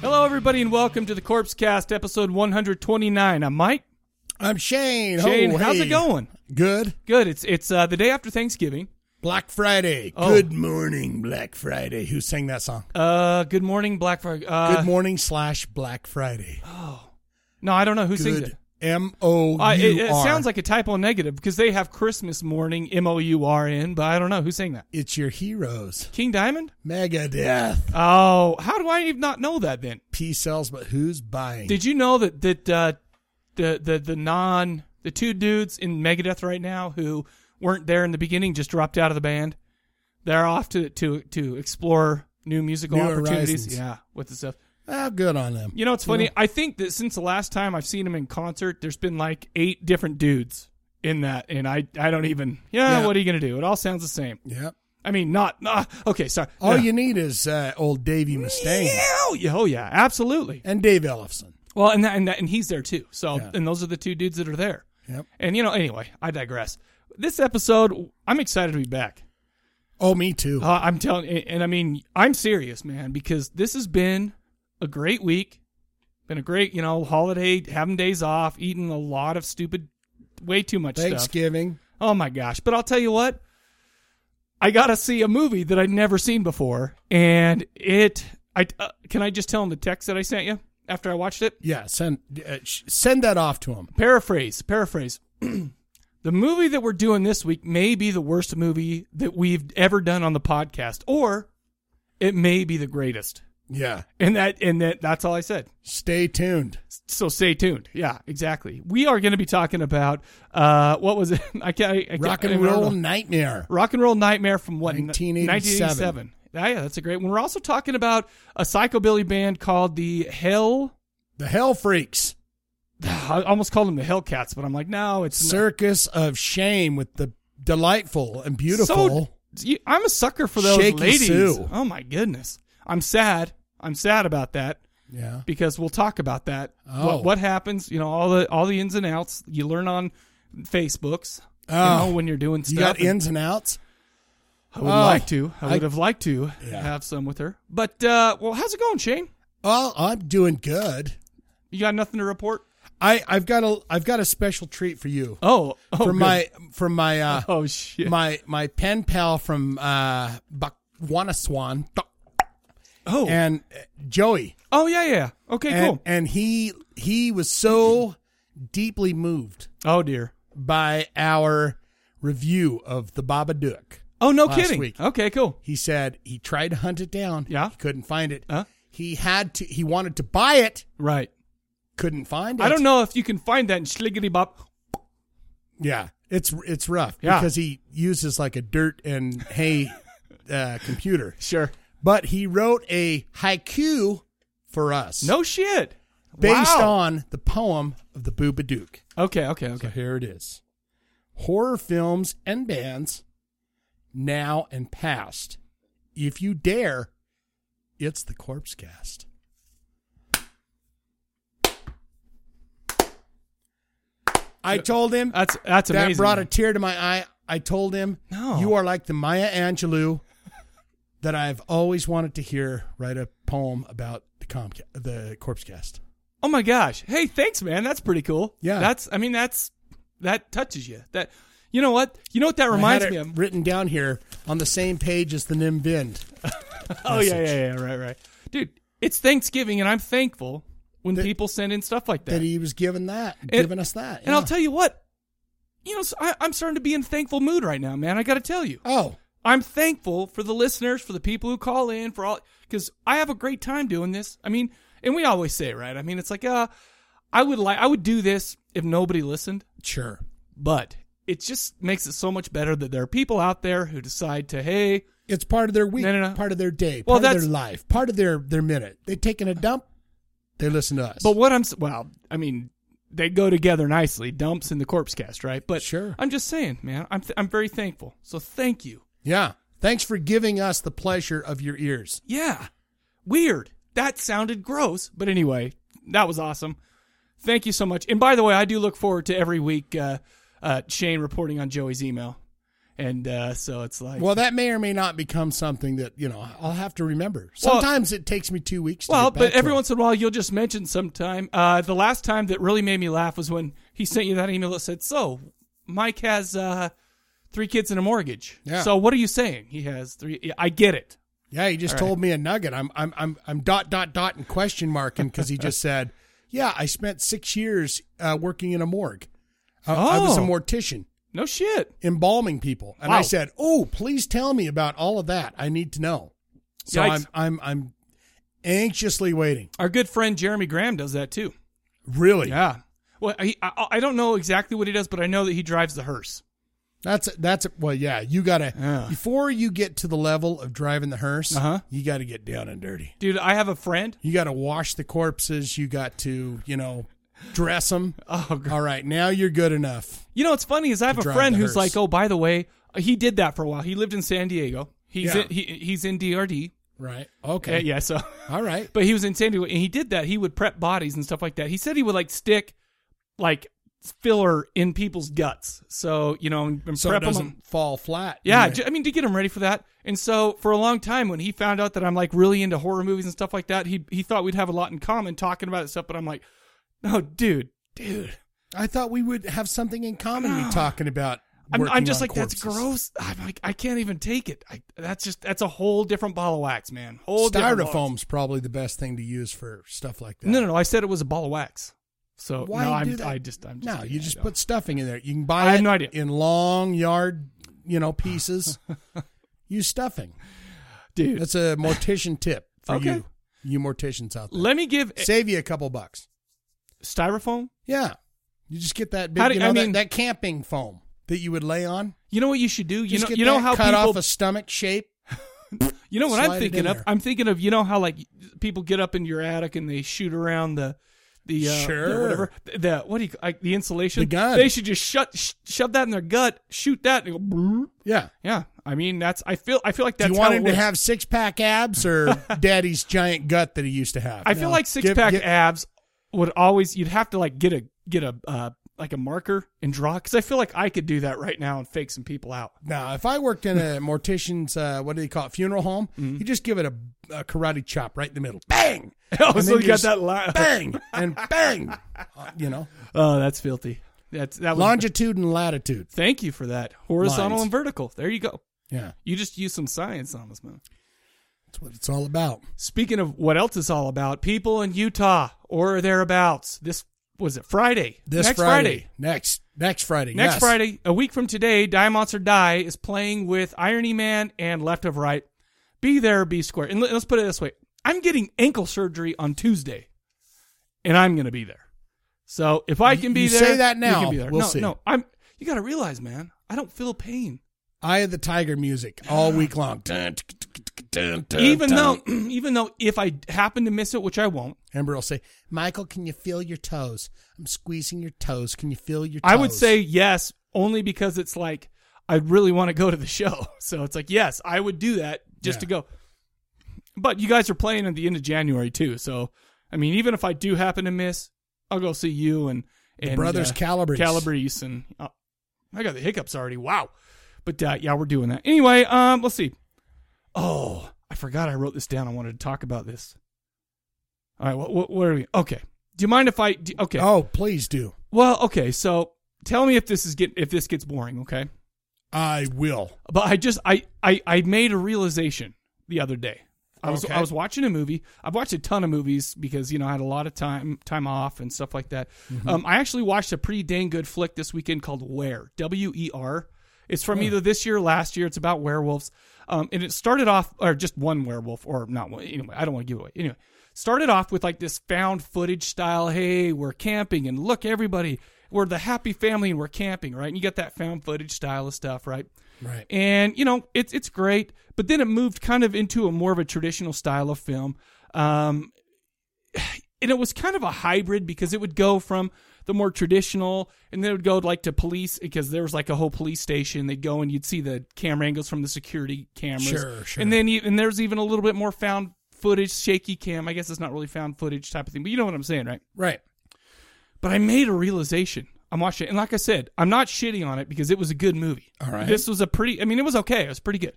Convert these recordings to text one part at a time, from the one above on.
Hello, everybody, and welcome to the Corpse Cast, episode 129. I'm Mike. I'm Shane. Shane, Oh, how's hey. it going? Good. Good. It's it's uh, the day after Thanksgiving. Black Friday. Oh. Good morning, Black Friday. Who sang that song? Uh, good morning, Black Friday. Uh, Oh. good morning slash Black Friday. no, I don't know who sings it. Good. M O U Uh, R. it, it sounds like a typo negative because they have Christmas morning M O U R N, but I don't know who sang that. it's your heroes. King Diamond? Megadeth. Oh, how do I even not know that then? P sells, but who's buying? Did you know that that uh, the the the non the two dudes in Megadeth right now who weren't there in the beginning just dropped out of the band? They're off to to to explore new musical New opportunities. horizons. Yeah, with the stuff. oh, good on them. You know, it's funny. I think that since the last time I've seen them in concert, there's been like eight different dudes in that, and I I don't even. Yeah, Yeah. what are you gonna do? It all sounds the same. Yep. I mean, not. Uh, okay, sorry. All Yeah. you need is uh, old Davy Mustaine Oh yeah, oh yeah, absolutely. and Dave Ellefson. Well, and that, and that, and he's there too. So, and those are the two dudes that are there. Yep. And you know, anyway, I digress. This episode, I'm excited to be back. Oh, me too. Uh, I'm telling, and, and I mean, I'm serious, man, because this has been a great week, been a great, you know, holiday, having days off, eating a lot of stupid, way too much stuff. Thanksgiving. Oh my gosh! But I'll tell you what, I got to see a movie that I'd never seen before, and it. I uh, can I just tell him the text that I sent you after I watched it. Yeah, send uh, sh- send that off to him. paraphrase, paraphrase. the movie that we're doing this week may be the worst movie that we've ever done on the podcast, or it may be the greatest. Yeah. And that and that that's all I said. Stay tuned. So stay tuned. Yeah, exactly. We are going to be talking about uh, what was it? I can't. I, I can't- Rock I and don't roll know. nightmare. Rock and roll nightmare from what? 1987. 1987. Yeah, yeah, that's a great one. We're also talking about a psychobilly band called the Hell. The Hell Freaks. I almost called them the Hellcats, but I'm like, no, it's Circus of Shame with the delightful and beautiful. So, you- I'm a sucker for those Shaky ladies. Sue. Oh my goodness. I'm sad. I'm sad about that yeah. because we'll talk about that. Oh. What, what happens, you know, all the all the ins and outs you learn on Facebooks. Oh. You know, when you're doing stuff. You got And ins and outs? I would Oh. like to. I would I- have liked to Yeah. have some with her. But uh well, how's it going, Shane? Oh, I'm doing good. You got nothing to report? I, I've got a I've got a special treat for you. Oh, oh from good. my from my uh Oh shit. my my pen pal from uh Swan oh. and uh, Joey. oh yeah, yeah. Okay, and, cool. and he he was so deeply moved Oh dear. by our review of the Baba Duke. Oh no Last kidding. week. Okay, cool. He said he tried to hunt it down. Yeah. He couldn't find it. Huh? He had to he wanted to buy it, Right. couldn't find it. I don't know if you can find that in Schliggity Bop. Yeah. It's it's rough Yeah. because he uses like a dirt and hay uh, computer. Sure. But he wrote a haiku for us. No shit. Based Wow. on the poem of the Booba Duke. Okay, okay, So okay. here it is. Horror films and bands, now and past. If you dare, it's the corpse cast. I told him That's that's amazing. that brought a tear to my eye. I told him, No. You are like the Maya Angelou that I've always wanted to hear write a poem about the, comca- the corpse cast. oh my gosh. Hey, thanks, man. That's pretty cool. Yeah. That's I mean that's that touches you. That you know what? You know what that I reminds had me it of? written down here on the same page as the Nim Vind. Oh yeah, yeah, yeah, right, right. Dude, it's Thanksgiving and I'm thankful when That- people send in stuff like that. that he was giving that, And- giving us that. and I'll Uh, yeah. tell you what, you know, so I, I'm starting to be in thankful mood right now, man. I got to tell you. Oh, I'm thankful for the listeners, for the people who call in, for all because I have a great time doing this. I mean, and we always say, right? I mean, it's like, uh, I would like, I would do this if nobody listened, Sure. but it just makes it so much better that there are people out there who decide to, hey, It's part of their week, No, no, no. part of their day, Well, part of that's- their life, part of their their minute. They've taken a dump. They listen to us. But what I'm s- well, I mean, they go together nicely, dumps and the corpse cast, right? But Sure. I'm just saying, man, I'm th- I'm very thankful. So thank you. yeah. Thanks for giving us the pleasure of your ears. Yeah, weird. That sounded gross, but anyway, that was awesome. Thank you so much. And by the way, I do look forward to every week uh, uh, Shane reporting on Joey's email, and uh, so it's like, Well, that may or may not become something that you know I'll have to remember. Well- Sometimes it takes me two weeks. To Well, get back but to every it. once in a while, you'll just mention sometime. Uh, the last time that really made me laugh was when he sent you that email that said, "So Mike has uh, three kids and a mortgage. Yeah. So what are you saying? He has three. yeah, I get it. Yeah, he just All right. told me a nugget. I'm I'm I'm I'm dot dot dot and question marking because he just said, "Yeah, I spent six years uh, working in a morgue. I, I was a Oh. mortician, No shit. embalming people." And I Wow. said, "Oh, please tell me about all of that. I need to know." So Yikes. I'm I'm I'm anxiously waiting. Our good friend Jeremy Graham does that too. Really, Yeah. Well, he, I, I don't know exactly what he does, but I know that he drives the hearse. that's that's well, yeah. You gotta Yeah. before you get to the level of driving the hearse, Uh-huh. you got to get down and dirty. Dude, I have a friend. You got to wash the corpses. You got to you know dress them. Oh, All right, now you're good enough. You know what's funny is I have a drive friend the who's hearse. like, oh, by the way, he did that for a while. He lived in San Diego. He's Yeah. in, he, he's in DRD. Right. Yeah, Okay. Uh, yeah. So. All right. But he was in San Diego, and he did that. He would prep bodies and stuff like that. He said he would like stick like filler in people's guts, so you know, and, and So it prep 'em. doesn't fall flat. Yeah, Anyway. ju- I mean to get him ready for that. And so for a long time, when he found out that I'm like really into horror movies and stuff like that, he he thought we'd have a lot in common talking about it stuff. But I'm like, no, dude, dude, I thought we would have something in common. We No. talking about. I'm, I'm working just on like that's corpses. gross. I'm like I can't even take it. I, that's just that's a whole different ball of wax, man. Whole different ball of wax. Styrofoam's probably the best thing to use for stuff like that. No, no, no. I said it was a ball of wax. So Why no, do I'm, that? I just I'm just No, you I just don't. put stuffing in there. You can buy I it have no idea. in long yard, you know, pieces. use stuffing. dude. That's a mortician tip for Okay. you, you morticians out there. Let me give Save you a couple bucks. styrofoam. Yeah, you just get that big, How do- you know, I that- mean- that camping foam that you would lay on. You know what you should do. You Just know, get you know that how cut people. off a stomach shape. you know what I'm slide it thinking in of. there. I'm thinking of you know how like people get up in your attic and they shoot around the. The, uh, the Sure. whatever the, the- what do you like the insulation The gun. they should just shut sh- shove that in their gut shoot that and go brrr. Yeah. yeah I mean that's I feel I feel like that's Do you want how him it to works. have six pack abs or daddy's giant gut that he used to have? I feel No. like six Give- pack give- abs would always you'd have to like get a get a uh, like a marker and draw because I feel like I could do that right now and fake some people out No, if I worked in a mortician's, uh, what do they call it, funeral home, Mm-hmm. you just give it a, a karate chop right in the middle. Bang! oh And so then you got just that line Bang! And bang! Uh, you know, Oh, that's filthy. That's that was. longitude and latitude. thank you for that. Horizontal Lines. and vertical. There you go. Yeah, You just use some science on this man. that's what it's all about. Speaking of what else is all about, people in Utah or thereabouts. This was it Friday. This next Friday. Friday. Next, next Friday. Next yes. Friday, a week from today, Die Monster Die is playing with Irony Man and Left of Right. Be there, be square. And let- let's put it this way: I'm getting ankle surgery on Tuesday, and I'm going to be there. So if I You- can be you there, say that you now. can be there. We'll no, see. no, I'm. You got to realize, man, I don't feel pain. Eye of the Tiger music all week long. even Even though, even though, if I happen to miss it, which I won't, Amber will say, Michael, can you feel your toes? I'm squeezing your toes. Can you feel your toes? I would say yes, only because it's like I really want to go to the show. So it's like yes, I would do that just Yeah. to go. But you guys are playing at the end of January too, so I mean, even if I do happen to miss, I'll go see you and and Brothers uh, Calabrese. Calabrese and uh, I got the hiccups already. Wow, but uh, yeah, we're doing that anyway. Um, let's see. Oh, I forgot I wrote this down. I wanted to talk about this. All right, what what, what are we? Okay, do you mind if I? Do, okay, Oh, please do. well, okay, so tell me if this is get if this gets boring, okay? I will. But I just I I, I made a realization the other day. I was Okay. I was watching a movie. I've watched a ton of movies because you know I had a lot of time time off and Um, Mm-hmm. stuff like that. Um, I actually watched a pretty dang good flick this weekend called Where W E R. It's from either this year or last year. It's about werewolves. Um, and it started off, or just one werewolf, or not one. Anyway, I don't want to give away. Anyway, started off with like this found footage style. Hey, we're camping, and look, everybody, we're the happy family, and we're camping, right? And you got that found footage style of stuff, right? Right. And you know, it's it's great, but then it moved kind of into a more of a traditional style of film. Um, and it was kind of a hybrid because it would go from the more traditional and then it would go like to police because there was like a whole police station they'd go and you'd see the camera angles from the security cameras Sure, sure. and then e- and there's even a little bit more found footage shaky cam i guess it's not really found footage type of thing but you know what i'm saying right Right. but I made a realization. I'm watching it. And like I said, I'm not shitting on it because it was a good movie. All right. This was a pretty, I mean, it was okay. It was pretty good.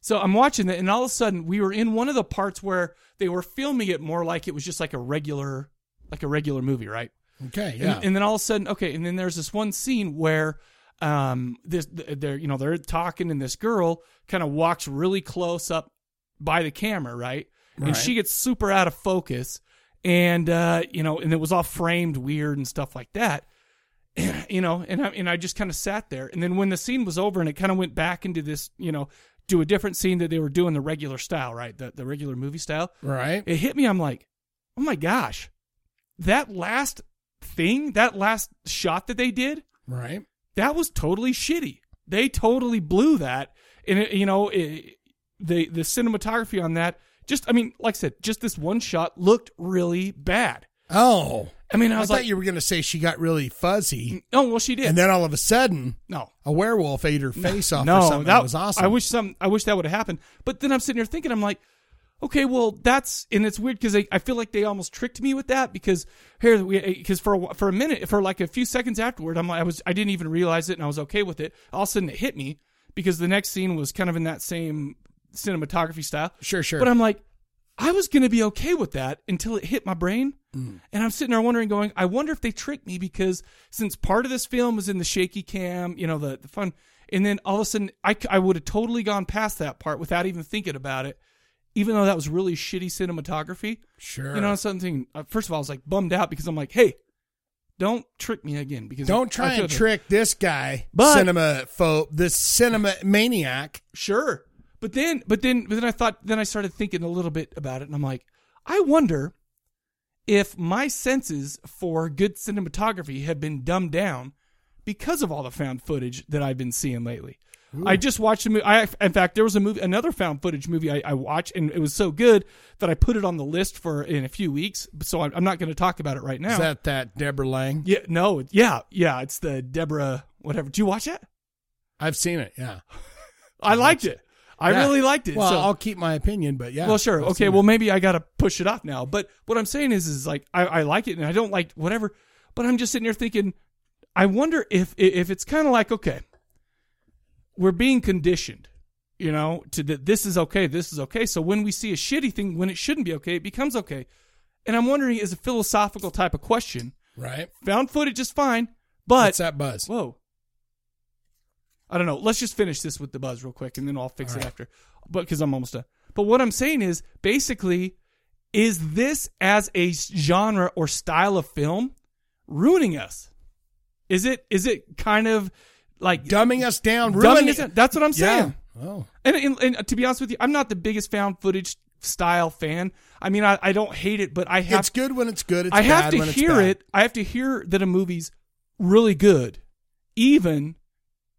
So I'm watching it. And all of a sudden, we were in one of the parts where they were filming it more like it was just like a regular, like a regular movie, right? Okay. Yeah. And, and then all of a sudden, okay. And then there's this one scene where, um, this they're you know they're talking and this girl kind of walks really close up by the camera, right? Right. And she gets super out of focus, and uh, you know, and it was all framed weird and stuff like that. you know, and I and I just kind of sat there. And then when the scene was over, and it kind of went back into this, you know, do a different scene that they were doing the regular style, right? The the regular movie style right. it hit me. I'm like, oh my gosh, that last thing, that last shot that they did, right. that was totally shitty. They totally blew that, and it, you know, it, the the cinematography on that. Just, I mean, like I said, just this one shot looked really bad. Oh. I mean, I, I was thought like, you were going to say she got really fuzzy, oh well, she did. and then all of a sudden, no, a werewolf ate her face off. no, or something. that was awesome. I wish some. I wish that would have happened. But then I'm sitting here thinking, I'm like, okay, well, that's and it's weird because I, I feel like they almost tricked me with that because here we because for a, wh- for a minute for like a few seconds afterward, I'm like, I was I didn't even realize it and I was okay with it. All of a sudden, it hit me because the next scene was kind of in that same cinematography style. Sure, sure. But I'm like, I was going to be okay with that until it hit my brain. Mm. And I'm sitting there wondering, going, I wonder if they tricked me because since part of this film was in the shaky cam, you know, the, the fun. And then all of a sudden, I, c- I would have totally gone past that part without even thinking about it, even though that was really shitty cinematography. sure. You know, something. uh, First of all, I was like bummed out because I'm like, hey, don't trick me again. Because Don't I try feel and the- trick this guy, But- cinema phobe, this cinema maniac. Sure. But then but then but then I thought then I started thinking a little bit about it and I'm like, I wonder if my senses for good cinematography have been dumbed down because of all the found footage that I've been seeing lately. I just watched a movie. I, in fact, there was a movie, another found footage movie I, I watched, and it was so good that I put it on the list for in a few weeks. So I, I'm not going to talk about it right now. Is that that Deborah Lang? yeah, no, yeah, yeah. It's the Deborah whatever. Did you watch it? I've seen it. Yeah, I liked it. I Yeah. really liked it. Well, so. I'll keep my opinion, but yeah. Well, sure. I've okay. seen Well, it. maybe I gotta push it off now. But what I'm saying is, is like I, I like it and I don't like whatever. But I'm just sitting here thinking, I wonder if if it's kind of like okay, we're being conditioned, you know, to that this is okay, this is okay. So when we see a shitty thing when it shouldn't be okay, it becomes okay. And I'm wondering, is a philosophical type of question. right. Found footage is fine, but What's that buzz? Whoa. I don't know. Let's just finish this with the buzz real quick, and then I'll fix All it right. after. But because I'm almost done. But what I'm saying is, basically, is this as a s- genre or style of film ruining us? Is it? Is it kind of like Dumbing us down, dumbing ruining us? down? That's what I'm saying. Yeah. Oh, And, and, and to be honest with you, I'm not the biggest found footage style fan. I mean, I, I don't hate it, but I have it's good when it's good. It's I have bad to when it's hear bad. it. I have to hear that a movie's really good, even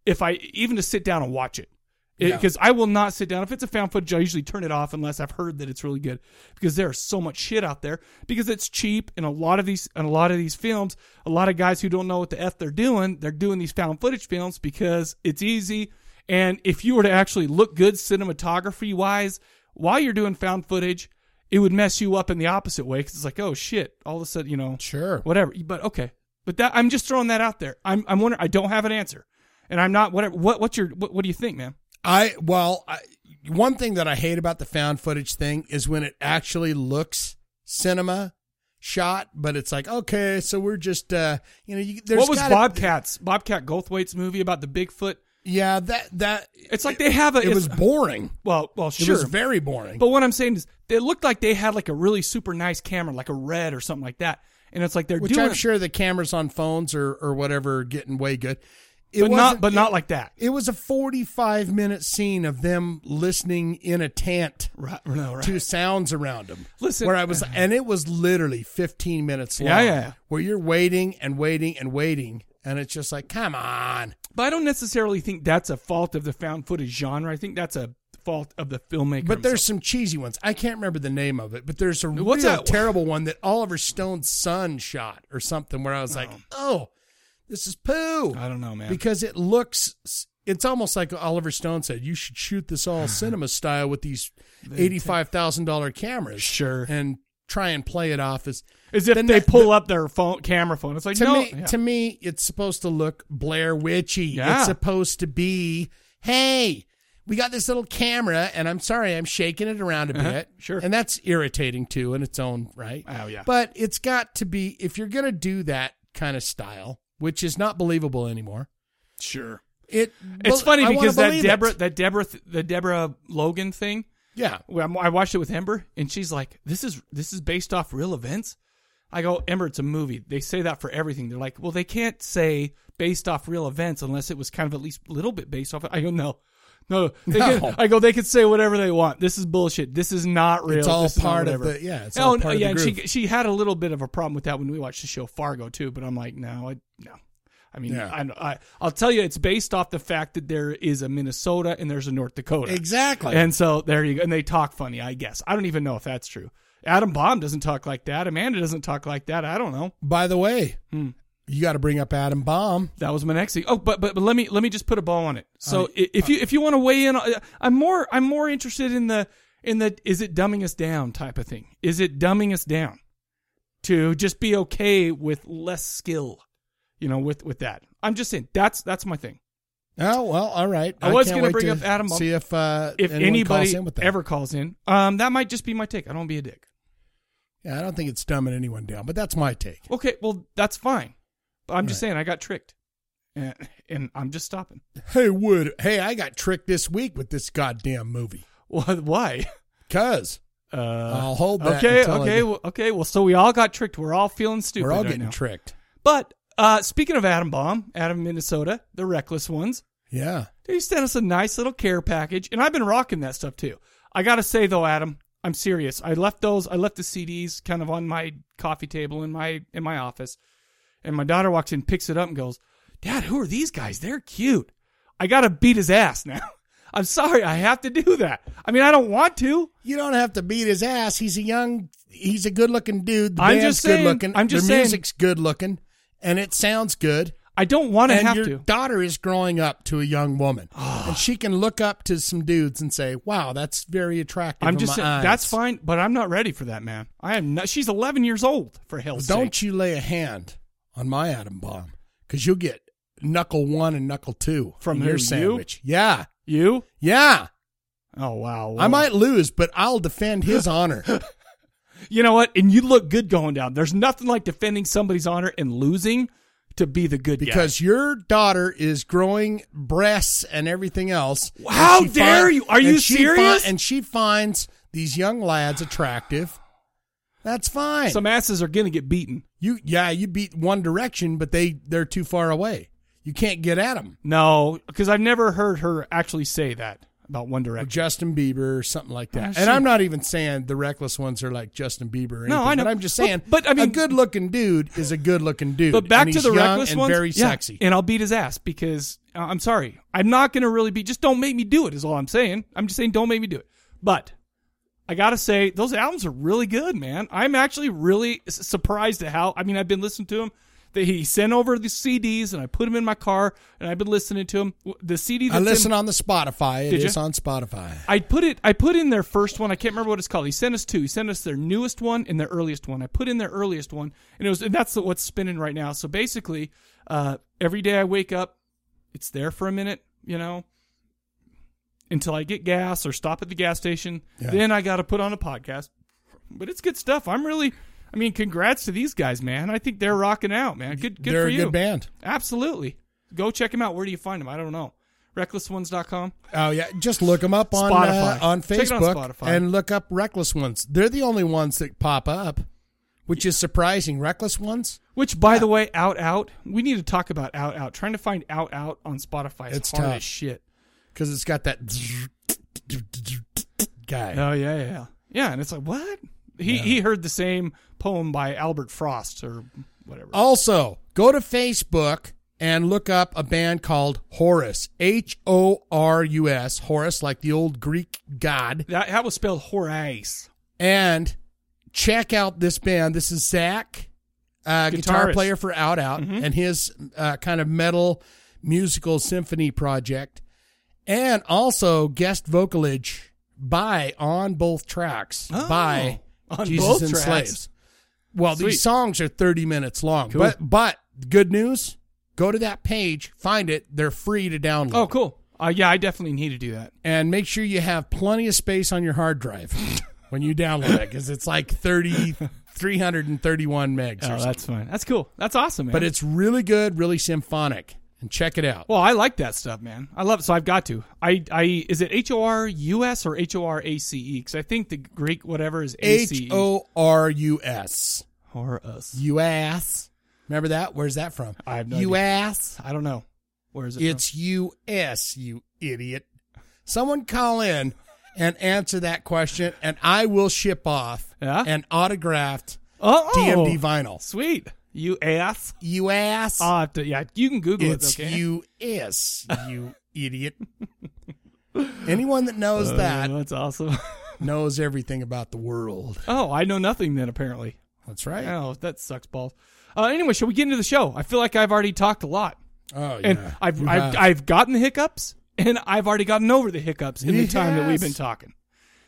if I even to sit down and watch it. Yeah. Because I will not sit down if it's a found footage. I usually turn it off unless I've heard that it's really good. Because there's so much shit out there. Because it's cheap, and a lot of these and a lot of these films, a lot of guys who don't know what the f they're doing, they're doing these found footage films because it's easy. And if you were to actually look good cinematography wise while you're doing found footage, it would mess you up in the opposite way because it's like, oh shit, all of a sudden, you know, Sure. whatever. But okay, but that I'm just throwing that out there. I'm I'm wondering. I don't have an answer, and I'm not whatever. What what's your what, what do you think, man? I well, I, one thing that I hate about the found footage thing is when it actually looks cinema shot, but it's like okay, so we're just uh, you know, you, there's what was gotta- Bobcat's Bobcat Goldthwait's movie about the Bigfoot? Yeah, that that It's like they have a. it it's- was boring. well, well, It sure. was very boring. but what I'm saying is, it looked like they had like a really super nice camera, like a red or something like that, and it's like they're which doing. I'm sure the cameras on phones or or whatever are getting way good. It but not wasn't- but not it- like that. It was a 45 minute scene of them listening in a tent Right, no, right. to sounds around them. Listen- uh-huh. where I was, and it was literally 15 minutes long. Yeah, yeah. Where you're waiting and waiting and waiting, and it's just like, come on. But I don't necessarily think that's a fault of the found footage genre. I think that's a fault of the filmmaker. But there's himself. some cheesy ones. I can't remember the name of it, but there's a What's real that? terrible one that Oliver Stone's son shot or something. Where I was like, oh, this is poo. I don't know, man. because it looks it's almost like Oliver Stone said you should shoot this all cinema style with these $85,000 cameras Sure. and try and play it off as As if the they ne- pull up their phone camera phone. It's like to no. me yeah. to me it's supposed to look Blair Witchy Yeah. it's supposed to be hey we got this little camera and I'm sorry I'm shaking it around a Uh-huh, bit sure. and that's irritating too in its own right Oh, yeah. but it's got to be if you're going to do that kind of style which is not believable anymore sure. it It's well, funny I wanna because that believe it. Deborah, that Deborah, th- the Deborah Logan thing. yeah well, I'm- I watched it with Ember, and she's like, "This is this is based off real events." I go, Ember, it's a movie. They say that for everything. They're like, well, they can't say based off real events unless it was kind of at least a little bit based off. I go, no, no. They No. Can, I go, they can say whatever they want. This is bullshit. This is not real. It's all This is not part of whatever." the- yeah, it's all no, part of the yeah. and she groove. she had a little bit of a problem with that when we watched the show Fargo too. But I'm like, no, I no. I mean, Yeah. I'm- I, I'll tell you, it's based off the fact that there is a Minnesota and there's a North Dakota. Exactly. And so there you go. And they talk funny, I guess. I don't even know if that's true. Adam Baum doesn't talk like that. Amanda doesn't talk like that. I don't know. Hmm. By the way, you got to bring up Adam Baum. That was my next thing. Oh, but, but but let me let me just put a bow on it. So i if you if you want to weigh in, uh, I'm more I'm more interested in the in the is it dumbing us down type of thing. Is it dumbing us down to just be okay with less skill, you know, with with that. I'm just saying that's that's my thing. Oh well, all right. I was can't gonna wait bring to up Adam Baum. See if uh, If anyone anybody calls in with that. ever calls in, um, that might just be my take. I don't wanna be a dick. Yeah, I don't think it's dumbing anyone down, but that's my take. Okay, well that's fine. But I'm just saying I got tricked, and, and I'm just stopping. Hey Wood, hey, I got tricked this week with this goddamn movie. What? Why? Cause Uh, I'll hold that. Okay, until I okay, get- well, okay. Well, so we all got tricked. We're all feeling stupid. we're all right getting now. tricked. But uh, speaking of Adam Bomb, Adam Minnesota, the reckless ones, Yeah. they sent us a nice little care package, and I've been rocking that stuff too. I gotta say though, Adam, I'm serious. I left those. I left the CDs kind of on my coffee table in my in my office, and my daughter walks in, picks it up, and goes, "Dad, who are these guys? They're cute." I gotta beat his ass now. I'm sorry, I have to do that. I mean, I don't want to. You don't have to beat his ass. He's a young, he's a good looking dude. The I'm band's just saying- good looking. I'm just Their saying- music's good looking, and it sounds good. I don't want to and have your to. Ah. daughter is growing up to a young woman, and she can look up to some dudes and say, "Wow, that's very attractive." I'm in just my saying eyes." that's fine, but I'm not ready for that, man. I am not. She's 11 years old for hell's sake. Don't you lay a hand on my atom bomb because you'll get knuckle one and knuckle two From in who, your you? sandwich. Yeah, you? yeah. Oh wow, I Whoa. might lose, but I'll defend his honor. You know what? And you look good going down. There's nothing like defending somebody's honor and losing to be the good guy. because your daughter is growing breasts and everything else. and How she dare you? Are and you she serious? and she finds these young lads attractive. That's fine. some asses are gonna get beaten. you yeah, you beat One Direction, but they they're too far away. You can't get at them. No, because I've never heard her actually say that about One Or Direction. Justin Bieber or something like Oh, that. shit. and I'm not even saying the reckless ones are like Justin Bieber. Or No, anything, I know. But I'm just But- saying, but I a mean- good looking dude is a good looking dude. But back and to he's the young reckless and ones, very yeah, sexy. and I'll beat his ass because uh, I'm sorry, I'm not gonna really be. Just don't make me do it. Is all I'm saying. I'm just saying don't make me do it. But I gotta say those albums are really good, man. I'm actually really s- surprised at how. I mean, I've been listening to him. That he sent over the CDs and I put them in my car and I've been listening to him. The CD that's I listen in, on the Spotify. It Did is ya? on Spotify. I put it. I put in their first one. I can't remember what it's called. He sent us two. He sent us their newest one and their earliest one. I put in their earliest one, and it was. And that's what's spinning right now. So basically, uh, every day I wake up, it's there for a minute, you know, until I get gas or stop at the gas station. Yeah. Then I got to put on a podcast. But it's good stuff. I'm really. I mean, congrats to these guys, man. I think they're rocking out, man. Good, good They're for a you. good band. Absolutely. Go check them out. Where do you find them? I don't know. Recklessones.com. Oh yeah, just look them up on uh, Spotify. on Check it on Facebook Spotify. and look up Reckless Ones. They're the only ones that pop up. which is surprising. Reckless ones. Which, by the way, out out. We need to talk about out out. Trying to find out out on Spotify is It's hard tough. as shit. because it's got that guy. Oh yeah, yeah, yeah. Yeah, and it's like what he he heard the same poem by Albert Frost or whatever. Also, go to Facebook and look up a band called Horus. H O R U S. Horus, like the old Greek god. That, that was spelled Horace. And check out this band. This is Zach, uh, guitar Guitarist. Mm-hmm. player for Out Out, and his uh, kind of metal musical symphony project. And also guest vocalage by on both tracks Oh, by on Jesus both and tracks. Slaves. Well, Sweet. these songs are 30 minutes long. Cool. But but good news, go to that page, find it. They're free to download. Oh, cool. Uh, yeah, I definitely need to do that. And make sure you have plenty of space on your hard drive when you download it cuz it's like 30 331 megs or Oh, something. that's fine. That's cool. That's awesome, man. But it's really good, really symphonic. And check it out. well, I like that stuff, man. I love it. So I've got to. I I is it H O R U S or H O R A C E? Because I think the Greek whatever is A C H E. O R U S. Horus. You ass. Remember that? Where's that from? I have no You idea. ass. I don't know. Where is it? from? It's US, you idiot. Someone call in and answer that question, and I will ship off Yeah? an autographed oh, oh. DMD vinyl. Sweet. You ass. You ass. I'll have to, yeah, you can Google it's it. Okay. US, you idiot. Anyone that knows Uh, that That's awesome. knows everything about the world. oh, I know nothing then, apparently. That's right. Oh, that sucks balls. Uh, anyway, shall we get into the show? I feel like I've already talked a lot, Oh, and yeah. I've You I've, have. I've gotten the hiccups, and I've already gotten over the hiccups in the time that we've Yes. been talking.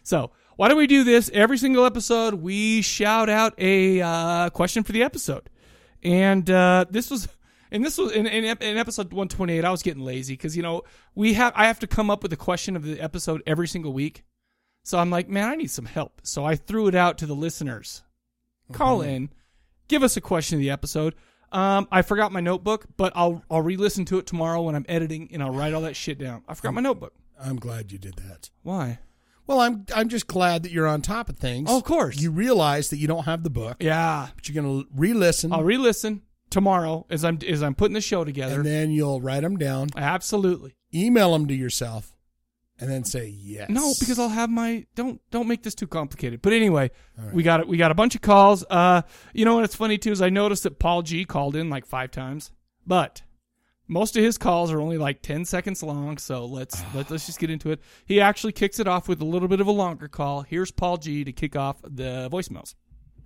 So why don't we do this every single episode? We shout out a uh, question for the episode, and uh, this was. And this was in, in, ep- in episode 128. I was getting lazy because you know we have I have to come up with a question of the episode every single week, so I'm like, man, I need some help. So I threw it out to the listeners. Call in, give us a question of the episode. Um, I forgot my notebook, but I'll I'll re-listen to it tomorrow when I'm editing and I'll write all that shit down. I forgot my notebook. I'm glad you did that. Why? Well, I'm I'm just glad that you're on top of things. Oh, of course. You realize that you don't have the book, Yeah, but you're going to re-listen. I'll re-listen tomorrow as I'm as I'm putting the show together. and then you'll write them down, Absolutely. email them to yourself, and then say yes. No, because I'll have my don't don't make this too complicated. But anyway, we got it. We got a bunch of calls. Uh, you know what's funny too is I noticed that Paul G called in like five times, but most of his calls are only like ten seconds long. So let's let, let's just get into it. He actually kicks it off with a little bit of a longer call. Here's Paul G to kick off the voicemails.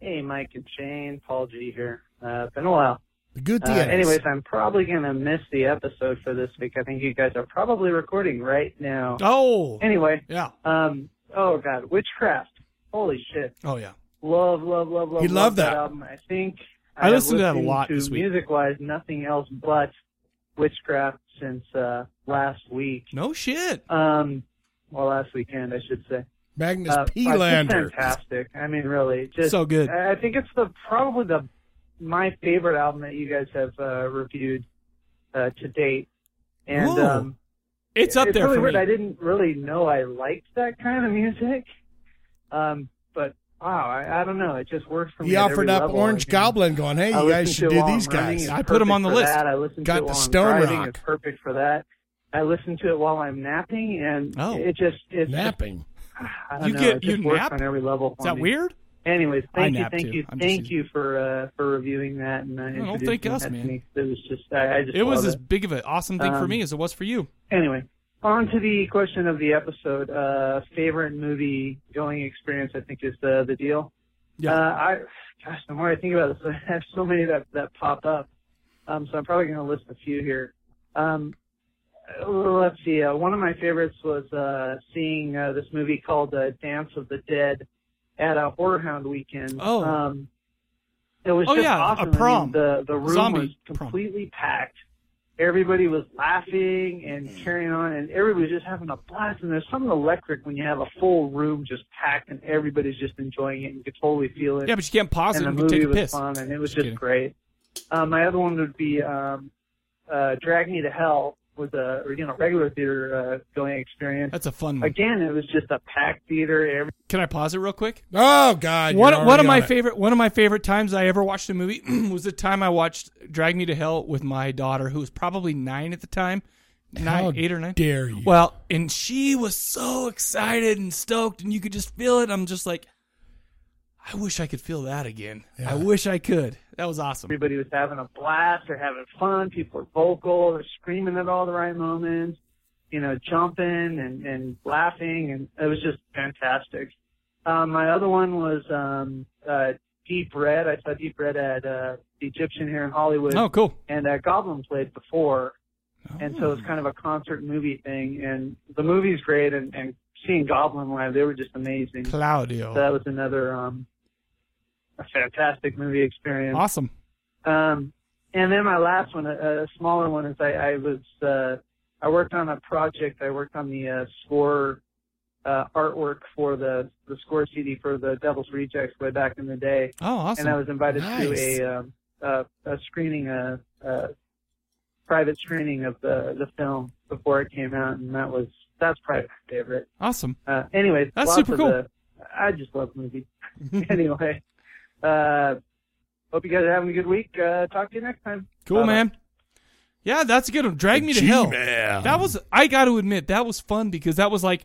Hey, Mike and Shane, Paul G here. Uh, been a while. the good Uh, thing. is- anyways, I'm probably gonna miss the episode for this week. I think you guys are probably recording right now. Oh, Anyway, yeah. um, oh god, witchcraft. Holy shit! Oh yeah. Love, love, love, love. He loved that. album. I think I have listened to that a listened lot to this week. Music-wise, nothing else but witchcraft since uh, last week. No shit. Um, well, last weekend, I should say. Magnus Uh, P. but it's Lander. Fantastic. I mean, really, just So good. I I think it's the probably the my favorite album that you guys have uh, reviewed uh, to date, and Whoa. um, It's up it's there really for weird. I me. didn't really know I liked that kind of music, um, but wow, I, I don't know. It just works for me. He at offered every up level. Orange I can- Goblin, going, "Hey, I you guys listen should to it do while these I'm running. guys." It's I put 'em perfect on the for list. That. I listen Got to it the while I'm Stone driving. Rock. It's perfect for that. I listen to it while I'm napping, and Oh. it just it's Napping. I don't You know, get- it just you works nap? on every level. Is for that me. weird? Anyways, I thank you, nap thank too. you, I'm just thank using- you for uh, for reviewing that and uh, don't introducing thank that us, to man. me. It was just I, I just It was love as big of an awesome thing for Um, me as it was for you. anyway. On to the question of the episode. Uh, favorite movie going experience, I think, is the the deal. Yeah. Uh, I gosh, the more I think about this, I have so many that that pop up. Um, so I'm probably going to list a few here. Um, uh, let's see. Uh, one of my favorites was uh, seeing uh, this movie called uh, Dance of the Dead at a Horror Hound weekend. Oh. Um, it was Oh, just yeah, a awesome. I mean, prom. the the room Zombie was prom. completely packed. Everybody was laughing and Mm-hmm. carrying on, and everybody was just having a blast. And there's something electric when you have a full room just packed, and everybody's just enjoying it. and You could totally feel it Yeah, but you can't pause it and the and movie take a was piss. fun, and it was Just just kidding. great. Um, my other one would be um, uh, Drag Me to Hell, was a you know regular theater uh, going experience. That's a fun one. Again, it was just a packed theater. Every Can I pause it real quick? Oh God! you're One, one already of my on it. favorite one of my favorite times I ever watched a movie was the time I watched Drag Me to Hell with my daughter, who was probably nine at the time, nine, How eight or nine. Dare you? Well, and she was so excited and stoked, and you could just feel it. I'm just like, I wish I could feel that again. I wish I could. That was awesome. everybody was having a blast. They're having fun. People are vocal. They're screaming at all the right moments. You know, jumping and and laughing, and it was just fantastic. Um, my other one was um, uh, Deep Red. I saw Deep Red at uh, the Egyptian here in Hollywood. Oh, cool. Oh. and uh, Goblin played before, and so it's kind of a concert movie thing. And the movie's great, and, and seeing Goblin live, they were just amazing. So Claudio. that was another um, a fantastic movie experience. Awesome. Um, and then my last one, a, a smaller one, is I, I was uh, I worked on a project. I worked on the uh, score uh, artwork for the the score CD for the Devil's Rejects way back in the day Oh, awesome. and I was invited Nice. to a, um, a a screening, a, a private screening of the the film before it came out, and that was that's probably my favorite. awesome. Uh, anyways, That's lots super of cool. The, I just love movies. anyway, uh, hope you guys are having a good week. Uh, talk to you next time. Cool, Bye-bye. man. Yeah, that's a good one. Drag me to hell. G-Man. That was I got to admit that was fun because that was like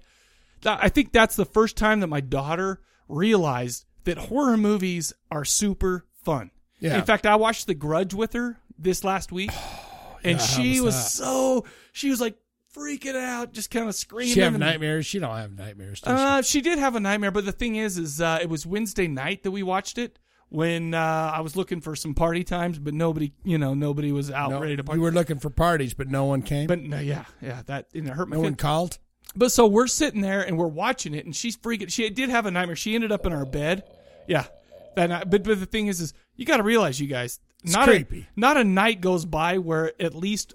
that, I think that's the first time that my daughter realized that horror movies are super fun. Yeah. In fact, I watched The Grudge with her this last week, and yeah, how she was was that? so she was like freaking out, just kind of screaming. She have and- nightmares. She don't have nightmares. Does uh, she did have a nightmare, but the thing is, is uh, it was Wednesday night that we watched it when uh, I was looking for some party times, but nobody, you know, nobody was out she? No, ready to you party. were looking for parties, but no one came. But no, yeah, yeah, that and it hurt my no one feelings. called. But so we're sitting there and we're watching it, and she's freaking. She did have a nightmare. She ended up in our bed. Yeah, that. Night, but but the thing is, is you got to realize, you guys, not creepy. a not a night goes by where at least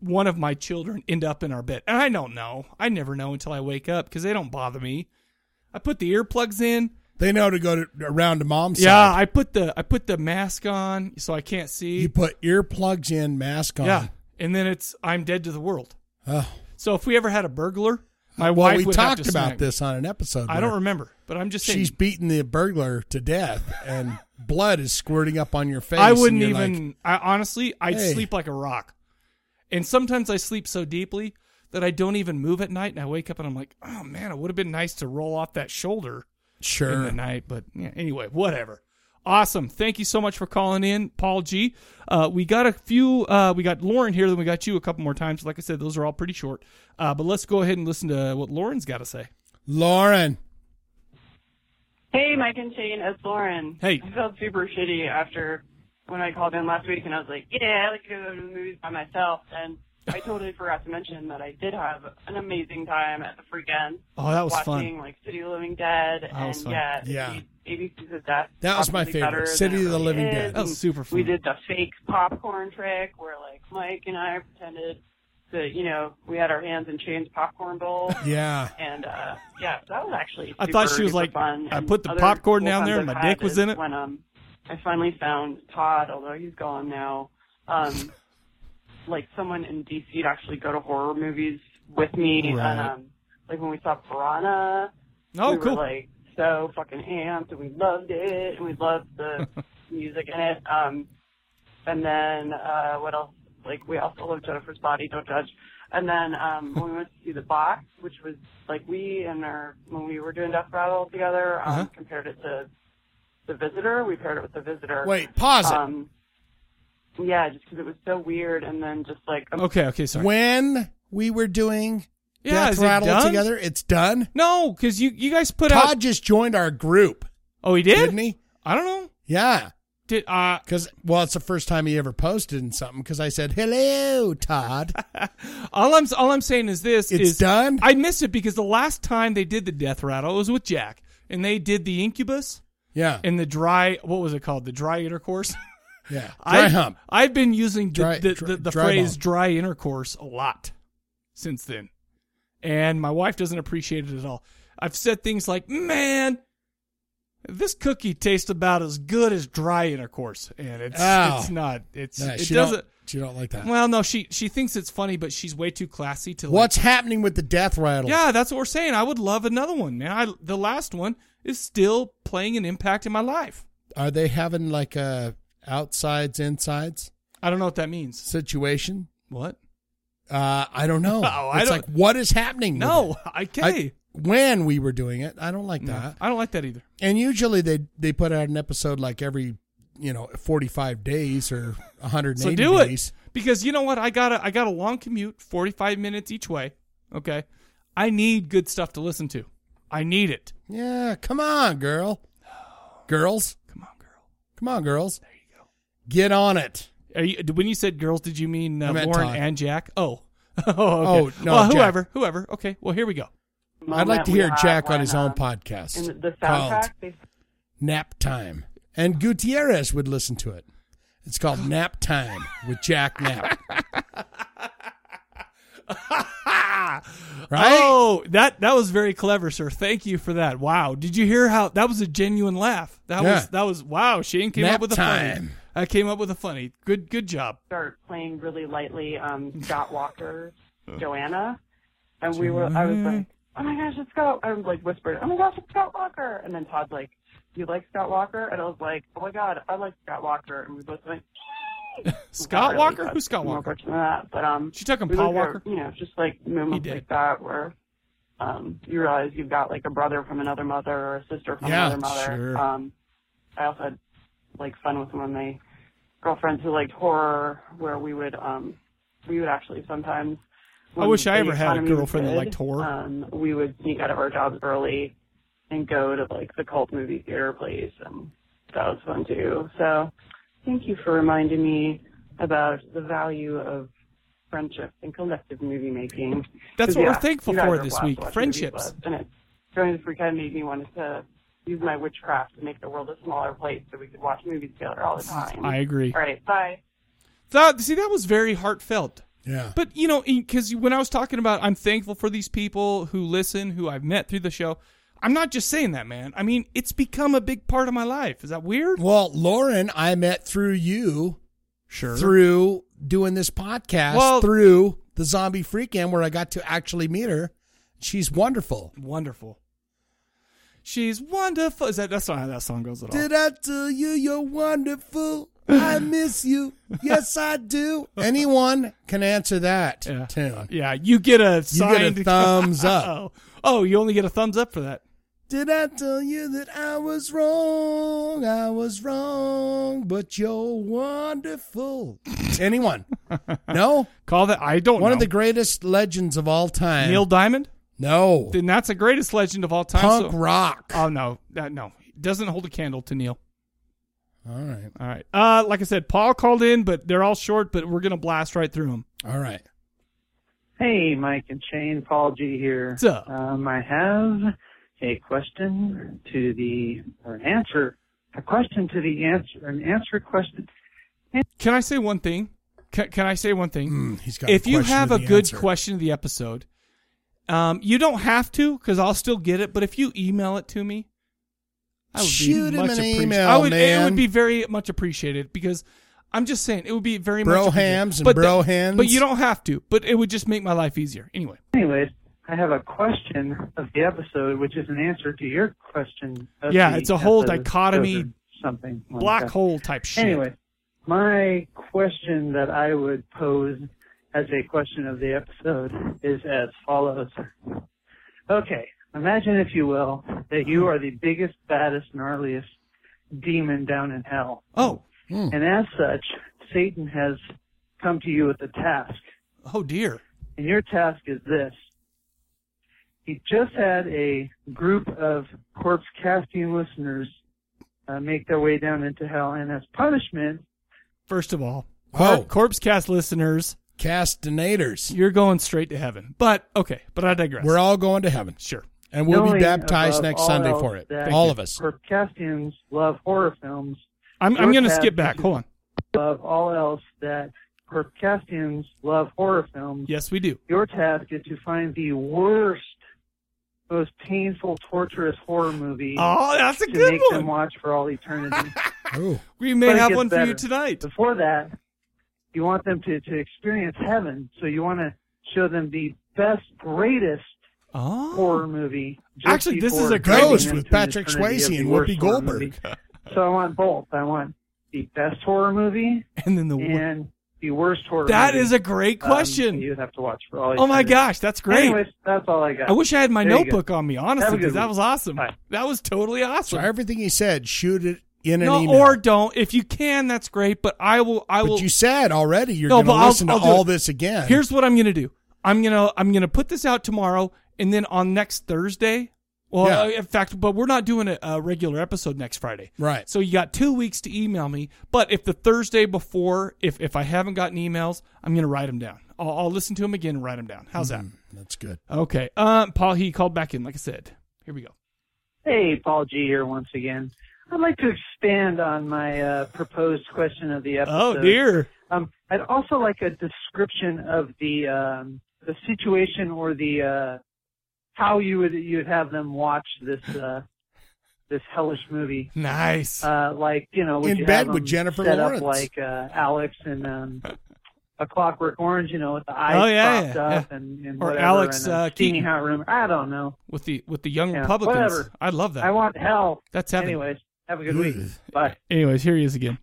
one of my children end up in our bed, and I don't know. I never know until I wake up because they don't bother me. I put the earplugs in. They know to go to, around to mom's. Yeah, side. I put the I put the mask on so I can't see. You put earplugs in, mask on. yeah, and then it's I'm dead to the world. Oh. So if we ever had a burglar, my well, wife we would have talked to about smack me. this on an episode. I don't where remember, but I'm just saying. She's beating the burglar to death, and blood is squirting up on your face. I and wouldn't you're like, even. I honestly, I'd Hey. sleep like a rock, and sometimes I sleep so deeply that I don't even move at night, and I wake up and I'm like, oh man, it would have been nice to roll off that shoulder in sure. the night, but yeah, anyway, whatever. Awesome. Thank you so much for calling in, Paul G. Uh, we got a few. Uh, we got Lauren here, then we got you a couple more times. Like I said, those are all pretty short. Uh, but let's go ahead and listen to what Lauren's got to say. Lauren, Hey, Mike and Shane, it's Lauren. Hey. I felt super shitty after when I called in last week and I was like, yeah, I like to go to the movies by myself. And I totally forgot to mention that I did have an amazing time at the freaking Oh, that was watching fun. like City of the Living Dead and was fun. yeah, Yeah. ABC's of Death. That was my possibly favorite, better City than it of the really Living is. Dead. That was And super fun. We did the fake popcorn trick where like Mike and I pretended that you know we had our hands in Shane's popcorn bowl. yeah, And uh, yeah, that was actually. I thought super, she was duper like, fun. I And put the other popcorn cool down there times and I've my had dick was is in it. When um, I finally found Todd, although he's gone now. Um, like someone in DC to actually go to horror movies with me. Right. And, um, like when we saw Piranha, Oh, we cool. were like so fucking amped, and we loved it, and we loved the music in it. Um, and then uh, what else? Like we also loved Jennifer's Body, Don't Judge. And then um, when we went to see The Box, which was like we and our when we were doing Death Rattle together, um, Uh-huh. compared it to The Visitor. We paired it with The Visitor. Wait, pause it. Um, yeah, just because it was so weird, and then just like a okay, okay, sorry. when we were doing Yeah, Death is it Rattle done? together, it's done. No, because you you guys put Todd out. just joined our group, Oh, he did. didn't he? I don't know. Yeah, Did uh because well, it's the first time he ever posted in something. Because I said, "Hello, Todd." all I'm all I'm saying is this It's is done? I missed it because the last time they did the death rattle it was with Jack, and they did the incubus Yeah, and the dry what was it called the dry intercourse. yeah. Dry I, hump. I've been using the Dry- the, dry- the, the dry phrase bone. dry intercourse a lot since then, and my wife doesn't appreciate it at all. I've said things like, "Man, This cookie tastes about as good as dry intercourse, and it's Oh. it's not. It's Yeah, it she doesn't. Don't, she don't like that. Well, no, she she thinks it's funny, but she's way too classy to. What's happening with the death rattle? Yeah, that's what we're saying. I would love another one, man. I, the last one is still playing an impact in my life. Are they having like a outsides insides I don't know what that means. situation? What? Uh, I don't know. Oh, I it's don't- like what is happening? with No, it? okay. when we were doing it, I don't like No, that. I don't like that either. And usually they they put out an episode like every you know forty five days or one hundred and So eighty do days. it because you know what? I got a I got a long commute, forty five minutes each way. Okay, I need good stuff to listen to. I need it. Yeah, come on, girl. Girls. Come on, girl. Come on, girls. There you go. Get on it. Are you, when you said girls, did you mean I uh, meant Lauren Todd. and Jack? Oh, oh, okay. Oh, no, Well, Jack. whoever, whoever. Okay, well here we go. I'd like moment to we hear have Jack on when, his own um, podcast. And the called soundtrack, Uh, they Nap Time. And Gutierrez would listen to it. It's called Nap Time with Jack Nap. Right? Oh, that that was very clever, sir. Thank you for that. Wow, did you hear how that was a genuine laugh? That Yeah. was that was wow. Shane came Nap up with a funny. time. I came up with a funny. Good good job. start playing really lightly um, Scott Walker, Joanna, and we were. I was like, "Oh my gosh, it's Scott!" I was like whispered, "Oh my gosh, it's Scott Walker!" And then Todd's like, "You like Scott Walker?" And I was like, "Oh my god, I like Scott Walker!" And we both went. Scott Not really, Walker? but Who's Scott more Walker? person than that, but um, She took him we Paul look at, Walker? You know, just like moments did. like that where um, you realize you've got like a brother from another mother or a sister from Yeah, another mother. sure. Um, I also had like fun with one of my girlfriends who liked horror, where we would um, we would actually sometimes. I when wish I the ever had a economy was girlfriend that good, liked horror. Um, we would sneak out of our jobs early and go to like the cult movie theater place, and that was fun too. So, thank you for reminding me about the value of friendship and collective movie making. That's 'Cause, what we're yeah, thankful you guys for are this blessed week, to watch friendships. movies with us, And it during this weekend made me want to use my witchcraft to make the world a smaller place so we could watch movies together all the time. I agree. All right, bye. That, see, that was very heartfelt. Yeah. But you know, because when I was talking about, I'm thankful for these people who listen, who I've met through the show. I'm not just saying that, man. I mean, it's become a big part of my life. Is that weird? Well, Lauren, I met through you Sure. through doing this podcast Well- through the Zombie Freakin' where I got to actually meet her. She's wonderful. Wonderful. She's wonderful. Is that that's not how that song goes at all? Did I tell you you're wonderful? I miss you. Yes, I do. Anyone can answer that Yeah. tune. yeah, you get a You get signed a thumbs up. Oh, oh, you only get a thumbs up for that. Did I tell you that I was wrong? I was wrong, but you're wonderful. Anyone? No? Call that. I don't One know. of the greatest legends of all time. Neil Diamond. no. Then that's the greatest legend of all time. Punk so- rock. Oh no, that no doesn't hold a candle to Neil. all right. All right. Uh, like I said, Paul called in, but they're all short. But we're gonna blast right through them. All right. Hey, Mike and Shane, Paul G here. What's up? Um, I have a question to the or an answer, a question to the answer, an answer question. Can I say one thing? Can, can I say one thing? Mm, he's got a if you question have to a the good answer. question of the episode, um, you don't have to because I'll still get it. But if you email it to me, I would Shoot be him much an appreci- email, I would, It man. would be very much appreciated because I'm just saying it would be very much Brohams appreciated. and but the- brohens. But you don't have to. But it would just make my life easier anyway. Anyways, I have a question of the episode, which is an answer to your question. Of Yeah, the it's a whole episode dichotomy, or something. like Black that. hole type shit. Anyway, my question that I would pose as a question of the episode is as follows. Okay, imagine, if you will, that you are the biggest, baddest, gnarliest demon down in hell. Oh, And as such, Satan has come to you with a task. oh dear. And your task is this. He just had a group of corpse casting listeners uh, make their way down into hell, and as punishment, First of all, Whoa. Cor- Corpse Cast listeners, Castinators. you're going straight to heaven. But okay, but I digress. We're all going to heaven. sure. And we'll be knowing baptized above next all Sunday else for it. that All of us. Caucasians love horror films. I'm I'm Your gonna task skip is back. to- Hold on. Above all else, that Caucasians love horror films. Yes, we do. Your task is to find the worst most painful, torturous horror movie. Oh, that's a to good make them one. watch for all eternity. Oh, We may But it have gets one for you better. tonight. Before that, you want them to, to experience heaven, so you want to show them the best, greatest Oh, horror movie. just Actually, this is before a great- taking Ghost them with to an Patrick eternity of Swayze the and worst Whoopi horror Goldberg. movie. So I want both. I want the best horror movie and then the wor- and the worst horror. that movie. is a great Um, question. you would have to watch for all. oh my eternity. gosh, that's great. Anyways, that's all I got. I wish I had my There you go. notebook on me, Have honestly, a good because that week. was awesome. Bye. That was totally so awesome. everything he said, shoot it in an no, email. or don't. If you can, that's great. But I will. I will. but you said already you're No, going but to I'll- listen I'll to do all it. this again. Here's what I'm gonna do. I'm gonna I'm gonna put this out tomorrow, and then on next Thursday. Well, Yeah. uh, in fact, but we're not doing a, a regular episode next Friday. right. So you got two weeks to email me. But if the Thursday before, if if I haven't gotten emails, I'm gonna write them down. I'll, I'll listen to them again and write them down. How's Hmm, That's good. that? Okay. Um, Paul, he called back in. Like I said, here we go. Hey, Paul G here once again. I'd like to expand on my uh, proposed question of the Oh episode. dear. Um, I'd also like a description of the um, the situation or the uh, how you would you'd have them watch this uh, this hellish movie. Nice. Uh, like you know, would In you bed have with them Jennifer set Lawrence. up like uh, Alex and um, a Clockwork Orange, you know, with the eyes Oh, yeah, propped yeah, up yeah. and, and Or whatever, Alex, and a uh, steamy Keaton. hot room. I don't know. with the with the young Yeah, Republicans. whatever. I love that. I want hell. That's heaven. Anyways, have a good week. Bye. Anyways, here he is again.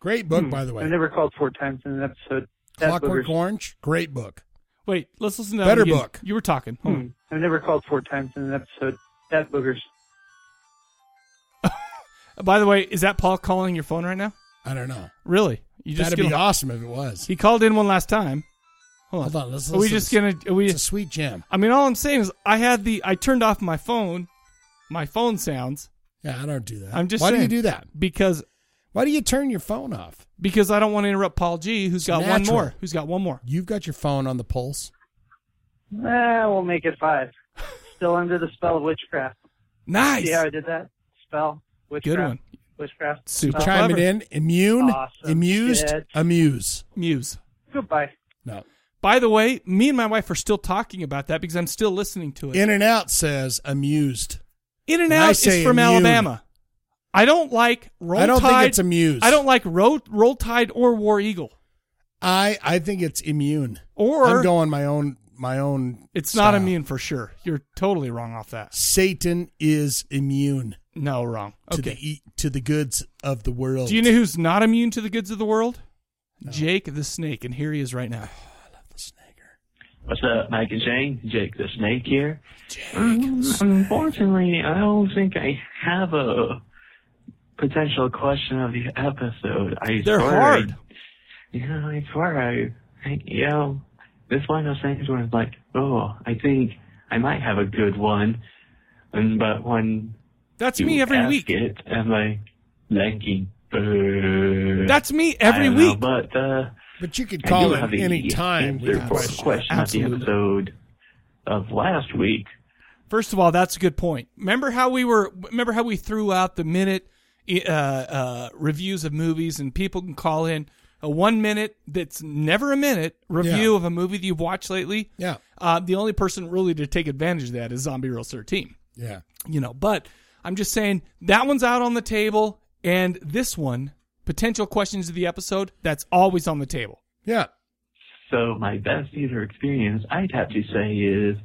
Great book, by the I way. Hmm. never called four times in an episode. That's Clockwork boogers. Orange, great book. Wait, let's listen to that Better again. book. You were talking. Hold Hmm. I've never called four times in an episode. That boogers. on. By the way, is that Paul calling your phone right now? I don't know. Really? You just That'd gonna- be awesome if it was. He called in one last time. Hold on. Hold on, let's are we listen just to gonna? Are we? It's a sweet jam. I mean, all I'm saying is I had the. I turned off my phone. My phone sounds Yeah, I don't do that. I'm just Why do saying. you do that? because Why do you turn your phone off? because I don't want to interrupt Paul G, who's It's got one natural. more. Who's got one more? You've got your phone on the pulse. Nah, eh, we'll make it five. Still under the spell of witchcraft. Nice. See how I did that? Spell, witchcraft, Good one. witchcraft. Super. spell. Chat. Chime it clever. in. Immune, Awesome amused, shit. amuse. Muse. Goodbye. No. By the way, me and my wife are still talking about that because I'm still listening to it. In and out says amused. In and And I Out say is from immune. Alabama. I don't like Roll I don't Tide. think it's amused. I don't like Roll, Roll Tide or War Eagle. I I think it's immune. Or I'm going my own my own. it's style. not immune for sure. You're totally wrong off that. Satan is immune No, wrong. to Okay. the e- to the goods of the world. Do you know who's not immune to the goods of the world? Jake the Snake, and here he is right now. What's up, Mike and Shane? Jake the Snake here. Um, unfortunately, I don't think I have a potential question of the episode. I They're swear I- hard. yeah, I swear I, I you know, this one of those things where it's like, oh, I think I might have a good one, and but when That's you me every ask week. it, I'm like, lanky. boo. That's me I every don't know, week. but uh, But you could I call do have it the any time. answer with for that a question of the Absolutely. episode of last week. First of all, that's a good point. Remember how we were? Remember how we threw out the minute uh, uh, reviews of movies, and people can call in a one minute that's never a minute review Yeah. of a movie that you've watched lately. Yeah, Uh, the only person really to take advantage of that is Zombie Rule Thirteen. yeah. You know, but I'm just saying that one's out on the table, and this one potential questions of the episode that's always on the table. Yeah. So my best theater experience, I'd have to say, is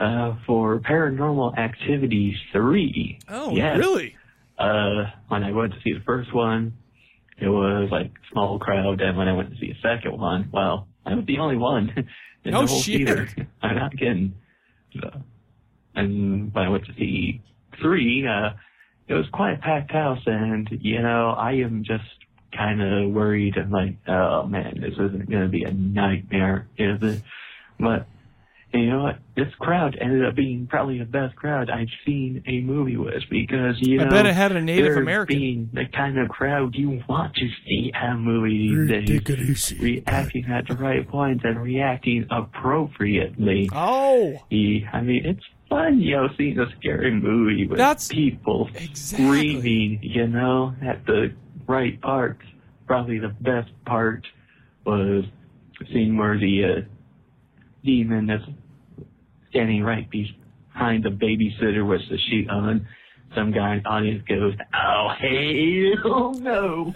uh, for Paranormal Activity three. Oh, Yes. Oh, really? Uh, when I went to see the first one, it was like small crowd, and when I went to see the second one, well, I was the only one in No the whole shit. theater. I'm not kidding. So, and when I went to see three, uh, it was quite a packed house, and you know, I am just kind of worried. I'm like, oh man, this isn't going to be a nightmare, is it? But and you know what? This crowd ended up being probably the best crowd I've seen a movie with because you I know bet it had a Native they're American. being the kind of crowd you want to see at a movie these days. Ridiculous. Reacting at the right points and reacting appropriately. Oh, I mean, it's fun, you know, seeing a scary movie with That's- people Exactly. screaming, you know, at the right parts. Probably the best part was seeing where the uh, demon is standing right be- behind the babysitter with the sheet on. Some guy in the audience goes, "Oh hell no!"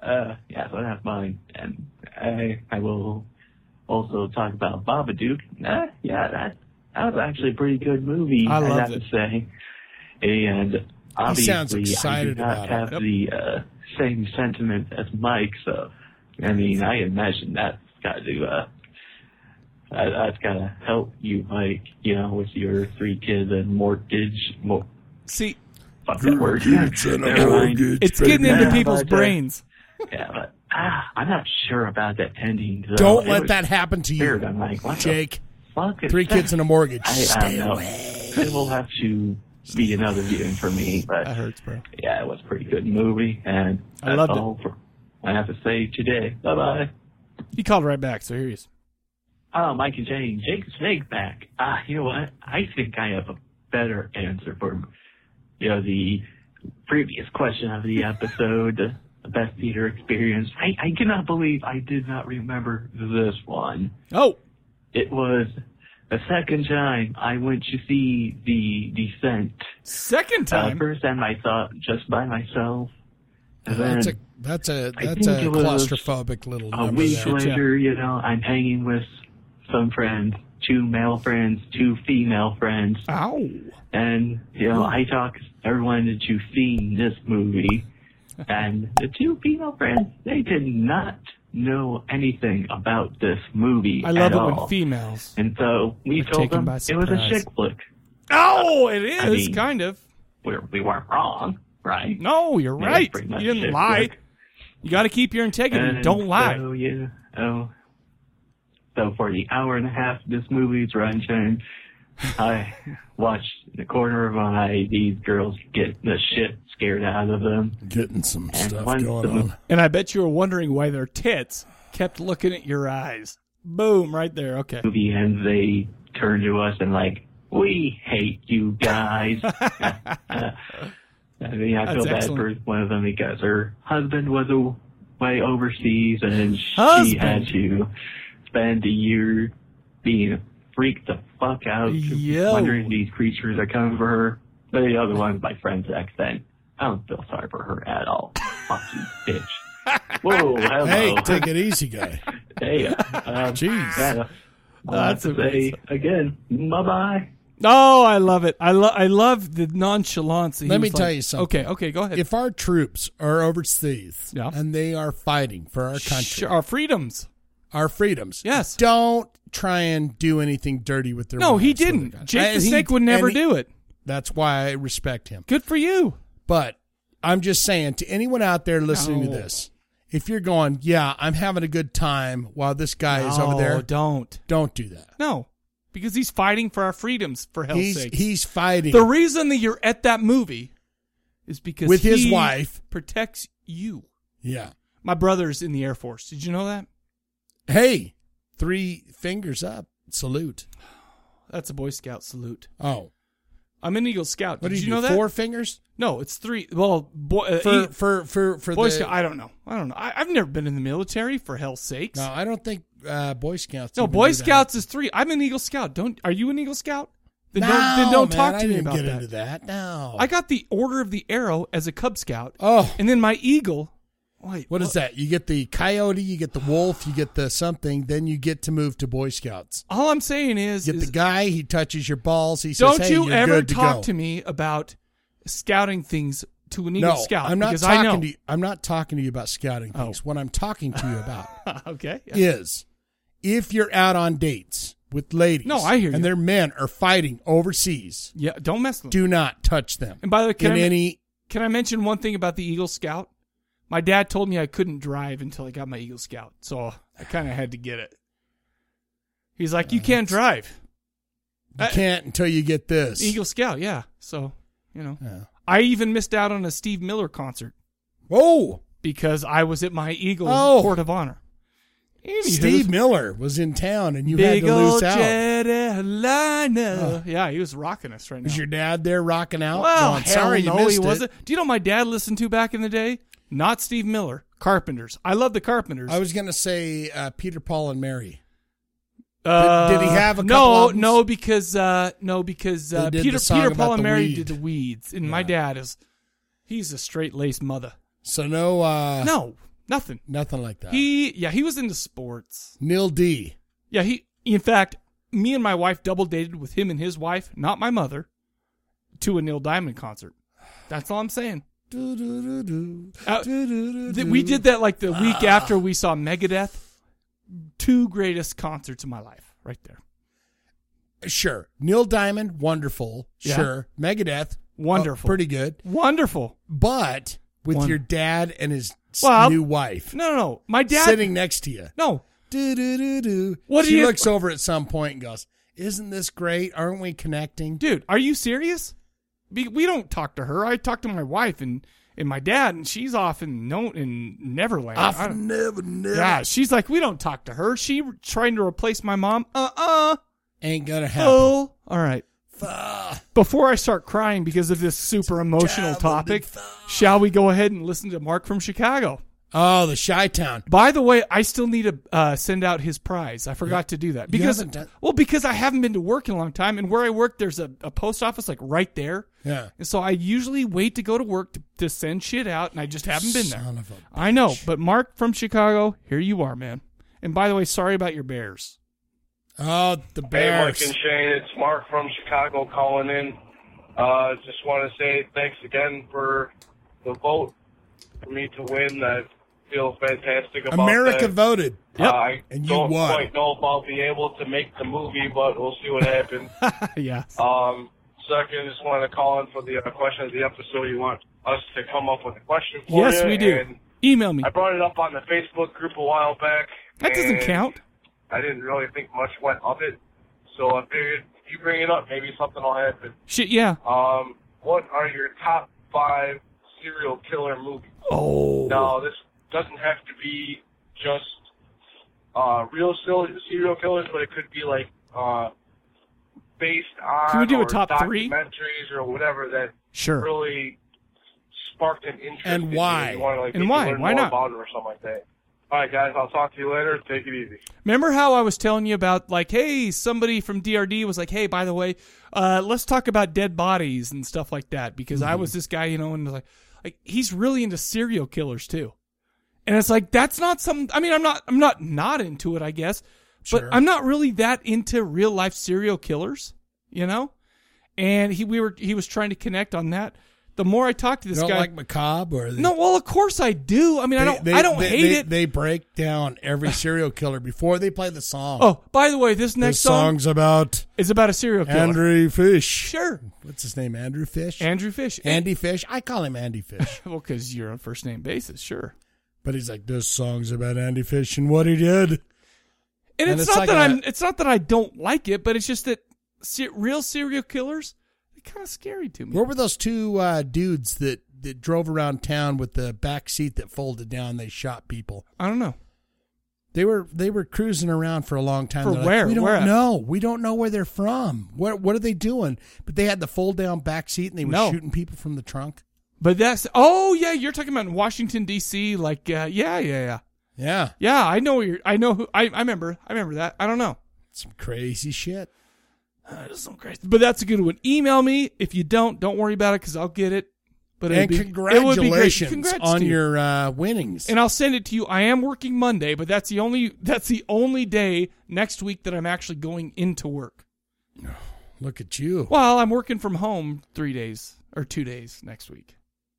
uh, yeah, so that's mine, and I I will also talk about Babadook. Uh, yeah, that that was actually a pretty good movie. I loved have it. to say, and obviously sounds excited I do about not it. have the uh, same sentiment as Mike. So, I mean, I imagine that's got to uh, that, that's got to help you, Mike. You know, with your three kids and mortgage. Mor- See, fuck that word. Never mind. it's getting Yeah, into people's but, uh, brains. Yeah, but ah, I'm not sure about that ending. though. Don't It let was that happen to you, Weird. I'm like, what the Jake. fuck is Three that? kids and a mortgage. I, I Stay don't know. away. It will have to be another viewing for me, That but hurts, bro. yeah, it was a pretty good movie, and I that's loved it. all for I have to say today. Bye bye. He called right back, so here he is. Oh, Mike and Jane, Jake the Snake back. Ah, you know what? I think I have a better answer for you know the previous question of the episode, the best theater experience. I, I cannot believe I did not remember this one. Oh, It was the second time I went to see the Descent. second Uh, time. Oh, first time I saw it just by myself. And then That's a that's a I that's think a it was claustrophobic little a number week there. yeah. later, you know, I'm hanging with some friends, two male friends, two female friends, Ow. and you know, I talk everyone into seeing this movie. And the two female friends, they did not know anything about this movie. I love at it all. when females. And so we are told taken them by it was a surprise. chick flick. Oh, it is mean- kind of. We're, we weren't wrong, right? No, you're Yeah, right. pretty You much didn't chick lie. flick. You got to keep your integrity. And Don't lie. So, yeah. Oh. So for the hour and a half this movie's run time, I watched in the corner of my eye these girls get the shit scared out of them. Getting some And stuff once going the- on. And I bet you were wondering why their tits kept looking at your eyes. Boom, right there. Okay. movie ends, they turn to us and like, we hate you guys. I mean, I feel That's bad excellent. for one of them because her husband was away overseas and she Husband? had to spend a year being freaked the fuck out, Yo. wondering if these creatures are coming for her. But the other one's my friend's ex then. I don't feel sorry for her at all. fuck you, bitch. Whoa, hello. Hey, take it easy, guy. Hey, um, Jeez. yeah. I'll have That's to say amazing. again, bye bye. Oh, I love it. I love I love the nonchalance. that he Let me was tell like, you something. Okay, okay, go ahead. If our troops are overseas Yeah. and they are fighting for our country, Sh- our freedoms. our freedoms, Yes. don't try and do anything dirty with their. No, he wives or their didn't. guns. Jake the And he- Snake would never and he- do it. That's why I respect him. Good for you. But I'm just saying to anyone out there listening No. to this, if you're going, yeah, I'm having a good time while this guy is over No, there, Don't. don't do that. No, because he's fighting for our freedoms. For hell's He's sake. he's fighting. the reason that you're at that movie is because With his he wife. protects you. yeah. My brother's in the Air Force. Did you know that? Hey, three fingers up. Salute. That's a Boy Scout salute. Oh, I'm an Eagle Scout. what Uh, Did do you you, know do? that? Four fingers No, it's three. Well, boy, uh, for e- for for for Boy the. Scout. I don't know. I don't know. I, I've never been in the military. For hell's sakes. no, No, I don't think uh, Boy Scouts. even Boy do that. Scouts is three. I'm an Eagle Scout. Don't. Are you an Eagle Scout? Then no, don't, then don't man, talk I to me didn't about get that. into that. No. I got the Order of the Arrow as a Cub Scout, oh, and then my Eagle. Wait, what is that? You get the coyote, you get the wolf, you get the something, then you get to move to Boy Scouts. All I'm saying is, You get is the guy. He touches your balls. He don't says, "Hey, you you're ever good to talk go." to, me about scouting things to an Eagle No, Scout I'm not because talking I know. to you. I'm not talking to you about scouting Oh. things. What I'm talking to you about okay. yeah. is if you're out on dates with ladies. No, I hear And you. their men are fighting overseas. Yeah, don't mess with them. Do not touch them. And by the way, can in I- any Can I mention one thing about the Eagle Scout? My dad told me I couldn't drive until I got my Eagle Scout, so I kind of had to get it. He's like, "You can't drive, Uh, you I- can't until you get this. Eagle Scout." Yeah, so you know, Yeah. I even missed out on a Steve Miller concert Oh, because I was at my Eagle Oh. Court of Honor. Anywho, Steve Miller was in town, and you big had to old lose out. jet airliner. Yeah, he was rocking us right now. Was your dad there rocking out? well, Going, hell Oh, sorry, no, you missed he it. wasn't. Do you know what my dad listened to back in the day? Not Steve Miller, Carpenters. I love the Carpenters. I was gonna say uh, Peter, Paul, and Mary. Uh, did he have a no, couple albums? no, because uh, no, because uh, They did the Peter song Peter about Paul and the Mary weed. did the weeds, and my dad is he's a straight laced mother. So no, uh, no, nothing. nothing like that. He yeah, he was into sports. Neil D. Yeah, he in fact, me and my wife double dated with him and his wife, not my mother, to a Neil Diamond concert. That's all I'm saying. Uh, th- we did that like the Ah. week after we saw Megadeth. Two greatest concerts of my life, right there. Sure, Neil Diamond, wonderful. Yeah. Sure, Megadeth, Wonderful. oh, pretty good. Wonderful, but with One- your dad and his s- Well, new wife. No, no, no. My dad- sitting next to you. No. Do do do do. What do she you- looks over at some point and goes, "Isn't this great? Aren't we connecting?" dude. Are you serious? Be- We don't talk to her. I talk to my wife and and my dad, and she's off in no in Neverland. Off I in don't- Neverland. Yeah, she's like, we don't talk to her. She trying to replace my mom. Uh uh Ain't gonna happen. Oh, all right. Before I start crying because of this super emotional topic, shall we go ahead and listen to Mark from Chicago? Oh, the Chi Town. By the way, I still need to uh, send out his prize. I forgot to do that You because haven't done- well, because I haven't been to work in a long time, and where I work, there's a, a post office like right there. Yeah. And so I usually wait to go to work to, to send shit out, and I just haven't been there. Son of I know, but Mark from Chicago, here you are, man. And by the way, sorry about your Bears. Oh, the Hey, Mark and Shane, it's Mark from Chicago calling in. Uh, just want to say thanks again for the vote for me to win. I feel fantastic about America that. voted. Uh, I and you don't won. quite know if I'll be able to make the movie, but we'll see what happens. yeah. um, second, just wanted to call in for the uh, question of the episode. You want us to come up with a question for Yes, you, we do. and Email me. I brought it up on the Facebook group a while back. That doesn't and count. I didn't really think much went of it, so I figured if you bring it up, maybe something will happen. Shit, yeah. Um, what are your top five serial killer movies? Oh. Now, this doesn't have to be just uh, real serial serial killers, but it could be like uh, based on Can we do a or top three? documentaries or whatever that Sure. really sparked an interest. And in you. why? You wanna, like, And maybe why? learn Why more not? About it or something like that. All right, guys. I'll talk to you later. Take it easy. Remember how I was telling you about like, hey, somebody from DRD was like, hey, by the way, uh, let's talk about dead bodies and stuff like that because I Mhm. Mm-hmm. was this guy, you know, and like, like he's really into serial killers too, and it's like that's not some. I mean, I'm not, I'm not not into it, I guess, but I'm not really that into real life serial killers, you know. And he, we were, he was trying to connect on that. The more I talked to You this don't guy, like macabre or no, well, of course I do. I mean, I don't, I don't they, hate they- it. They break down every serial killer before they play the song. Oh, by the way, this next this song song's about is about a serial killer. Andrew Fish. Sure. What's his name? Andrew Fish. Andrew Fish. Andy Fish. I call him Andy Fish. well, because you're on first name basis, sure. But he's like, this song's about Andy Fish and what he did. And, And it's, it's not like that a- i I'm. It's not that I don't like it, but it's just that se- real serial killers, they're kind of scary to me. Where were those two uh, dudes that, that drove around town with the back seat that folded down? They shot people. I don't know. They were they were cruising around for a long time. For They're like, where? we don't Where at?" know. We don't know where they're from. What what are they doing? But they had the fold down back seat and they were No. shooting people from the trunk. But that's. Oh yeah, you're talking about in Washington D.C. Like uh, yeah, yeah, yeah, yeah, yeah. I know. what You're, I know who. I, I remember. I remember that. I don't know. Some crazy shit. Uh, that's some crazy. But that's a good one. Email me if you don't. Don't worry about it because I'll get it. But it'd and be, congratulations it would be great. Congrats on to you. your uh, winnings. and I'll send it to you. I am working Monday, but that's the only that's the only day next week that I'm actually going into work. Look at you. Well, I'm working from home three days or two days next week.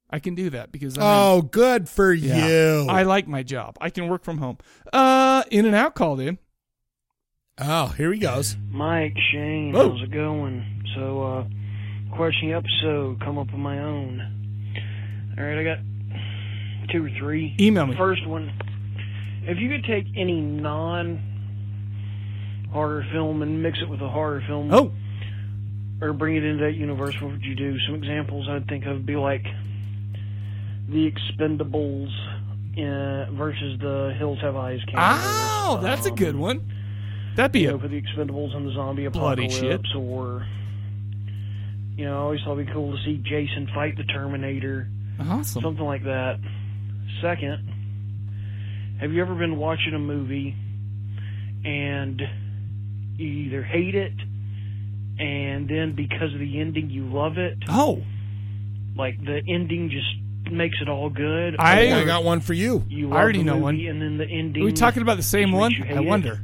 I can do that because I'm oh, good for you. I like my job. I can work from home. Uh, in and out called in. Oh, here he goes. Mike, Shane, Whoa. how's it going? So, uh, question of the episode, come up with my own. Alright, I got two or three. Email me. First one. If you could take any non horror film and mix it with a horror film. Oh. Or bring it into that universe, what would you do? Some examples I'd think of would be like The Expendables uh, versus The Hills Have Eyes. Oh, that's a good one. That'd be um, you a know, for the Expendables and the zombie bloody apocalypse, or you know, I always thought it'd be cool to see Jason fight the Terminator, awesome. something like that. Second, have you ever been watching a movie and you either hate it, and then because of the ending, you love it. Oh, like the ending just makes it all good. I- or I got one for you. you I love already the know movie, And then the ending. Are we talking about the same makes one? you hate I it. wonder.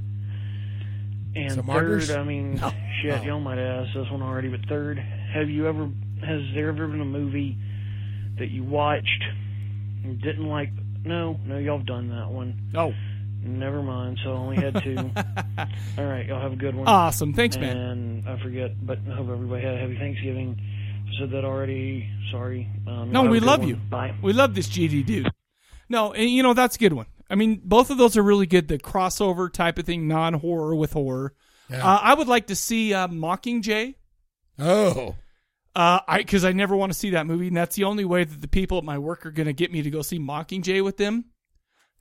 And Some third, markers? I mean, shit, y'all might have asked this one already, but third, have you ever, has there ever been a movie that you watched and didn't like? No, no, y'all have done that one. Oh, Never mind, so I only had two. All right, y'all have a good one. awesome. Thanks, man. and I forget, but I hope everybody had a happy Thanksgiving. I said that already. Sorry. Um, No, y'all have we a good love one. you. Bye. We love this GD dude. No, and you know that's a good one. I mean, both of those are really good. The crossover type of thing, non horror with horror. Uh, I would like to see uh, Mockingjay. Oh, Uh, I because I never want to see that movie, and that's the only way that the people at my work are going to get me to go see Mockingjay with them.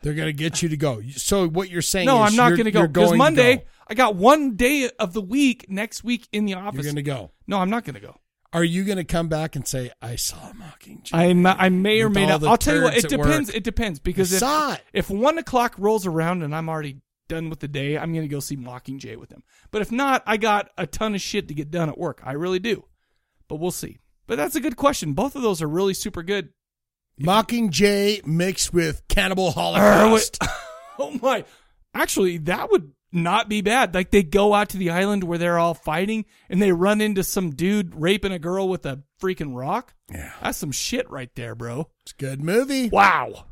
they're gonna get you to go. So what you're saying? No, is I'm not you're- going to go you're because to Monday go. I got one day of the week next week in the you're office. gonna go. no, I'm not going to go. Are you gonna come back and say I saw a Mockingjay? I am- I may or With may all not. the I'll tell you what. turds It at depends. work. It depends because I if saw it. if one o'clock rolls around and I'm already done with the day, I'm going to go see Mockingjay with them. But if not, I got a ton of shit to get done at work. I really do. But we'll see. But that's a good question. Both of those are really super good. Uh, Mockingjay mixed with Cannibal Holocaust. Oh my! Actually, that would not be bad. Like they go out to the island where they're all fighting, and they run into some dude raping a girl with a freaking rock. Yeah. That's some shit right there, bro. It's a good movie. Wow,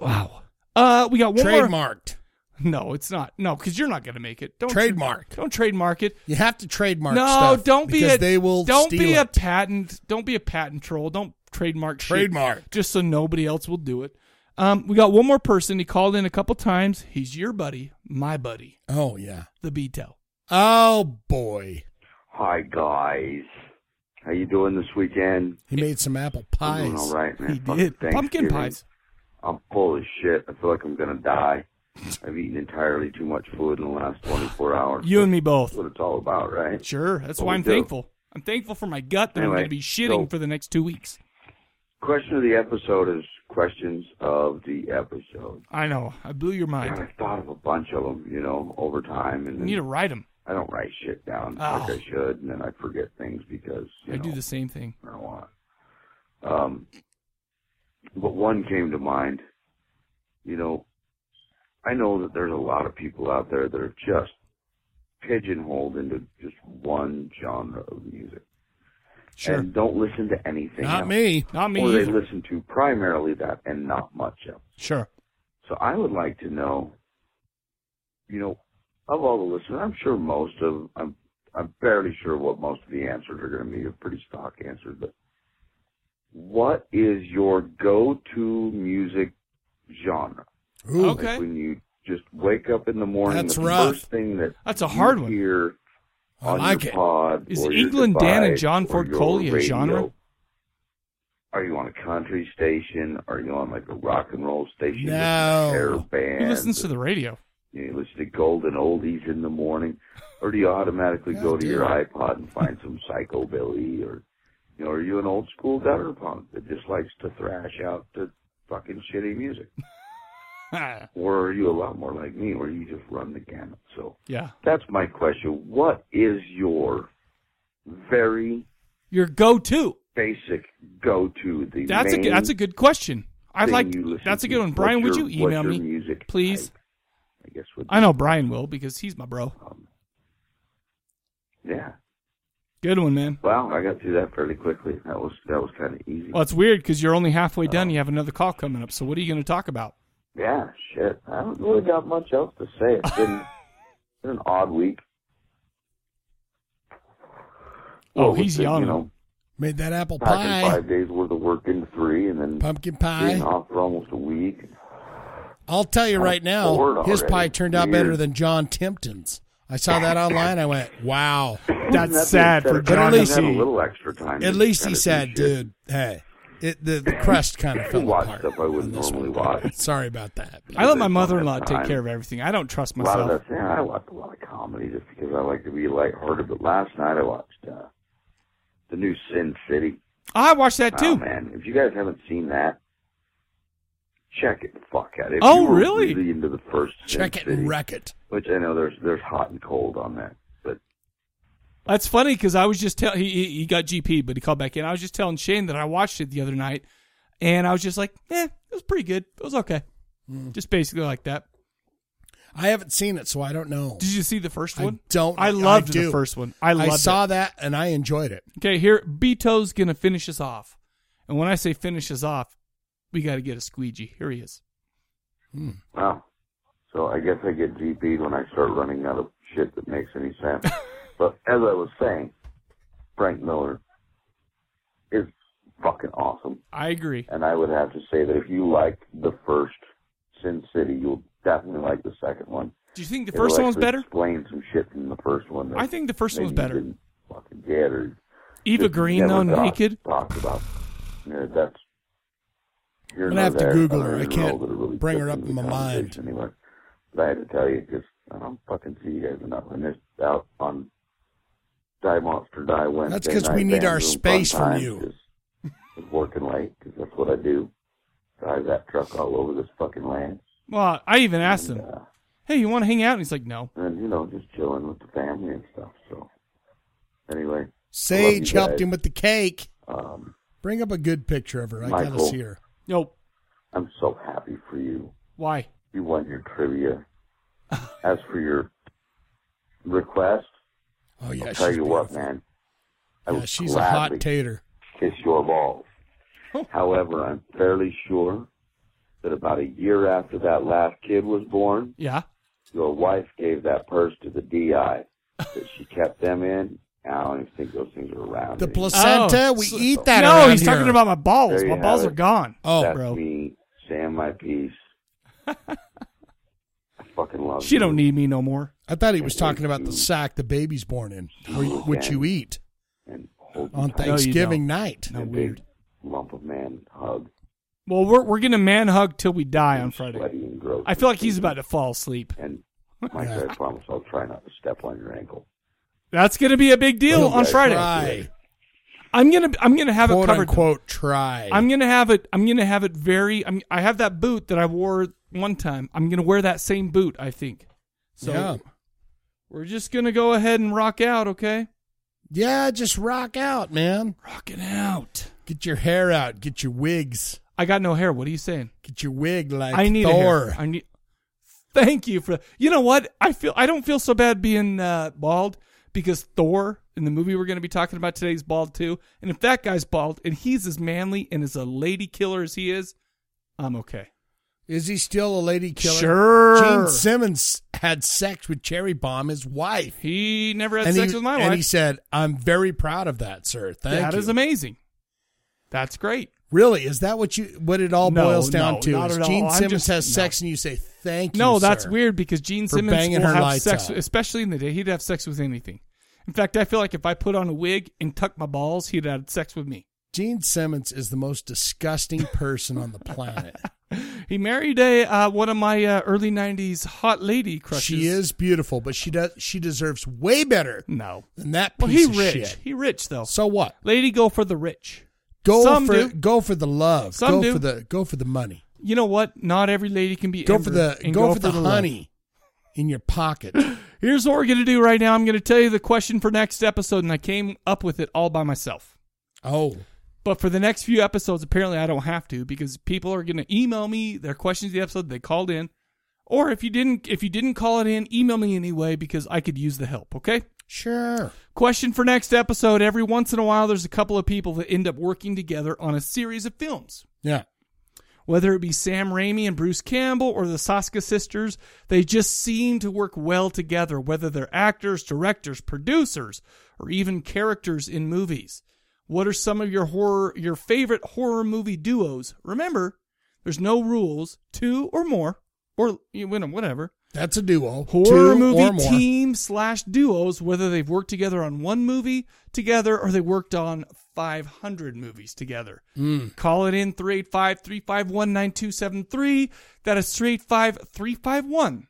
wow. Uh, we got one more. Trademarked. No, it's not. No, because you're not going to make it. Don't Trademark. Don't trademark it. You have to trademark no, stuff. don't be because a. they will don't steal be a it. patent. Don't be a patent troll. Don't trademark shit trademark. just so nobody else will do it. Um, we got one more person. He called in a couple times. He's your buddy, my buddy, Oh yeah. the Beto. Oh boy. Hi guys, how you doing this weekend? He made some apple I'm pies. doing all right, man. He Fuck did Thanksgiving. pumpkin pies. I'm full of shit. I feel like I'm gonna die. I've eaten entirely too much food in the last 24 hours. You and me both. That's what it's all about, right? Sure, that's What why we I'm do. thankful. I'm thankful for my gut that I'm Anyway, going to be shitting so- for the next two weeks. Question of the episode is questions of the episode. I know. I blew your God, mind. I've thought of a bunch of them, you know, over time, and You need to then write them. I don't write shit down Oh. like I should, and then I forget things because you I know, do the same thing. marijuana. Um, but one came to mind. You know, I know that there's a lot of people out there that are just pigeonholed into just one genre of music Sure. and don't listen to anything Not else. me. Not me or they either. listen to primarily that and not much else. Sure. So I would like to know, you know, of all the listeners, I'm sure most of I'm I'm fairly sure what most of the answers are going to be are pretty stock answers, but what is your go-to music genre? Ooh. Okay. Like when you just wake up in the morning, That's the rough. first thing that That's a you hard one. Hear I on like your it. pod Is or your England Dan and device John or Ford your Coley a radio. genre? Are you on a country station? Are you on like a rock and roll station? with No. hair Who listens bands? to the radio? You, know, you listen to golden oldies in the morning, or do you automatically go to your iPod and find some psychobilly, or you know, are you an old school gutter punk that just likes to thrash out to fucking shitty music, or are you a lot more like me, where you just run the gamut? So yeah. that's my question: What is your very Your go-to. basic go-to? The That's a main good, that's a good question. I'd thing like you listen that's a to? good one. Brian, What's would you your- what's email your me, music please? type? I guess would I know Brian will because he's my bro. Um, yeah. Good one, man. Wow, I got through that fairly quickly. That was that was kind of easy. Well, it's weird because you're only halfway Oh. done. You have another call coming up. So what are you going to talk about? yeah, shit. I haven't really got much else to say. It's been, it's been an odd week. Oh, Well, he's with the, yawning. You know, Made that apple packing pie. five days worth of work into three, and then Pumpkin being pie. off for almost a week. I'll tell you right now, bored his already. pie turned out Weird. better than John Timpton's. I saw that online. I went, wow. That being That's sad said, for if I John. But at least had a he- little extra time. At to least kinda he do said, shit. dude, hey, it, the, the crust kind of fell watch apart. stuff I wouldn't on this normally one. watch. Sorry about that. I let They my don't have mother-in-law take time. care of everything. I don't trust A lot of myself. that. Yeah, I watched a lot of comedy just because I like to be lighthearted. But last night I watched uh, the new Sin City. I watched that Oh, too. man, if you guys haven't seen that, check it the fuck out. If Oh, you were really? Really into the first Sin Check it City, and wreck it. which I know there's there's hot and cold on that. That's funny because I was just telling he, he he got GP, but he called back in. I was just telling Shane that I watched it the other night, and I was just like, eh, it was pretty good. It was okay. Just basically like that. Hmm. I haven't seen it, so I don't know. Did you see the first one? I don't. I loved do. the first one. I loved I saw it. that and I enjoyed it. Okay, here Beto's gonna finish us off, and when I say finish us off, we got to get a squeegee. Here he is. Wow. So I guess I get GP'd when I start running out of shit that makes any sense. but as I was saying, Frank Miller is fucking awesome. I agree. And I would have to say that if you liked the first Sin City, you'll definitely like the second one. Do you think the It'll first one was actually better? Explain some shit from the first one. that I think the first one was maybe you better. didn't Fucking get or Eva just Green, never though, thought- naked? Talked about. Yeah, that's. You're I'm not gonna have to there. Google I her. I don't can't know that it really bring her fits up into in the my mind. conversation Anyway, but I had to tell you because I don't fucking see you guys enough. And this out on Die Monster Die Wednesday. That's 'cause night we need band our room space fun from times you. is- is working late because that's what I do. Drive that truck all over this fucking land. Well, I even asked him, "Hey, you want to hang out?" And he's like, "No." and you know just chilling with the family and stuff. So anyway, I love Sage you helped guys. him with the cake. Um, Bring up a good picture of her. I gotta Michael. see her. Nope. I'm so happy for you. Why? You won your trivia. As for your request, oh yeah, I'll tell she's you what, man. I Yeah, would she's a gladly hot Oh. tater. kiss your balls. However, I'm fairly sure that about a year after that last kid was born, Yeah. your wife gave that purse to the DI that she kept them in. I don't even think those things are around. The anymore. placenta, we eat that. Oh. No, around he's talking here. about my balls. There you My have balls it. are gone. Oh, That's bro. me saying my piece. I fucking love She you. don't need me no more. I thought he was talking about the sack the baby's born in, or what you eat And hold you on tight. Thanksgiving night. A big lump of man hug. Well, we're we're gonna man hug till we die on Friday. Sweaty and gross. I feel like he's about to fall asleep. And Mike, I promise I'll try not to step on your ankle. That's gonna be a big deal on Okay. Friday. Try, I'm gonna I'm gonna have it quote covered. unquote, try. I'm gonna have it. I'm gonna have it very. I'm, I have that boot that I wore one time. I'm gonna wear that same boot. I think. So yeah, we're just gonna go ahead and rock out. Okay. yeah, just rock out, man. Rocking out. Get your hair out. Get your wigs. I got no hair. What are you saying? Get your wig like I need Thor. a hair. I need. Thank you for. You know what? I feel. I don't feel so bad being uh, bald because Thor in the movie we're going to be talking about today is bald too. And if that guy's bald and he's as manly and as a lady killer as he is, I'm okay. Is he still a lady killer? Sure. Gene Simmons had sex with Cherry Bomb, his wife. He never had sex he, with my and wife. he said, "I'm very proud of that, sir. Thank That you." is amazing. That's great. really, is that what you what it all No, boils down no, to? not is at all. Gene I'm Simmons just- has no. sex, and you say, "Thank you." No, that's sir." weird because Gene For Simmons banging will her have lights sex, out. especially in the day. He'd have sex with anything. In fact, I feel like if I put on a wig and tuck my balls, he'd have sex with me. Gene Simmons is the most disgusting person on the planet. He married a uh, one of my uh, early '90s hot lady crushes. she is beautiful, but she does she deserves way better no. than that Well, piece he rich. of shit. He rich though. So what? Lady go for the rich. Go Some for do. go for the love. Some go do. for the go for the money. You know what? Not every lady can be. Go Amber for the and go, for, the, love. honey in your pocket. Here's what we're gonna do right now. I'm gonna tell you the question for next episode, and I came up with it all by myself. Oh, But for the next few episodes, apparently I don't have to because people are going to email me their questions of the episode they called in, or if you didn't if you didn't call it in, email me anyway because I could use the help. Okay. sure. Question for next episode. Every once in a while, there's a couple of people that end up working together on a series of films. Yeah. Whether it be Sam Raimi and Bruce Campbell or the Saska sisters, they just seem to work well together, whether they're actors, directors, producers, or even characters in movies. What are some of your horror your favorite horror movie duos? Remember, there's no rules, two or more, or you know, whatever. That's a duo. Horror Two or movie more. team slash duos, whether they've worked together on one movie together or they worked on 500 movies together. Mm. Call it in 385 351 9273. That is 385 351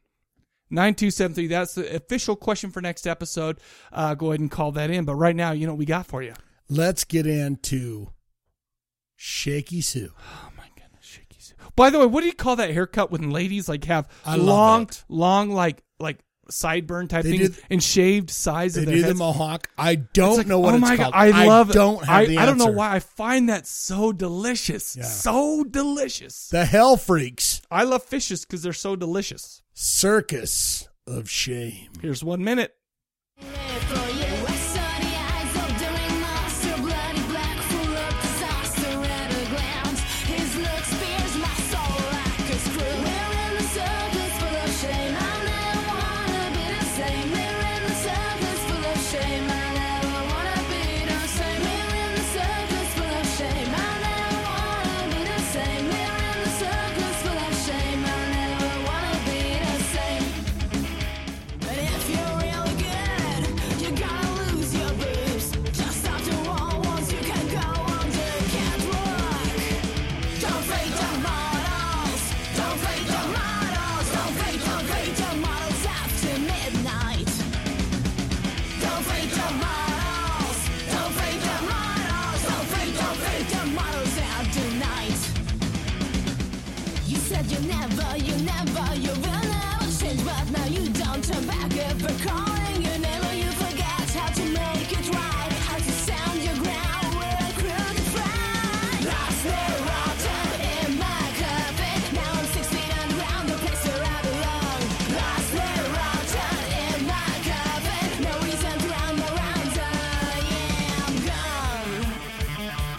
9273. That's the official question for next episode. Uh, go ahead and call that in. But right now, you know what we got for you. Let's get into Shaky Sue. Oh my goodness, shaky. By the way, what do you call that haircut when ladies like have I love long, it. long, like, like sideburn type They thing do- and shaved sides They of their do the heads. mohawk. I don't like, know what oh it's my called. God, I love. don't have I, the I don't know answer. why I find that so delicious. So delicious. The Hell Freaks I love fishes because they're so delicious. Circus of Shame. Here's one minute. You never, you never, you will never change, but now you don't turn back ever calling your name, or you forget how to make it right, how to sound your ground with a crooked frown. Lost me rotten in my carpet, now I'm six feet underground, the place where I belong. Lost me rotten in my carpet, no reason to round the rounds, I am gone.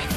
Oh,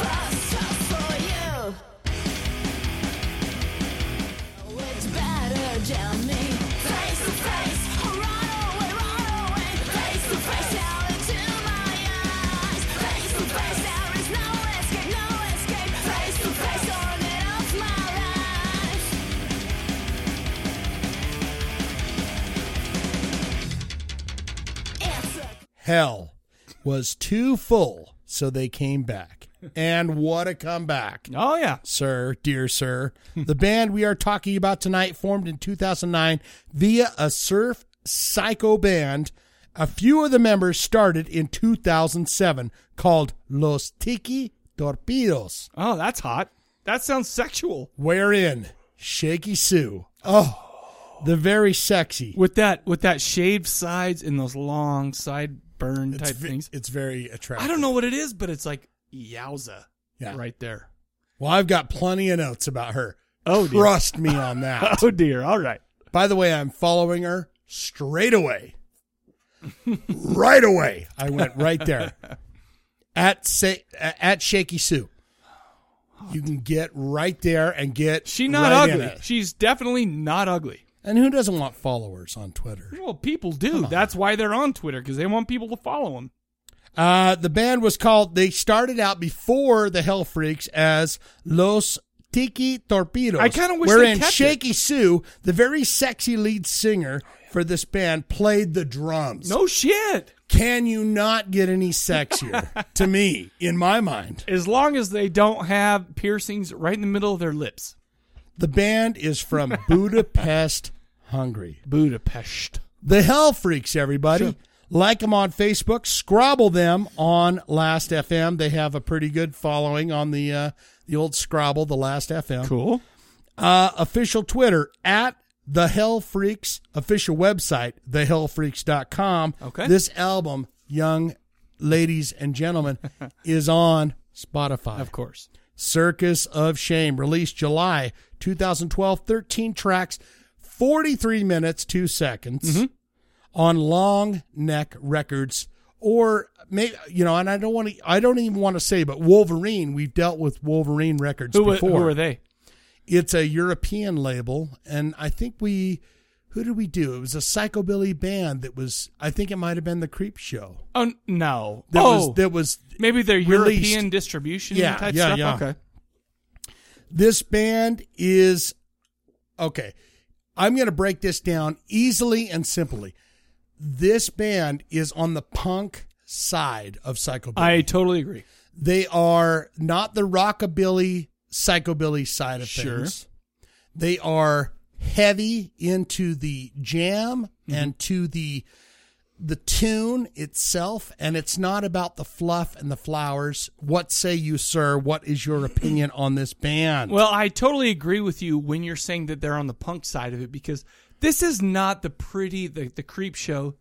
Hell was too full, so they came back. And what a comeback. Oh, yeah. Sir, dear sir. the band we are talking about tonight formed in 2009 via a surf psycho band. A few of the members started in 2007 called Los Tiki Torpedos. Oh, that's hot. That sounds sexual. Wherein Shaky Sue. Oh, the very sexy. With that, with that shaved sides and those long sideburn It's, type ve- things. it's very attractive. I don't know what it is, but it's like yowza Yeah. right there. Well, I've got plenty of notes about her. Oh, dear. Trust me on that. Oh dear. All right. By the way, I'm following her straight away. right away. I went right there. At sa- at Shaky Sue. You can get right there and get She not right in ugly. it. She's definitely not ugly. And who doesn't want followers on Twitter? Well, people do. That's why they're on Twitter because they want people to follow them. Uh, the band was called, they started out before the Hell Freaks as Los Tiki Torpedos. I kinda wish they Wherein kept it. Shaky Sue, the very sexy lead singer for this band, played the drums. No shit. Can you not get any sexier to me, in my mind? As long as they don't have piercings right in the middle of their lips. The band is from Budapest, Hungary. Budapest. The Hell Freaks, everybody. Like 'em Like them on Facebook, scrabble them on Last FM. They have a pretty good following on the uh, the old Scrabble, the Last FM. Cool. Uh, official Twitter at the Hell Freaks. Official website, thehellfreaks.com. Okay. This album, young ladies and gentlemen, is on Spotify. Of course. Circus of Shame, released July 2012, 13 tracks, 43 minutes, 2 seconds Mm-hmm. on Long Neck Records or maybe you know, and I don't want to I don't even want to say but Wolverine, we've dealt with Wolverine Records Who, wa- before. who are they? It's a European label and I think we who did we do? It was a psychobilly band that was. I think it might have been the Creep Show. Oh n- no! That oh, was that was maybe their released. European distribution Yeah, type yeah, stuff. yeah. Okay. This band is okay. I'm going to break this down easily and simply. This band is on the punk side of psychobilly. I totally agree. They are not the rockabilly, psychobilly side of Sure. things. They are heavy into the jam Mm-hmm. and to the the tune itself, and it's not about the fluff and the flowers. What say you, sir? What is your opinion on this band? Well, I totally agree with you when you're saying that they're on the punk side of it because this is not the pretty the the creep show,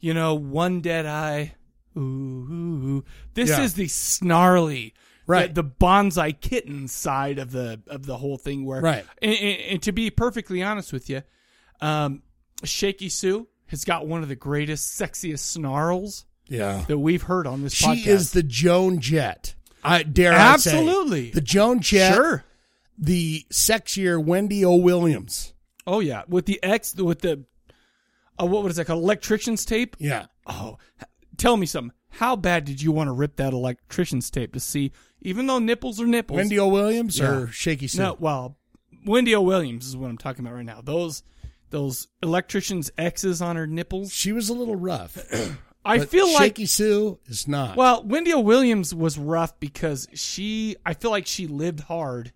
you know, one dead eye. Ooh, ooh, ooh. this Yeah. is the snarly, Right. The, the bonsai kitten side of the of the whole thing. Where, Right. And, and, and to be perfectly honest with you, um, Shaky Sue has got one of the greatest, sexiest snarls Yeah. that we've heard on this she podcast. is the Joan Jett. I dare I Absolutely. say. the Joan Jett, Sure. the sexier Wendy O. Williams. Oh yeah, with the X, with the uh, what was that called? Electrician's tape. Yeah. Oh, h- tell me something. How bad did you want to rip that electrician's tape to see? Even though nipples are nipples. Wendy O. Williams or Yeah. Shaky Sue? No, well, Wendy O. Williams is what I'm talking about right now. Those those electrician's X's on her nipples. She was a little rough. I but feel like Shaky Sue is not. well, Wendy O. Williams was rough because she. I feel like she lived hard,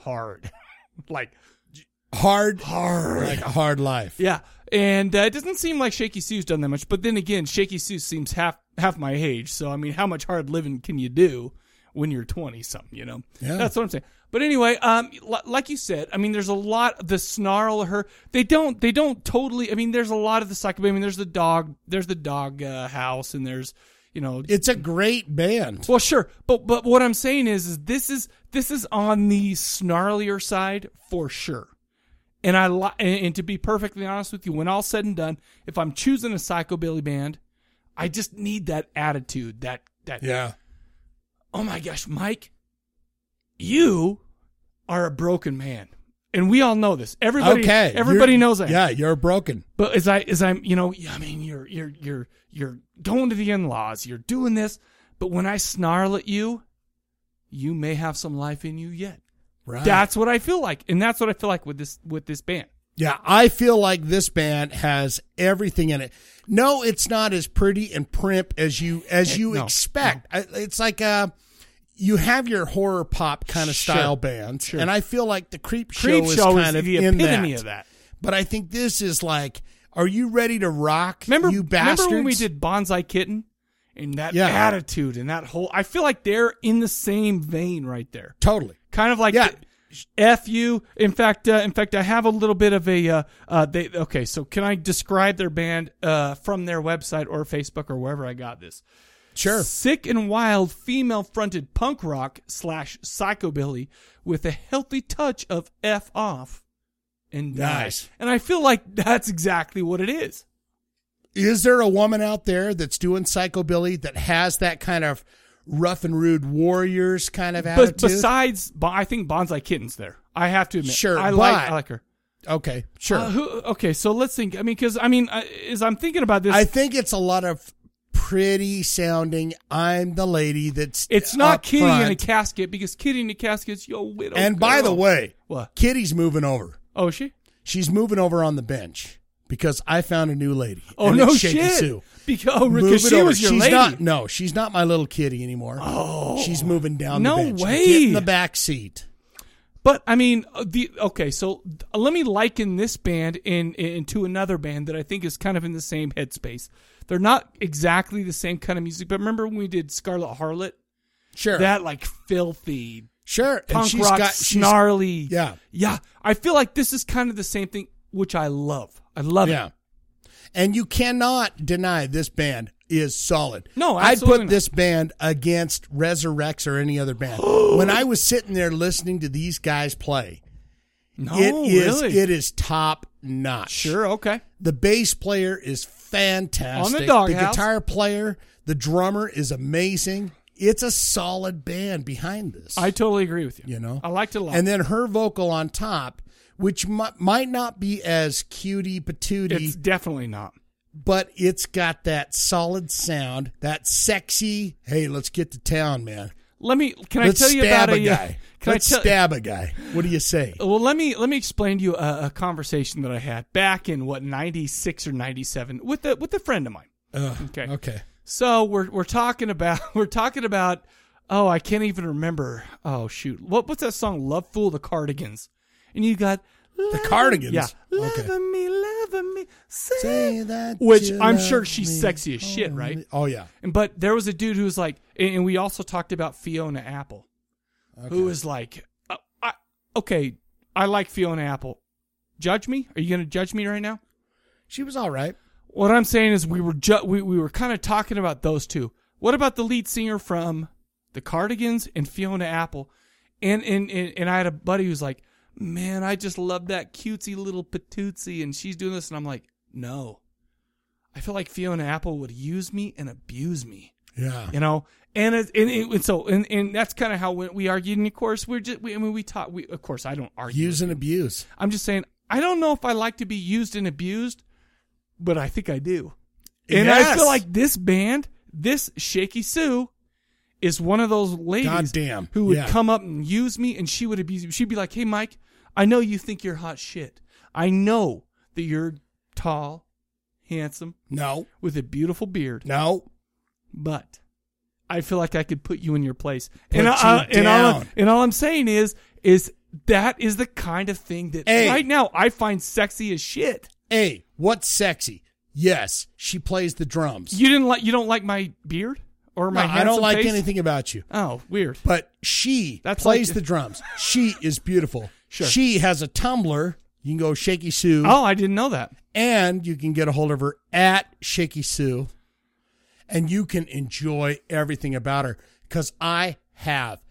hard, like hard, hard, like a hard life. Yeah, and uh, it doesn't seem like Shaky Sue's done that much. But then again, Shaky Sue seems half half my age. So I mean, how much hard living can you do when you're twenty something? You know, Yeah. that's what I'm saying. But anyway, um, li- like you said, I mean, there's a lot the snarl of her. They don't they don't totally. I mean, there's a lot of the psycho. I mean, there's the dog. There's the dog uh, house, and there's you know It's a great band. well, sure, but but what I'm saying is, is this is this is on the snarlier side for sure. And I li- and, and to be perfectly honest with you, when all said and done, if I'm choosing a psychobilly band, I just need that attitude. That that Yeah. oh my gosh, Mike, you are a broken man, and we all know this. Everybody okay. everybody You're- knows that. Yeah, you're broken. But as I as I'm, you know, I mean, you're you're you're you're going to the in-laws, you're doing this, but when I snarl at you, you may have some life in you yet. Right. That's what I feel like, and that's what I feel like with this with this band. Yeah, I feel like this band has everything in it. No, it's not as pretty and primp as you as you Eh, No, expect. I It's like uh you have your horror pop kind of Sure, style bands, sure. and I feel like the Creep Show Creep is Show is kind of the in epitome that. of that. But I think this is like, are you ready to rock? Remember, you bastards. remember when we did Bonsai Kitten and that Yeah. attitude and that whole. I feel like they're in the same vein right there. totally? kind of like Yeah. the- f you in fact uh, in fact i have a little bit of a uh, uh they okay so can i describe their band uh from their website or facebook or wherever i got this Sure. sick and wild female fronted punk rock slash psychobilly with a healthy touch of f off and die. Nice. and i feel like that's exactly what it is Is there a woman out there that's doing psychobilly that has that kind of rough and rude warriors kind of attitude? but besides Bo- i think bonsai kitten's there i have to admit Sure, i like but- i like her okay, sure. Uh, who, okay, so let's think. I mean, because I mean, I, as I'm thinking about this, I think it's a lot of pretty sounding. I'm the lady that's. it's not up Kitty in a front. casket because Kitty in a casket's your widow. And by the girl. way, what? Kitty's moving over. Oh, is she? She's moving over on the bench because I found a new lady. Oh and no, it's Shaky shit. Sue. Because oh, Move because it she over. was your she's lady. not. No, she's not my little kitty anymore. Oh, she's moving down. No the bench. way. Get in the back seat. But I mean, uh, the okay. So uh, let me liken this band in, in to another band that I think is kind of in the same headspace. They're not exactly the same kind of music, but remember when we did Scarlet Harlot? Sure. That like filthy sure. And punk she's rock got she's- snarly. Yeah. yeah. I feel like this is kind of the same thing, which I love. I love Yeah. it. And you cannot deny this band is solid. No, I'd absolutely put not. this band against Resurrects or any other band. when I was sitting there listening to these guys play, No, it is really. it is top notch. sure. Okay. The bass player is fantastic. On the doghouse. guitar player, the drummer is amazing. It's a solid band behind this. I totally agree with you. you know, I liked it a lot. And then her vocal on top which mi- might not be as cutie patootie. It's definitely not. But it's got that solid sound, that sexy. Hey, let's get to town, man. Let me. Can Let's I tell you stab about a uh, guy. Can Let's I tell, stab a guy. What do you say? Well, let me let me explain to you a, a conversation that I had back in what ninety six or ninety seven with a with a friend of mine. okay. Okay. So we're we're talking about we're talking about oh I can't even remember oh shoot what what's that song Love Fool the Cardigans and you got the Cardigans? yeah Okay. loving me loving me say, that which you I'm love sure she's me. sexy as shit right Oh, yeah. and but there was a dude who was like and and we also talked about Fiona Apple who was like uh, I, okay I like Fiona Apple judge me are you gonna judge me right now She was all right. what I'm saying is we were ju- we we were kind of talking about those two. What about the lead singer from the Cardigans and Fiona Apple? And and and, and I had a buddy who's like, man, I just love that cutesy little patootie, and she's doing this, and I'm like, no, I feel like Fiona Apple would use me and abuse me. Yeah. You know, and it, and, it, and so and, and that's kind of how we, we argued. And of course, we're just we, I mean, we taught. We of course I don't argue. Use and abuse. I'm just saying I don't know if I like to be used and abused, but I think I do. And I Yes. feel like this band, this Shaky Sue, is one of those ladies Goddamn. who would Yeah. come up and use me, and she would abuse me. She'd be like, "Hey, Mike, I know you think you're hot shit. I know that you're tall, handsome, no, with a beautiful beard, no, but." I feel like I could put you in your place, Put and you I, I- and all down. and all I'm saying is is that is the kind of thing that Hey. right now I find sexy as shit. Hey, what's sexy? Yes, she plays the drums. You didn't like you don't like my beard or my No, I don't handsome like face? anything about you. Oh, weird. But she That's plays like- the drums. She is beautiful. Sure. She has a Tumblr. You can go Shaky Sue. Oh, I didn't know that. And you can get a hold of her at Shaky Sue. And you can enjoy everything about her because I have.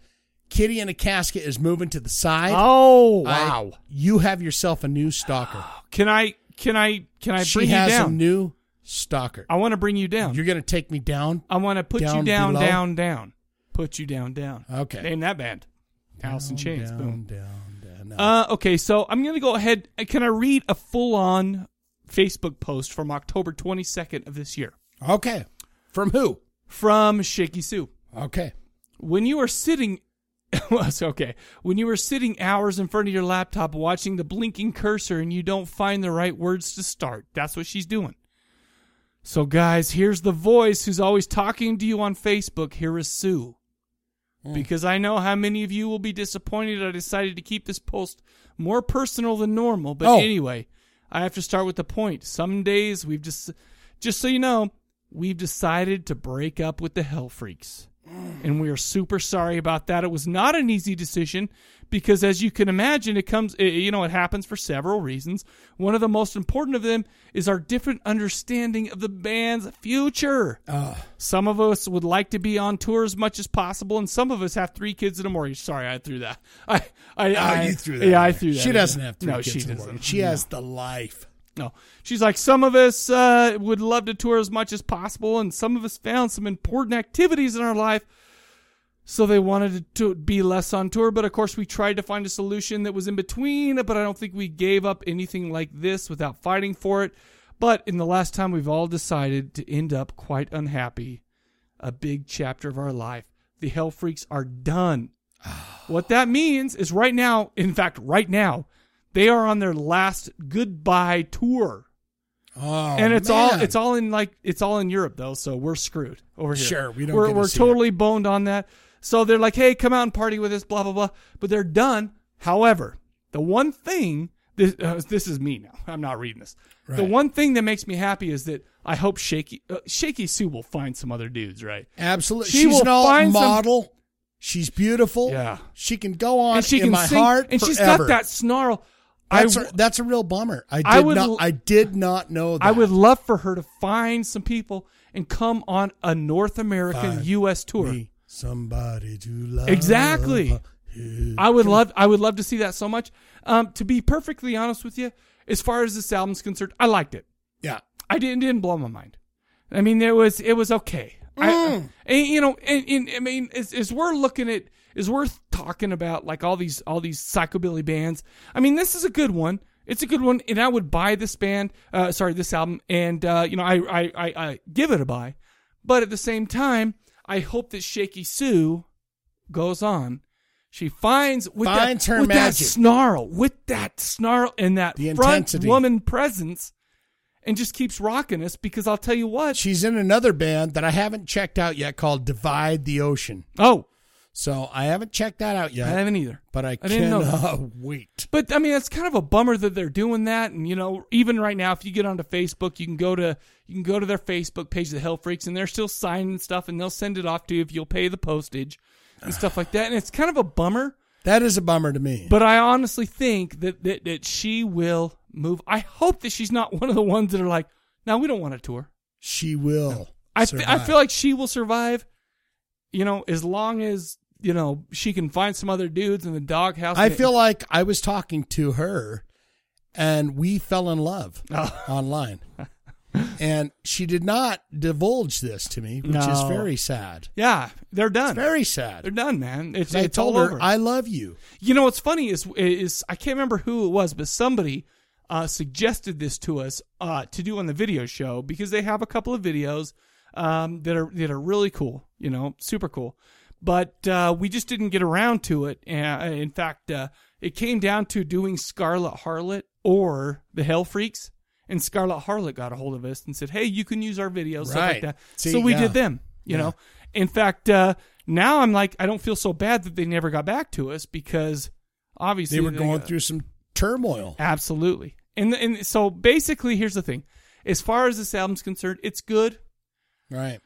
Kitty in a Casket is moving to the side. Oh, I- wow. Oh, you have yourself a new stalker. Can I can I can I she bring you has a down? new stalker. I want to bring you down. You're going to take me down? I want to put you down down, below? down, down. Put you down, down. Okay. Name that band. Alice in Down, Chains. down, Boom. down, down. No. Uh, okay, so I'm gonna go ahead. uh, Can I read a full on Facebook post from October 22nd of this year? okay. From who? From Shaky Sue. Okay. when you are sitting was okay when you are sitting hours in front of your laptop watching the blinking cursor and you don't find the right words to start that's what she's doing so guys here's the voice who's always talking to you on facebook here is sue because i know how many of you will be disappointed i decided to keep this post more personal than normal but Oh. anyway i have to start with the point some days we've just just so you know we've decided to break up with the hell freaks and we are super sorry about that. It was not an easy decision because, as you can imagine, it comes, eh, you know, it happens for several reasons. One of the most important of them is our different understanding of the band's future. Some of us would like to be on tour as much as possible, and some of us have three kids and a mortgage. Sorry, I threw that. I, I, Oh, I you threw that. Yeah, I in there. threw that. She in doesn't there. have three no, kids she in the doesn't. world. She No. has the life. No. She's like, some of us uh, would love to tour as much as possible, and some of us found some important activities in our life, so they wanted to be less on tour. But of course, we tried to find a solution that was in between, but I don't think we gave up anything like this without fighting for it. But in the last time, we've all decided to end up quite unhappy. A big chapter of our life. The Hell Freaks are done. What that means is right now, in fact, right now, they are on their last goodbye tour. Oh, and it's all man. it's all in like it's all in Europe though, so we're screwed over here. Sure, we don't We're get to we're see totally boned on that. So they're like, "Hey, come out and party with us, blah blah blah." But they're done. However, the one thing this uh, this is me now. I'm not reading this. The Right. one thing that makes me happy is that I hope Shaky uh, Shaky Sue will find some other dudes, right? absolutely. she She's will an all find some- model. She's beautiful. Yeah. She can go on and she in can my sing, heart and forever. she's got that snarl. That's, I, a, that's a real bummer. I did I would not. l- I did not know that. I would love for her to find some people and come on a North American Find U.S. tour. me somebody to love. Exactly. I would love. I would love to see that so much. Um, to be perfectly honest with you, as far as this album's concerned, I liked it. Yeah. I didn't didn't blow my mind. I mean, it was it was okay. I, Mm. and, you know, and, and I mean, as, as we're looking at is worth talking about. Like all these all these psychobilly bands. I mean, this is a good one. It's a good one, and I would buy this band. Uh, sorry, this album, and uh, you know, I, I I I give it a buy. But at the same time, I hope that Shaky Sue goes on. She finds with Finds that, her with magic. that snarl, with that snarl and that front intensity. woman presence, and just keeps rocking us. Because I'll tell you what, she's in another band that I haven't checked out yet called Divide the Ocean. Oh. So I haven't checked that out yet. I haven't either. But I, I didn't know that. cannot wait. But I mean, it's kind of a bummer that they're doing that. And you know, even right now, if you get onto Facebook, you can go to you can go to their Facebook page, the Hell Freaks, and they're still signing stuff, and they'll send it off to you if you'll pay the postage and stuff like that. And it's kind of a bummer. That is a bummer to me. But I honestly think that that, that she will move. I hope that she's not one of the ones that are like, no, we don't want a tour. She will. I fe- I survive. feel like she will survive. You know, as long as you know she can find some other dudes in the doghouse. I feel like I was talking to her and we fell in love Oh. online. And she did not divulge this to me, which is No. very sad. Yeah, they're done. very sad. They're done, man. It's, 'Cause I it's told all her, over. I love you. You know what's funny is is I can't remember who it was, but somebody uh, suggested this to us uh, to do on the video show because they have a couple of videos um, that are that are really cool. You know, super cool. But uh, we just didn't get around to it. And in fact, uh, it came down to doing Scarlet Harlot or the Hell Freaks. And Scarlet Harlot got a hold of us and said, "Hey, you can use our videos, stuff like Right. that." See, so we yeah. did them. You Yeah. know, in fact, uh, now I'm like, I don't feel so bad that they never got back to us because obviously They were going through some turmoil. Absolutely. And and so basically, here's the thing: as far as this album's concerned, it's good. Right.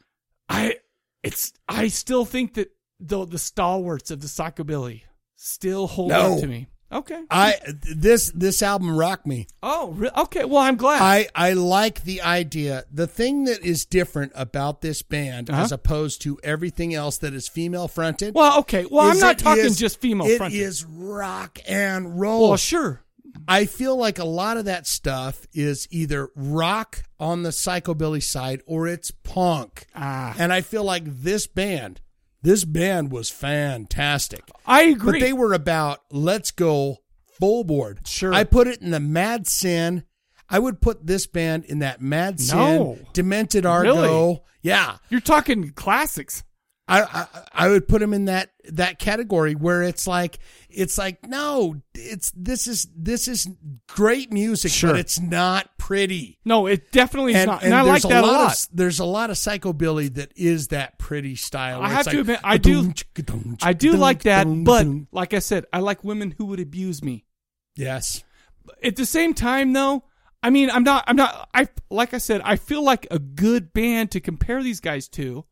I it's I still think that the the stalwarts of the psychobilly still hold No. up to me. Okay. I this this album rocked me. Oh, re- okay. Well, I'm glad. I I like the idea. The thing that is different about this band Uh-huh. as opposed to everything else that is female fronted. well, okay. Well, I'm is not it talking is- just female. It fronted. is rock and roll. Well, sure. I feel like a lot of that stuff is either rock on the psychobilly side or it's punk. Ah. And I feel like this band, this band was fantastic. I agree. But they were about let's go full board. Sure. I put it in the Mad Sin. I would put this band in that Mad Sin, No. Demented Argo. Really? Yeah. You're talking classics. I, I I would put them in that that category where it's like it's like no it's this is this is great music Sure. but it's not pretty No, it definitely is and, not. and And, I like there's that a lot, lot. Of, there's a lot of psychobilly that is that pretty style I where it's have to like, admit, I do- "Ka-dunk, I do ka-dunk, like that, ka-dunk, but ka-dunk." like I said, I like women who would abuse me. yes At the same time, though, I mean, I'm not, I'm not, I like I said, I feel like a good band to compare these guys to.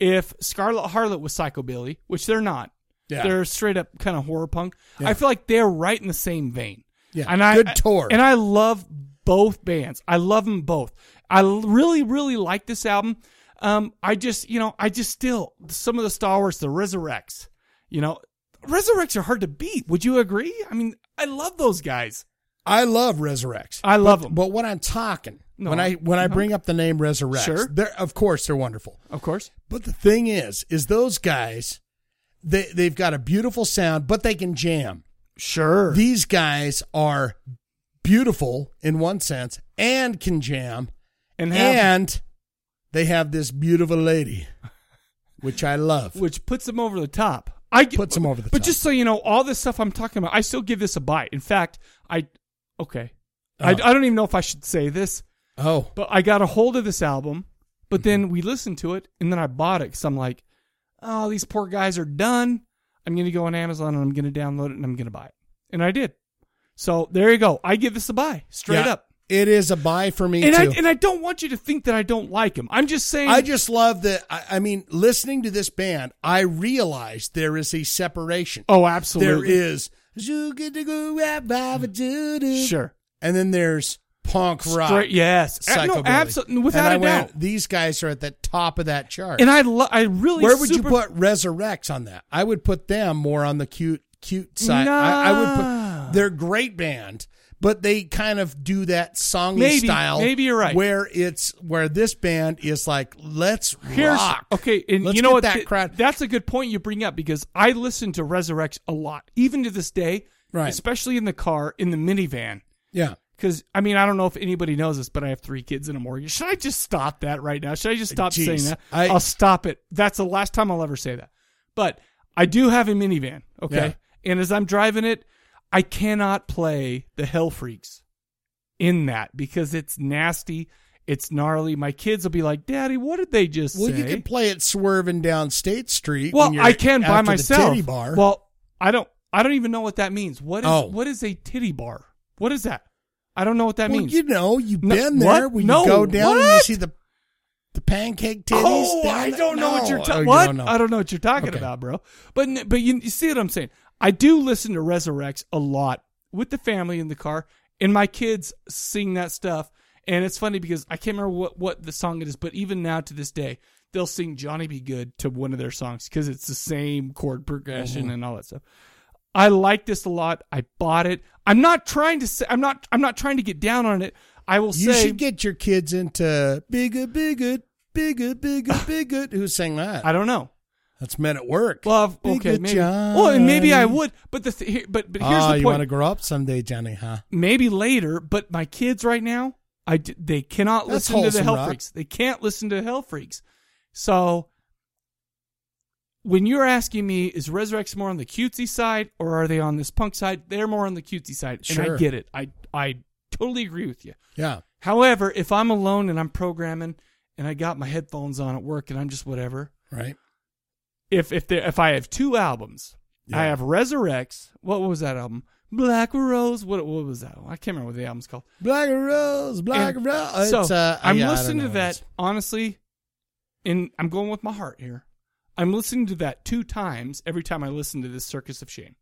If Scarlet Harlot was psychobilly, which they're not, Yeah. they're straight up kind of horror punk. I feel like they're right in the same vein. Yeah, and I good tour. and I love both bands. I love them both. I l- really, really like this album. Um, I just, you know, I just still some of the Star Wars, the Resurrects. You know, Resurrects are hard to beat. Would you agree? I mean, I love those guys. I love Resurrects I love them. but when I'm talking No, when I when I no. bring up the name Resurrects Sure. they're of course they're wonderful Of course. But the thing is, is those guys, they they've got a beautiful sound, but they can jam. Sure. These guys are beautiful in one sense and can jam, And have- and they have this beautiful lady, which I love. which puts them over the top. I get- Puts them over the but top. just so you know, all this stuff I'm talking about, I still give this a bite. In fact, I okay, I, Oh. I don't even know if I should say this, oh, but I got a hold of this album, but then we listened to it, and then I bought it because I'm like, oh, these poor guys are done. I'm gonna go on Amazon and I'm gonna download it and I'm gonna buy it, and I did. So there you go. I give this a buy straight Yeah, up. it is a buy for me And too. I, and I don't want you to think that I don't like him. I'm just saying. I just love that. I, I mean, listening to this band, I realize there is a separation. oh, absolutely. There is. Sure. Sure. And then there's punk rock. Straight- yes. A- no, Psychobilly. abso- without And I a went, doubt. These guys are at the top of that chart. And I, lo- I really. Where would super- you put Resurrects on that? I would put them more on the cute, cute side. I, I would Nah. put. They're a great band, but they kind of do that song Maybe- style. maybe you're right. Where it's where this band is like, let's Here's rock. okay, and Let's you know get what? That Th- crowd. That's a good point you bring up because I listen to Resurrect a lot, even to this day, Right. Especially in the car, in the minivan. Yeah. Because I mean, I don't know if anybody knows this, but I have three kids and a mortgage. Should I just stop that right now? Should I just stop Jeez. saying that? I- will stop it. That's the last time I'll ever say that. But I do have a minivan, okay? And as I'm driving it, I cannot play the Hell Freaks in that because it's nasty. It's gnarly. My kids will be like, "Daddy, what did they just Well, say?" you can play it swerving down State Street. Well, when you're I can by after the myself. titty bar. Well, I don't. I don't even know what that means. What is Oh. what is a titty bar? What is that? I don't know what that Well, means. you know, you've No, been there. what? When No, you go down and you what? see the the pancake titties. oh, down I there. don't know what No, you're oh, talking. you What? don't know. I don't know what you're talking Okay. about, bro. But n- but you, you see what I'm saying? I do listen to Resurrects a lot with the family in the car, and my kids sing that stuff. And it's funny because I can't remember what what the song it is, but even now to this day, they'll sing "Johnny Be Good" to one of their songs because it's the same chord progression Mhm. and all that stuff. I like this a lot. I bought it. I'm not trying to say I'm not I'm not trying to get down on it. I will You say should get your kids into bigger, bigger, bigger, bigger, bigger. Who sang that? I don't know. That's men at work. Well, Big okay, good maybe. Well, and maybe I Johnny. would, but the th- here, but but here's Ah, the you point. want to grow up someday, Johnny? Huh? maybe later, but my kids right now, I d- they cannot That's listen to the wholesome, Hell Rob. Freaks. They can't listen to Hell Freaks. So when you're asking me, is Resurrection more on the cutesy side or are they on this punk side? They're more on the cutesy side, and Sure. I get it. I I totally agree with you. Yeah. However, if I'm alone and I'm programming and I got my headphones on at work and I'm just whatever, Right. if if there if I have two albums, I have Resurrects. What was that album? Black Rose. What what was that? I can't remember what the album's called. Black Rose, Black And Rose. so It's, uh, I'm yeah, I don't listening know to what that it is. honestly, and I'm going with my heart here. I'm listening to that two times every time I listen to this Circus of Shame,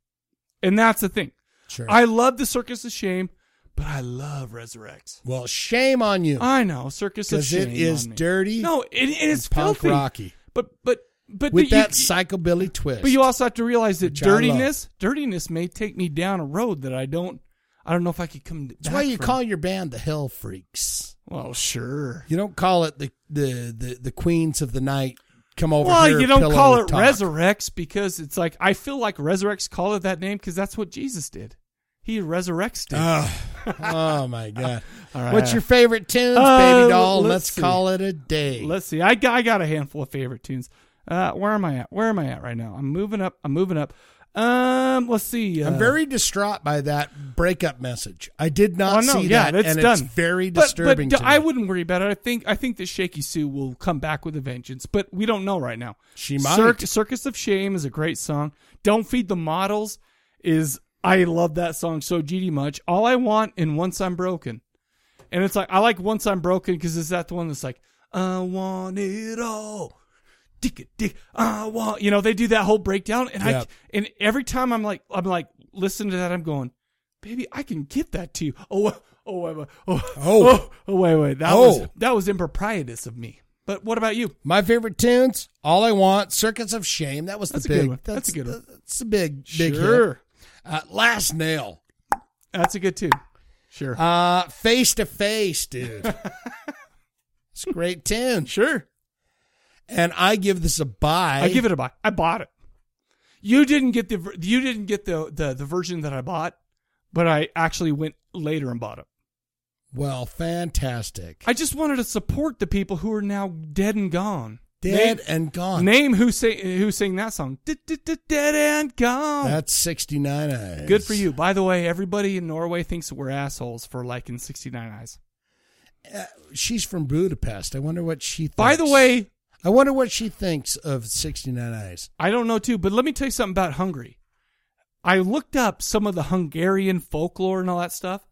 and that's the thing. Sure. I love the Circus of Shame, but I love Resurrects. well, shame on you I know Circus of because Shame it is on me. dirty. No, it, it is punk filthy. rocky But but but with the- you- that psychobilly twist. But you also have to realize that Which I love. dirtiness, dirtiness may take me down a road that I don't, I don't know if I could come. That's why you from. call your band the Hell Freaks. Well, sure. You don't call it the the the, the Queens of the Night. Come over Well, here. you don't pillow call it talk. resurrects because it's like I feel like resurrects call it that name because that's what Jesus did. He resurrects it. Oh, oh my God! All right. What's your favorite tunes, Uh, baby doll? let's Let's, see. call it a day. Let's see. I got, I got a handful of favorite tunes. Uh, where am I at? Where am I at right now? I'm moving up. I'm moving up. Um, let's see. I'm uh, very distraught by that breakup message. I did not Oh, no, see yeah, that, it's and done. it's very But- disturbing. But, to me. I wouldn't worry about it. I think I think that Shaky Sue will come back with a vengeance, but we don't know right now. She might. Circus of Shame is a great song. Don't Feed the Models is I love that song so GD much. All I want and Once I'm Broken. And it's like I like Once I'm Broken because it's that the one that's like I want it all. Dick dick I want uh, you know they do that whole breakdown and Yeah. I and every time I'm like I'm like listen to that I'm going baby I can get that to you. Oh oh wait, wait, oh Oh. oh, oh wait wait that was Oh. that was improprietous of me. But what about you? My favorite tunes: "All I Want," "Circuits of Shame." That was That's a the good big. one. That's a good one. That's a big, big hit. Uh, Last nail. That's a good tune. Sure. Uh, face to face, dude. it's a great tune. sure. And I give this a buy. I give it a buy. I bought it. You didn't get the ver- you didn't get the the, the version that I bought, but I actually went later and bought it. well, fantastic. I just wanted to support the people who are now dead and gone. Dead Name- and gone. Name who say who sang that song? Dead and gone. That's sixty nine eyes. Good for you. By the way, everybody in Norway thinks that we're assholes for liking 69 Eyes. Uh, She's from Budapest. I wonder what she. Thinks. By the way, I wonder what she thinks of sixty nine eyes. I don't know too, but let me tell you something about Hungary. I looked up some of the Hungarian folklore and all that stuff.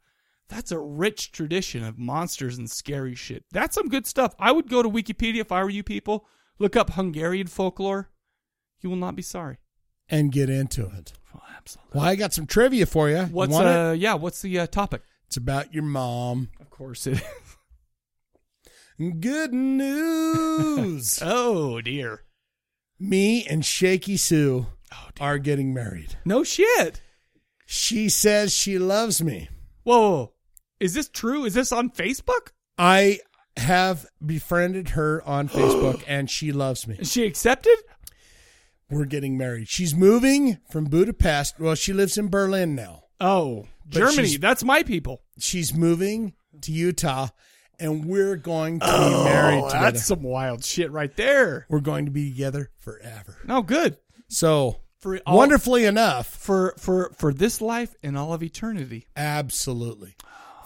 That's a rich tradition of monsters and scary shit. That's some good stuff. I would go to Wikipedia if I were you people. Look up Hungarian folklore. You will not be sorry. And get into it. Oh, absolutely. Well, I got some trivia for you. What's you want it? uh yeah? What's the uh, topic? It's about your mom. Of course it is. Good news. oh dear. Me and Shaky Sue are getting married. No shit. She says she loves me. Whoa, whoa, whoa. is this true? Is this on Facebook? I have befriended her on Facebook and she loves me. She accepted? We're getting married. She's moving from Budapest. Well, she lives in Berlin now. Oh, Germany. That's my people. She's moving to Utah and we're going to be married together. Oh, that's some wild shit right there. We're going to be together forever. No, good. So, For all- wonderfully enough, For for for this life and all of eternity. absolutely.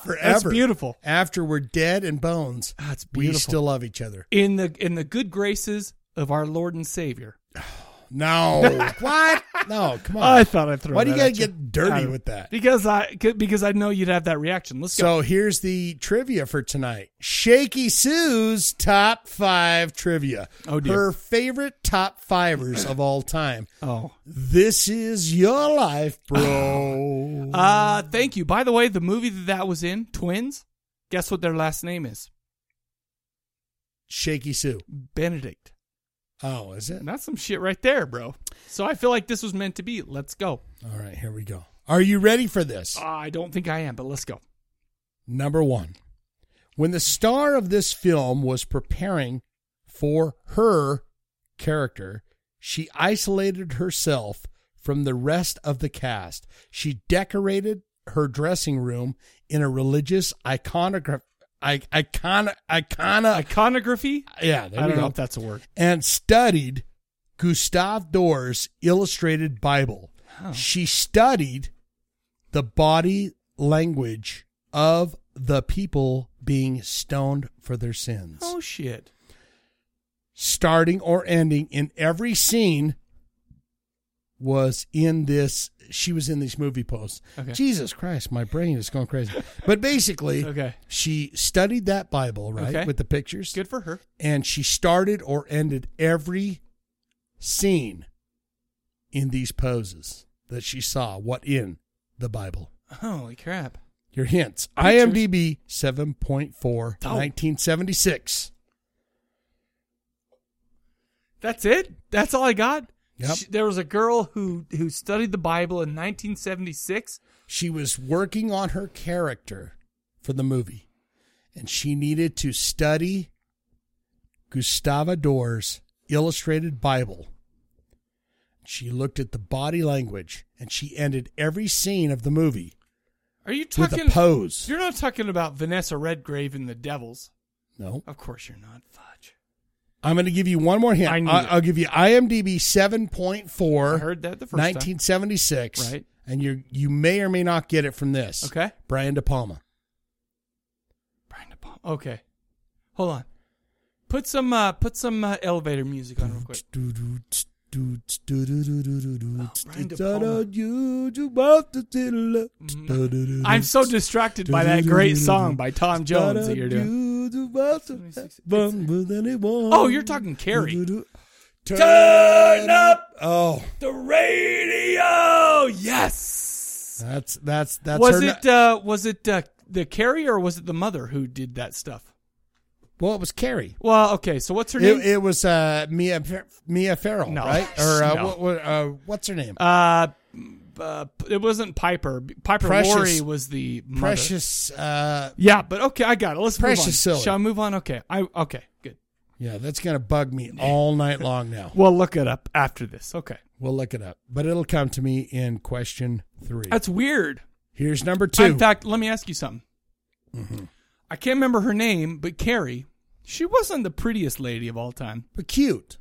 Forever. That's beautiful. After we're dead and bones, That's we beautiful. still love each other. in the in the good graces of our Lord and Savior. No. what? No, come on. I thought I'd throw. Why do you that gotta at get dirty I- with that? Because I because I know you'd have that reaction. Let's go. So here's the trivia for tonight. Shaky Sue's top five trivia. Oh, dear. Her favorite top fivers of all time. Oh, This is your life, bro. uh, thank you. By the way, the movie that that was in, Twins. Guess what their last name is? Shaky Sue. Benedict. Oh, is it? And that's some shit right there, bro. So I feel like this was meant to be. Let's go. Uh, All right, here we go. Are you ready for this? I don't think I am, but let's go. Number one. When the star of this film was preparing for her character, she isolated herself from the rest of the cast. She decorated her dressing room in a religious iconograph. I, icona, icona, Iconography. yeah, there I we don't go. know if that's a word. and studied Gustave Dore's Illustrated Bible. She studied the body language of the people being stoned for their sins. Oh shit. Starting or ending in every scene was in this she was in these movie posts. Okay. Jesus Christ, my brain is going crazy. But basically, Okay. she studied that Bible, right? Okay. With the pictures Good for her. and she started or ended every scene in these poses that she saw. What in the Bible? Holy crap. Your hints. Pictures. Oh. IMDb 7.4, 1976. That's it. That's all I got. Yep. She- there was a girl who who studied the Bible in 1976. She was working on her character for the movie, and she needed to study Gustave Dore's Illustrated Bible. She looked at the body language, and she ended every scene of the movie Are you with talking? a pose. You're not talking about Vanessa Redgrave and the Devils. no, Of course you're not. Fudge. I'm going to give you one more hint. I knew I it. will give you IMDb 7.4, I heard that the first time. 1976, Right. And you you may or may not get it from this. Okay. Brian De Palma. Brian De Palma. Okay. Hold on. Put some uh, put some uh, elevator music on real quick. Brian De Palma. I'm I'm so distracted by that great song by Tom Jones that you're doing. Oh, Oh, you're talking Carrie. Turn up. Oh, The radio. Yes. that's that's that's was her. it, uh, was it uh, the Carrie or was it the mother who did that stuff? well, it was Carrie. Well, okay. So what's her name? It, it was uh, Mia Fer- Mia Farrell, No. right? Or uh, No. what, what, uh, what's her name? uh, uh, it wasn't Piper. Piper Precious- Laurie was the mother. Precious. Uh, Yeah, but okay, I got it. Let's move on. Precious Silly. Shall I move on? Okay, I okay, good. yeah, that's gonna bug me all night long now. We'll look it up after this. Okay, We'll look it up, but it'll come to me in question three. that's weird. Here's number two. Mm-hmm. In fact, let me ask you something. I can't remember her name, but Carrie, she wasn't the prettiest lady of all time. but cute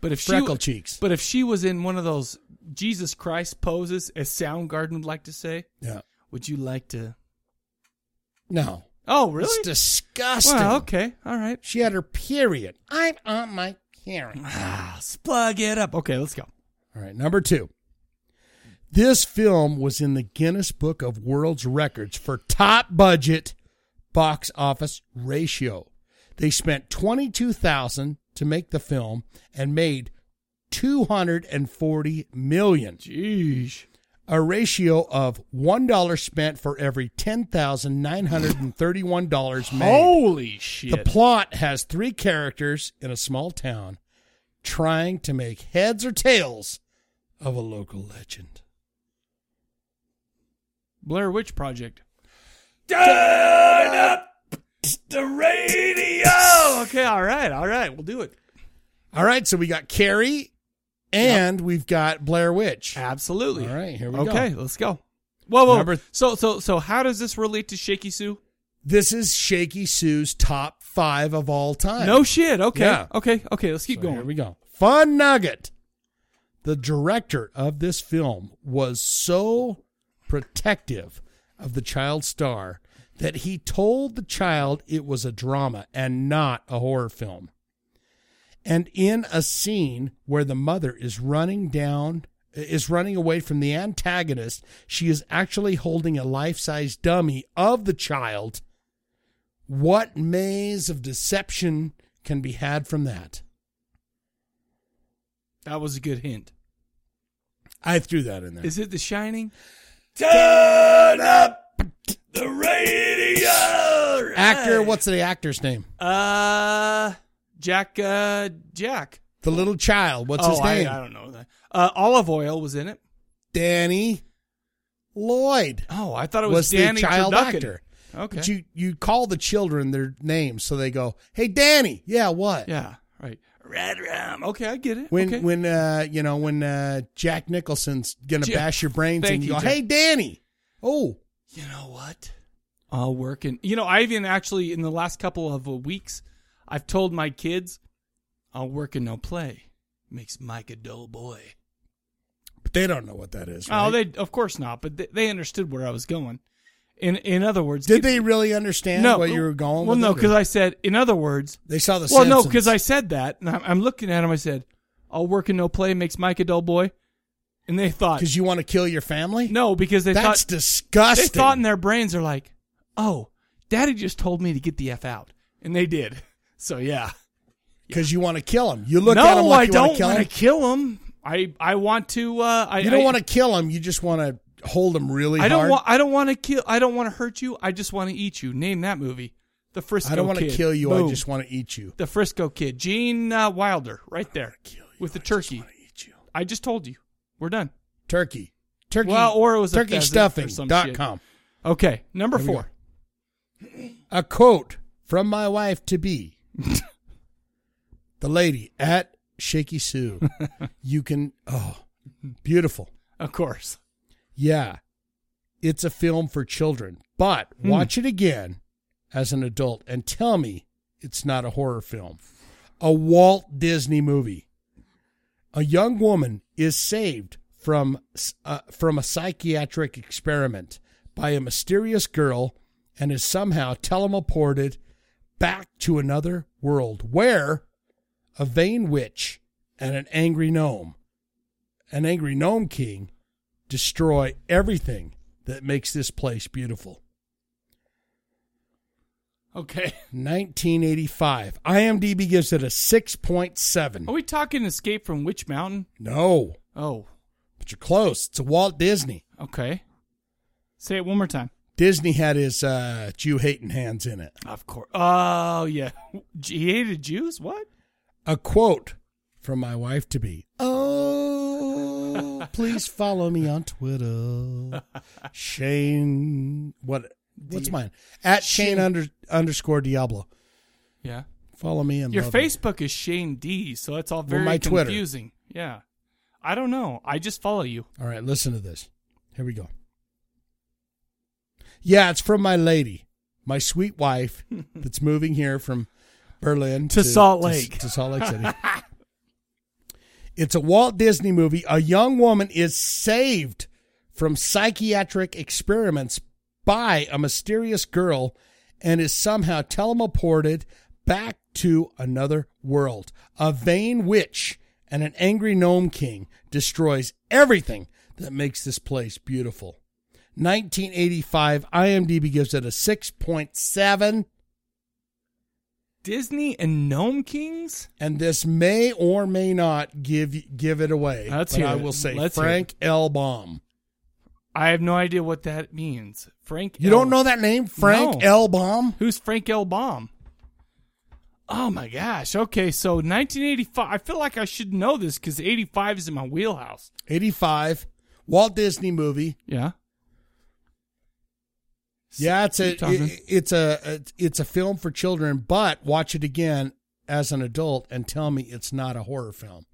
But if she freckle cheeks. but if she was in one of those Jesus Christ poses, as Soundgarden would like to say, yeah. would you like to? No. Oh, really? It's disgusting. Wow. Okay. All right. She had her period. I'm on my period. Ah, let's plug it up. Okay, let's go. All right, number two. This film was in the Guinness Book of World's Records for top budget box office ratio. They spent twenty two thousand to make the film and made two hundred and forty million. Jeez. A ratio of one dollar spent for every ten thousand nine hundred and thirty one dollars made. Holy shit. The plot has three characters in a small town trying to make heads or tails of a local legend. Blair Witch Project. Turn up the radio. Okay, all right, all right, we'll do it. All right, so we got Carrie and we've got Blair Witch. Absolutely. All right, here we go. Okay, let's go. Whoa, whoa. Number- so, so, so, how does this relate to Shaky Sue? This is Shaky Sue's top five of all time. No shit. Okay, Yeah. okay, okay. Let's keep So going. Here we go. Fun nugget. The director of this film was so protective of the child star that he told the child it was a drama and not a horror film. And in a scene where the mother is running down is running away from the antagonist, she is actually holding a life-size dummy of the child. What maze of deception can be had from that? That was a good hint. I threw that in there. Is it The Shining? Turn up the radio. Actor, what's the actor's name? Uh, Jack. Uh, Jack. The little child. What's Oh, his I- name? I don't know. Uh, olive oil was in it. Danny Lloyd. Oh, I thought it was, was Danny the child Turducken. actor. Okay. But you you call the children their names, so they go, "Hey, Danny. Yeah, what? yeah. Right. Red Ram. Okay, I get it. When okay. when uh you know when uh Jack Nicholson's gonna Jack- bash your brains Thank and you you, go, Jack. "Hey, Danny. Oh, you know what? I'll work in. uh, You know, I even actually in the last couple of uh, weeks, I've told my kids, "I'll work and no play." Makes Mike a dull boy. but they don't know what that is. Oh, right? they of course not, but they, they understood where I was going. In in other words, did they really understand No, where you were going? Well, with no, it, or- because I said, in other words, they saw the. well, no, Simpsons. because I said that, and I'm, I'm looking at him. I said, "All work and no play makes Mike a dull boy," and they thought, Because you want to kill your family? no, because they That's thought disgusting. they thought in their brains are like, "Oh, Daddy just told me to get the f out," and they did. So yeah, Because you want to kill him. You look no, at him like I you want don't to kill wanna him. kill him. I I want to. Uh, I you don't I- want to kill him. You just want to hold him really I don't hard. want. I don't want to kill. I don't want to hurt you. I just want to eat you. Name that movie. The Frisco. I don't want to kill you. Boom. I just want to eat you. the Frisco Kid, Gene uh, Wilder, right there with the turkey. I eat you. I just told you. We're done. Turkey. Turkey. Well, or it was a pheasant or some shit. turkeystuffing.com. Okay, number There we four. A quote from my wife to be the lady at Shaky Sue. you can, oh, beautiful. Of course. Yeah, it's a film for children, but Hmm. watch it again as an adult and tell me it's not a horror film. A Walt Disney movie. A young woman is saved from uh, from a psychiatric experiment by a mysterious girl and is somehow teleported back to another world where a vain witch and an angry gnome, an angry gnome king, destroy everything that makes this place beautiful. Okay. 1985. IMDb gives it a 6.7. Are we talking Escape from Witch Mountain? No, Oh, but you're close. It's a Walt Disney. okay. Say it one more time. Disney had his uh, Jew hating hands in it. Of course. Oh yeah. He hated Jews. What? A quote from my wife to be. Oh, please follow me on Twitter. Shane, what? What's mine? At Shane, under, underscore Diablo. Yeah. Follow me and Your love me. Facebook is Shane D, so that's all Well, very my Twitter. confusing. Yeah. I don't know. I just follow you. All right, listen to this. Here we go. Yeah, it's from my lady, my sweet wife, that's moving here from Berlin To Salt Lake. To, Salt Lake City. it's a Walt Disney movie. A young woman is saved from psychiatric experiments by a mysterious girl and is somehow teleported back to another world. A vain witch and an angry gnome king destroys everything that makes this place beautiful. 1985, IMDb gives it a 6.7, Disney and Gnome Kings? and this may or may not give give it away. Let's but hear I it. will say Let's hear Frank L. Baum. I have no idea what that means. Frank You L. don't know that name? Frank No. L. Baum? Who's Frank L. Baum? Oh my gosh. Okay, so 1985. I feel like I should know this because 85 is in my wheelhouse. 85, Walt Disney movie. Yeah. Yeah, it's a Keep talking. it- it's a it's a film for children, but watch it again as an adult and tell me it's not a horror film.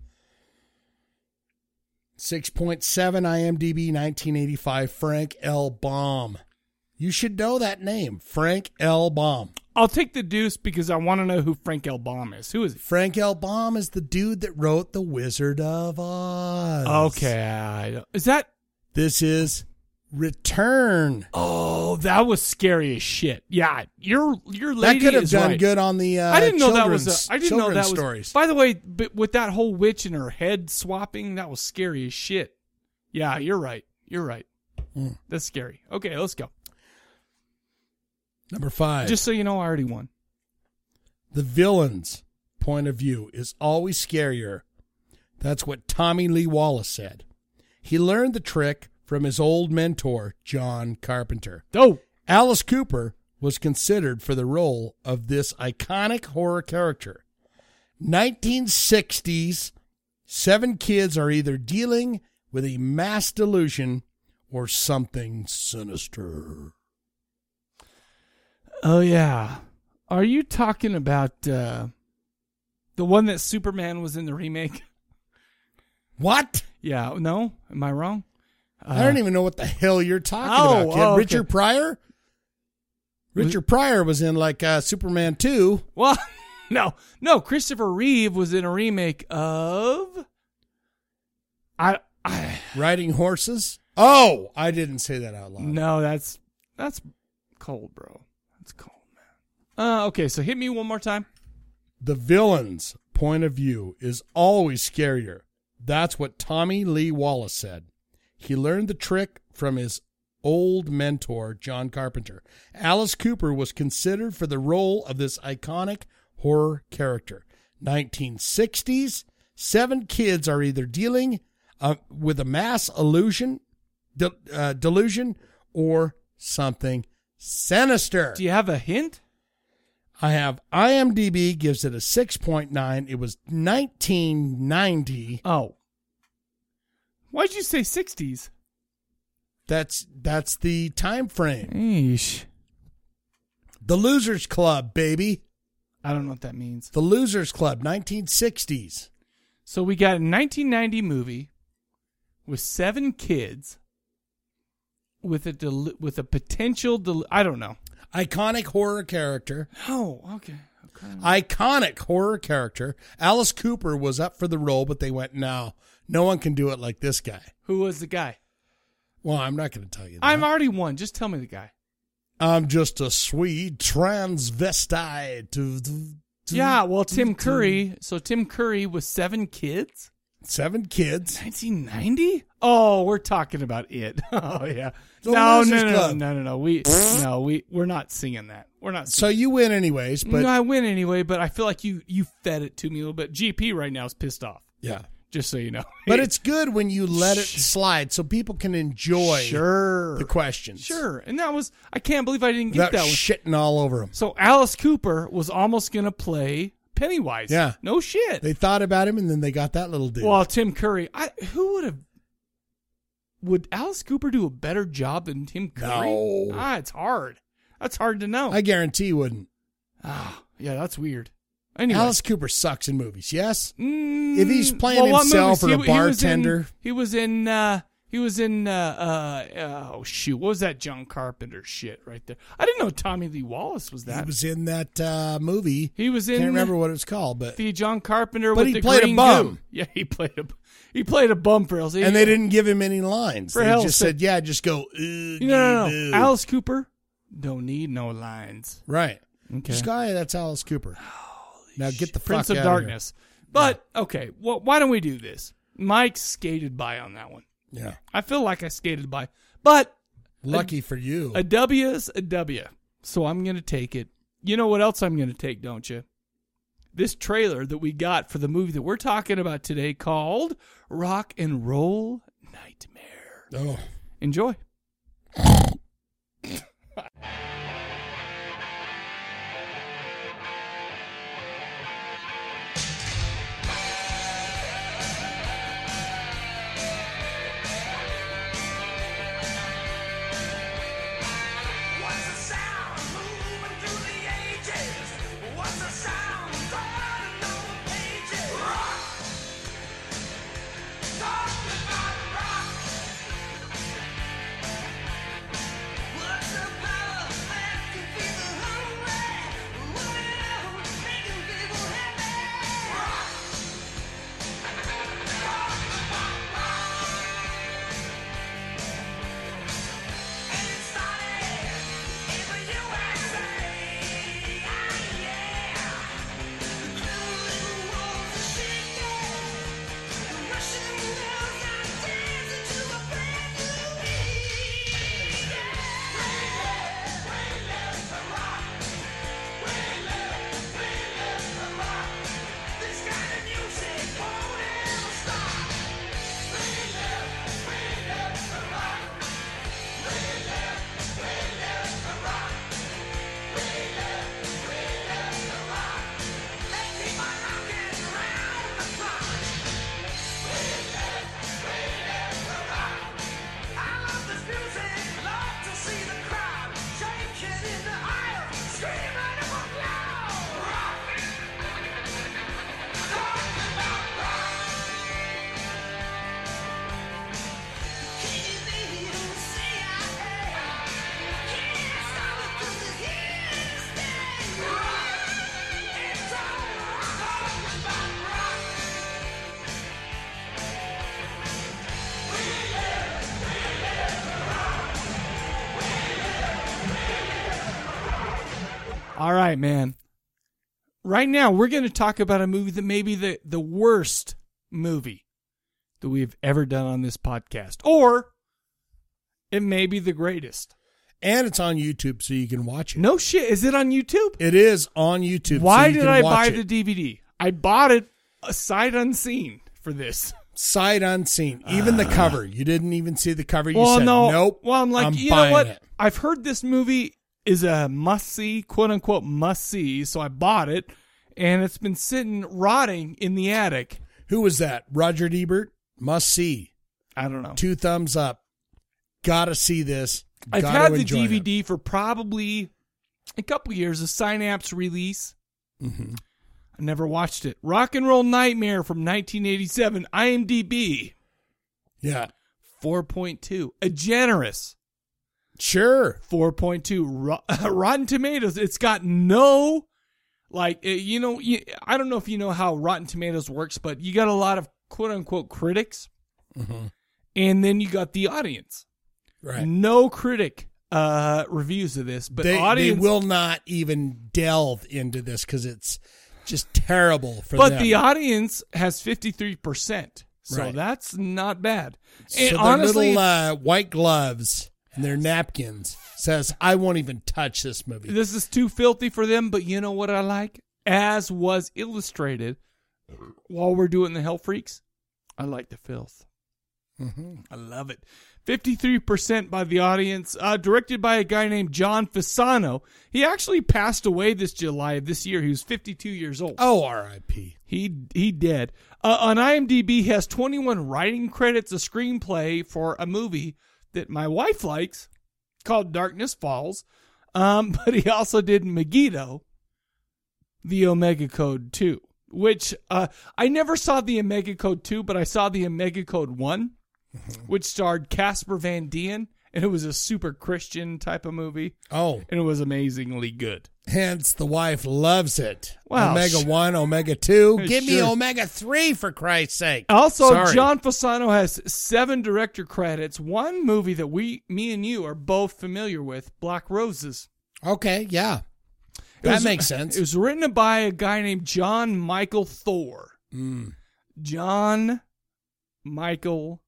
6.7 IMDb 1985 Frank L. Baum. You should know that name, Frank L. Baum. I'll take the deuce because I want to know who Frank L. Baum is. Who is he? Frank L. Baum is the dude that wrote The Wizard of Oz. Okay, I don't- is that This is Return. Oh, that was scary as shit. Yeah, your your lady that could have is done right. good on the uh, I didn't know that was. children's- A, I didn't know children's that was. stories. By the way, but with that whole witch and her head swapping, that was scary as shit. Yeah, you're right. You're right. Hmm. That's scary. Okay, let's go. Number five. Just so you know, I already won. The villain's point of view is always scarier. That's what Tommy Lee Wallace said. He learned the trick from his old mentor, John Carpenter. Though Alice Cooper was considered for the role of this iconic horror character. 1960s, seven kids are either dealing with a mass delusion or something sinister. Oh yeah. Are you talking about uh the one that Superman was in the remake? What? Yeah, no? Am I wrong? I don't even know what the hell you're talking Oh, about, kid. oh, okay. Richard Pryor? Richard Pryor was in like uh, Superman 2. Well, no. No, Christopher Reeve was in a remake of I I Riding horses? Oh, I didn't say that out loud. No, that's that's cold, bro. That's cold, man. Uh okay, so hit me one more time. The villain's point of view is always scarier. That's what Tommy Lee Wallace said. He learned the trick from his old mentor, John Carpenter. Alice Cooper was considered for the role of this iconic horror character. 1960s, seven kids are either dealing uh, with a mass illusion, de- uh, delusion or something sinister. Do you have a hint? I have IMDb gives it a 6.9. It was 1990. Oh. Why'd you say sixties? That's that's the time frame. Eesh. The Losers Club, baby. I don't know what that means. The Losers Club, 1960s. So we got a 1990 movie with seven kids with a del- with a potential del- I don't know. Iconic horror character. Oh, okay. okay. Iconic horror character. Alice Cooper was up for the role, but they went, no, no one can do it like this guy. Who was the guy? Well, I'm not going to tell you that. I'm already one. Just tell me the guy. I'm just a sweet transvestite. Yeah, well, Tim Curry. So Tim Curry with seven kids? Seven kids. 1990? Oh, we're talking about it. Oh yeah. The no, Losers no, no, no, Club. no, no, no. We no, we we're not singing that. We're not So you win anyways, but no, I win anyway, but I feel like you you fed it to me a little bit. GP right now is pissed off. yeah. Just so you know. But it's good when you let it slide so people can enjoy sure, the questions. sure. And that was I can't believe I didn't get Without that one. shitting all over them. So Alice Cooper was almost gonna play Pennywise. Yeah. no shit. They thought about him and then they got that little dude. well, Tim Curry. I who would have. Would Alice Cooper do a better job than Tim Curry? No. Ah, it's hard. That's hard to know. I guarantee you wouldn't. ah, yeah, that's weird. Anyway, Alice Cooper sucks in movies, yes? Mm, If he's playing what himself movies? or a was in- bartender. He was in. uh, He was in. uh, uh, oh shoot, what was that John Carpenter shit right there? I didn't know Tommy Lee Wallace was that. he was in that uh, movie. He was in Can't remember what it was called, but the John Carpenter. But with he the played a green bum. goo. Yeah, he played a. He played a bum for us. and they didn't give him any lines. For they hell's just sake. said, "Yeah, just go." uh, No, No, no, no. Alice Cooper don't need no lines. Right. Okay. This guy, that's Alice Cooper. now get the Prince fuck of outta here. Darkness. But okay, well, why don't we do this? Mike skated by on that one. Yeah. I feel like I skated by, but Lucky for you. A W is a W. So I'm going to take it. You know what else I'm going to take, don't you? This trailer that we got for the movie that we're talking about today called Rock and Roll Nightmare. oh. Enjoy. What's All right, man. Right now, we're going to talk about a movie that may be the, the worst movie that we've ever done on this podcast, or it may be the greatest. And it's on YouTube, so you can watch it. No shit. Is it on YouTube? It is on YouTube. so Why you did can I watch buy it. the DVD? I bought it a sight unseen for this. sight unseen. Even Ah. the cover, you didn't even see the cover. You well, said no. nope. Well, I'm like, you know buying what? it." I've heard this movie is a must see, quote unquote must see, so I bought it, and it's been sitting rotting in the attic. e- Who was that? Roger Ebert. Must see. I don't know. Two thumbs up. Gotta see this. I've Gotta had the enjoy it. DVD for probably a couple years. A Synapse release. Mhm. I never watched it. Rock and Roll Nightmare from 1987. IMDb Yeah, 4.2. A generous sure. 4.2 Ro- rotten tomatoes it's got no like uh, you know you, i don't know if you know how rotten tomatoes works but you got a lot of quote unquote critics Mhm. and then you got the audience Right. no critic uh reviews of this but they, audience they will not even delve into this because it's just terrible for but them. the audience has 53% so Right. that's not bad so and their honestly little uh, white gloves and their napkins says, "I won't even touch this movie." this is too filthy for them but you know what i like as was illustrated while we're doing the hell freaks i like the filth Mhm. I love it. 53% by the audience, uh, directed by a guy named John Fasano. He actually passed away this July of this year. He was 52 years old. Oh, R.I.P. He he dead. Uh, on IMDb, he has 21 writing credits, a screenplay for a movie that my wife likes called Darkness Falls. Um, but he also did Megiddo, The Omega Code 2, which uh, I never saw The Omega Code 2, but I saw The Omega Code one Mm-hmm. which starred Casper Van Dien, and it was a super Christian type of movie, Oh, and it was amazingly good. hence the wife loves it. Wow. Omega one, omega two. It Give me sure- omega three for Christ's sake. Also, Sorry. John Fasano has seven director credits. One movie that we, me and you, are both familiar with, Black Roses. Okay, yeah, It that was- makes sense. It was written by a guy named John Michael Thor. Mm. John Michael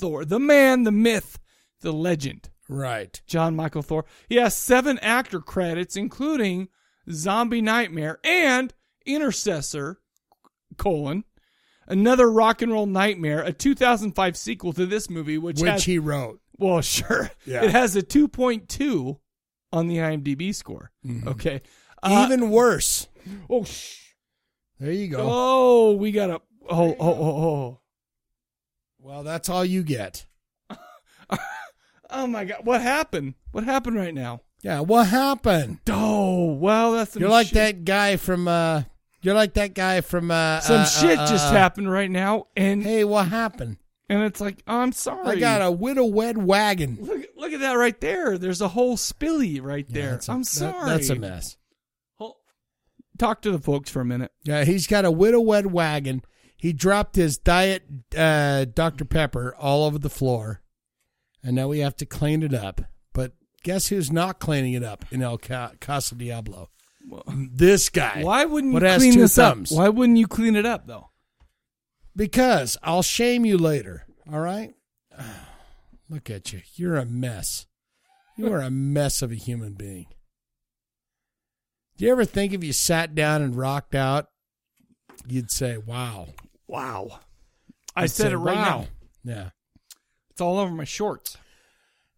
Thor, the man, the myth, the legend. Right. John Michael Thor. He has seven actor credits, including Zombie Nightmare and Intercessor, colon, another rock and roll nightmare, a 2005 sequel to this movie, which, Which has, he wrote. well, sure. Yeah. It has a 2.2 on the IMDb score. Okay. Uh, Mm-hmm. Even worse. oh, sh- There you go. oh, we got a, oh, oh, oh, oh. Well, that's all you get. Oh my God. What happened? What happened right now? Yeah, what happened? Oh, well, that's some You're like shit. that guy from uh you're like that guy from uh Some uh, shit uh, just uh, happened right now, and Hey, what happened? And it's like, oh, I'm sorry. I got a widow wed wagon. look. Look at that right there. There's a whole spilly right Yeah, there. that's a- I'm that- sorry. that's a mess. Hol- Talk to the folks for a minute. Yeah, he's got a widow wed wagon. He dropped his diet uh Dr. Pepper all over the floor. And now we have to clean it up. But guess who's not cleaning it up in El Ca- Casa Diablo? this guy. Why wouldn't What you has clean two this thumbs? up? Why wouldn't you clean it up though? Because I'll shame you later. All right? Look at you. You're a mess. You are a mess of a human being. Do you ever think if you sat down and rocked out, you'd say, wow. Wow. I You'd said say, it right "Wow." now. Yeah. It's all over my shorts.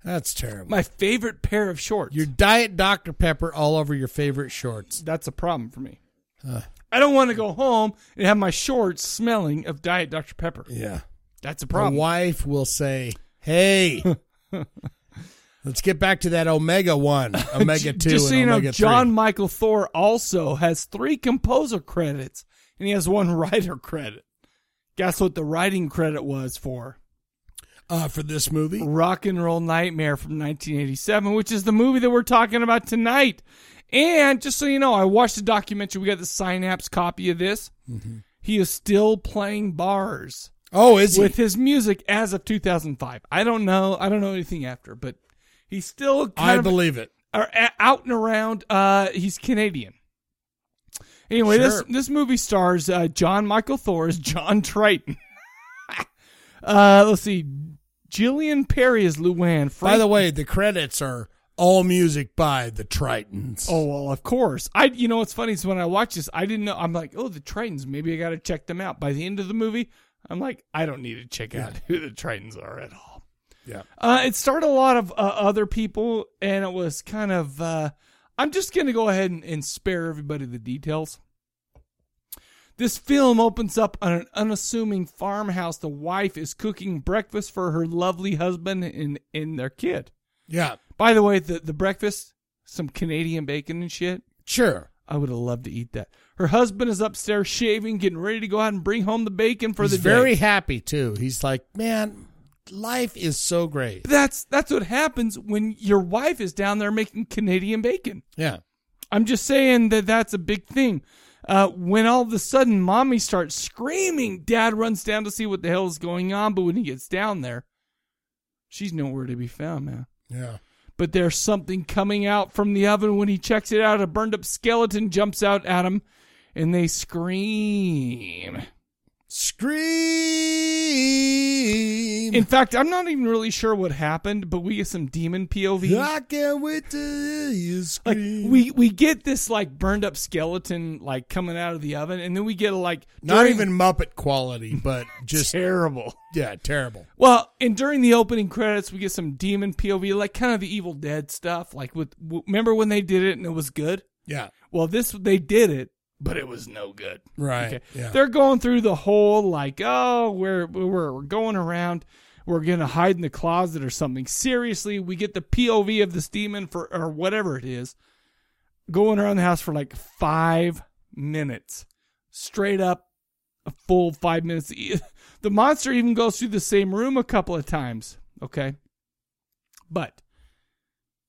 That's terrible. My favorite pair of shorts. your diet Dr. Pepper all over your favorite shorts. That's a problem for me. Huh. I don't want to go home and have my shorts smelling of Diet Dr Pepper. Yeah. That's a My problem. wife will say, hey, let's get back to that Omega 1, Omega 2, J- Just so and you know, Omega 3. John Michael Thor also has three composer credits and he has one writer credit. Guess what the writing credit was for? uh, for this movie. Rock and Roll Nightmare from 1987, which is the movie that we're talking about tonight. And just so you know, I watched the documentary. We got the Synapse copy of this. He is still playing bars Mm-hmm. Oh, is he? with his music as of 2005. I don't know. I don't know anything after, but he's still kind I of believe it. or a- out and around. Uh, he's Canadian. Anyway, this Sure. this movie stars uh, John Michael Thor as John Triton. uh, let's see, Jillian Perry is Luann. By the way, the credits are all music by the Tritons. Oh well, of course. I you know what's funny is when I watch this, I didn't know. I'm like, oh, the Tritons. Maybe I got to check them out. By the end of the movie, I'm like, I don't need to check out who the Tritons are at all. Yeah. Uh, it started a lot of uh, other people, and it was kind of. Uh, I'm just going to go ahead and, and spare everybody the details. This film opens up on an unassuming farmhouse. The wife is cooking breakfast for her lovely husband and, and their kid. Yeah. By the way, the, the breakfast, some Canadian bacon and shit. Sure. I would have loved to eat that. Her husband is upstairs shaving, getting ready to go out and bring home the bacon for He's the day. very happy too. He's like, man, life is so great. But that's that's what happens when your wife is down there making Canadian bacon. Yeah. I'm just saying that that's a big thing. Uh, when all of a sudden mommy starts screaming, dad runs down to see what the hell is going on. But when he gets down there, she's nowhere to be found, man. Yeah. But there's something coming out from the oven. When he checks it out, a burned up skeleton jumps out at him and they scream. Scream. In fact, I'm not even really sure what happened, but we get some demon POV. I can't wait to hear you Like scream. we we get this like burned up skeleton like coming out of the oven, and then we get like Not during- even Muppet quality, but just terrible. Yeah, terrible. Well, and during the opening credits, we get some demon POV, like kind of the Evil Dead stuff. Like with w- remember when they did it and it was good? Yeah. Well, this they did it, but it was no good. Right. Okay. Yeah. They're going through the whole like, oh, we're we're, we're going around. We're gonna hide in the closet or something. Seriously, we get the POV of this demon for or whatever it is, going around the house for like five minutes, straight up, a full five minutes. E, The monster even goes through the same room a couple of times. Okay, but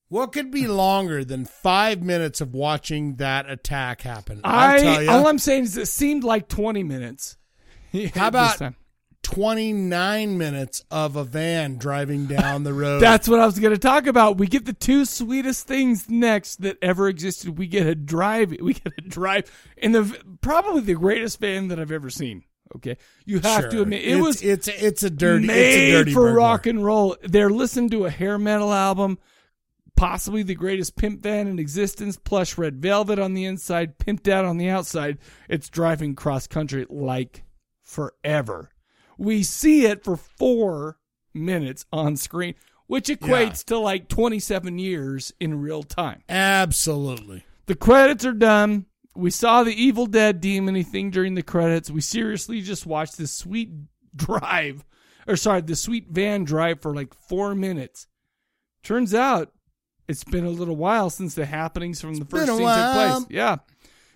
What could be longer than five minutes of watching that attack happen? I'll tell I you. all I'm saying is it seemed like 20 minutes. How about This time. 29 minutes of a van driving down the road? That's what I was going to talk about. We get the two sweetest things next that ever existed. We get a drive. We get a drive, and the probably the greatest van that I've ever seen. Okay, you have to Sure. admit it It's- was it's it's a dirty made it's a dirty for burglar. rock and roll. They're listening to a hair metal album, possibly the greatest pimp van in existence. Plush red velvet on the inside, pimped out on the outside. It's driving cross country like forever. We see it for four minutes on screen, which equates to like 27 years in real time. Absolutely. The credits are done. We saw the Evil Dead demony thing during the credits. We seriously just watched this sweet drive, or sorry, the sweet van drive for like four minutes. Turns out it's been a little while since the happenings from the first been a scene took while. place. Yeah.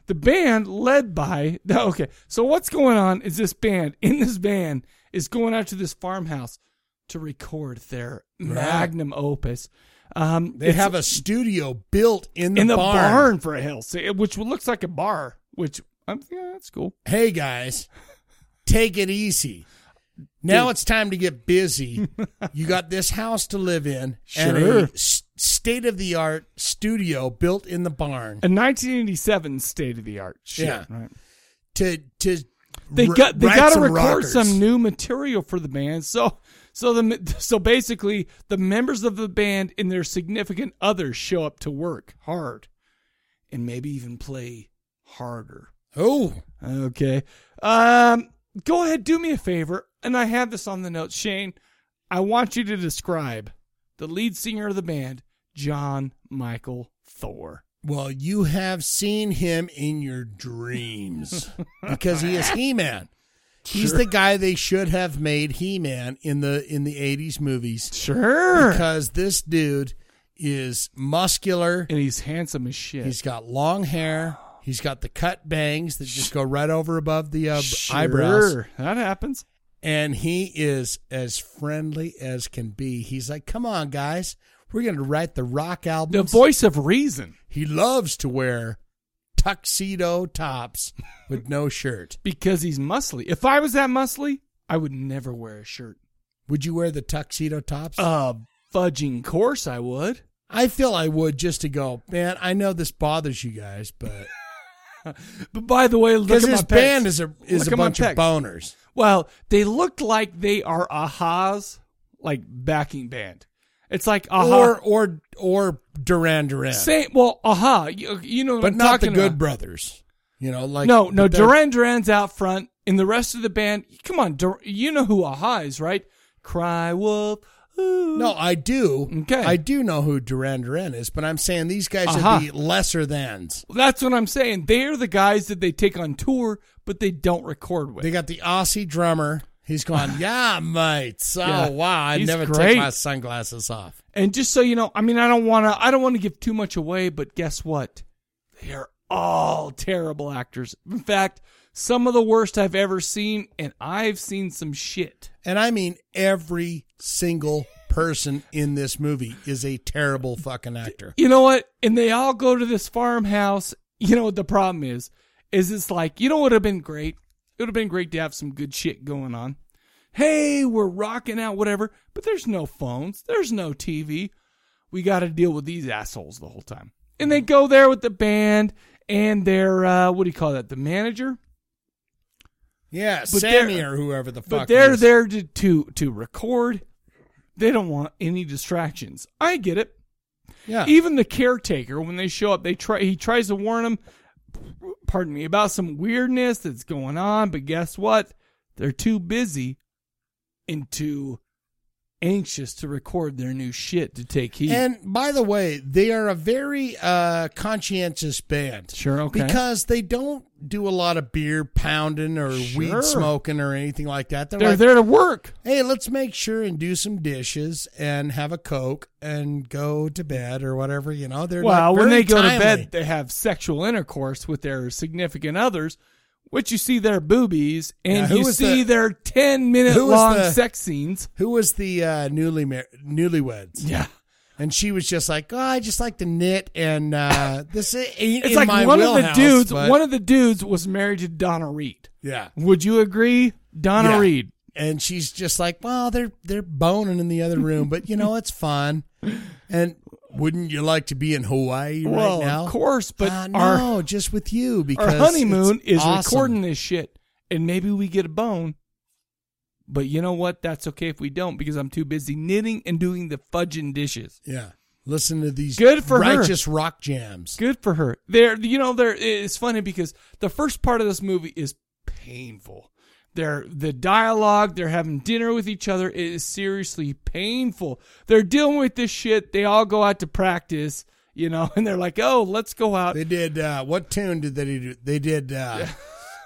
The band led by okay. So what's going on is this band in this band is going out to this farmhouse to record their Right. magnum opus. Um, They it's- have a studio built in the, in the barn. barn. for a hell sake, which looks like a bar. Which I'm yeah, that's cool. Hey guys, take it easy. Now Dude. it's time to get busy. you got this house to live in and Sure. a state of the art studio built in the barn A 1987 state of the art. Shit, Yeah. right. to to They r- got they write got to some record rockers. some new material for the band. So so the so basically the members of the band and their significant others show up to work hard, and maybe even play harder. Oh, Okay. Um, go ahead, do me a favor, and I have this on the notes, Shane. I want you to describe the lead singer of the band, John Michael Thor. well, you have seen him in your dreams because he is He-Man. He's Sure. the guy they should have made He-Man in the in the 80s movies. Sure. because this dude is muscular. and he's handsome as shit. He's got long hair. He's got the cut bangs that just go right over above the uh, eyebrows. Sure. That happens. And he is as friendly as can be. He's like, come on, guys. We're going to write the rock The album. voice of reason. he loves to wear tuxedo tops with no shirt. Because he's muscly. If I was that muscly, I would never wear a shirt. Would you wear the tuxedo tops? Uh, fudging course I would. I feel I would just to go, man. I know this bothers you guys, but but by the way, look because at my this pecs. band is a is Look a at my bunch of pecs. boners. Well, they look like they are Aha's like backing band. It's like Aha Or or or Duran Duran, Uh-huh. Same. Well, aha. You, you know, what but I'm not the talking Good about. Brothers. You know, like no, no. but they're- Duran Duran's out front, and the rest of the band. Come on, Dur- you know who aha is, right? Cry wolf. ooh. No, I do. Okay. I do know who Duran Duran is, but I'm saying these guys Aha. are the lesser thans. that's what I'm saying. They're the guys that they take on tour, but they don't record with. They got the Aussie drummer. He's going, yeah, mates. Oh Yeah. wow, I He's never great. take my sunglasses off. and just so you know, I mean, I don't want to. I don't want to give too much away, but guess what? They are all terrible actors. In fact, some of the worst I've ever seen, and I've seen some shit. And I mean every single person in this movie is a terrible fucking actor. you know what? And they all go to this farmhouse. You know what the problem is? Is it's like, you know what would have been great? It would have been great to have some good shit going on. Hey, we're rocking out, whatever, but there's no phones, there's no TV. We got to deal with these assholes the whole time. And they go there with the band and their, uh, what do you call that? The manager? Yeah, But Sammy they're- or whoever the fuck. But they're is. there to, to to record. They don't want any distractions. I get it. Yeah. Even the caretaker, when they show up, they try. He tries to warn them. Pardon me about some weirdness that's going on, but guess what? They're too busy and too anxious to record their new shit to take heed. And by the way, they are a very uh, conscientious band. Sure, okay. Because they don't do a lot of beer pounding or Sure. weed smoking or anything like that. They're, they're like, there to work. hey, let's make sure and do some dishes and have a Coke and go to bed or whatever, you know. They're Well, like, when very they go to timely. bed, they have sexual intercourse with their significant others, which you see their boobies Yeah, and who you was see the- their 10 minute who was long the- sex scenes. Who was the uh, newly mar- newlyweds? Yeah. And she was just like, oh, I just like to knit, and uh, this ain't It's in like my one of the wheelhouse, dudes, but- one of the dudes was married to Donna Reed. yeah, Would you agree? Donna Yeah. Reed. and she's just like, "Well, they're they're boning in the other room, but you know it's fun." And wouldn't you like to be in Hawaii well, right now? of course, but Uh, our no, just with you because our honeymoon it's is awesome. recording this shit, and maybe we get a bone. But you know what? That's okay if we don't because I'm too busy knitting and doing the fudging dishes. Yeah, listen to these Good for her. righteous rock jams. Good for her. There, you know, there. It's funny because the first part of this movie is painful. They're the dialogue. They're having dinner with each other. It is seriously painful. They're dealing with this shit. They all go out to practice, you know, and they're like, "Oh, let's go out." They did uh, what tune did they do? They did uh,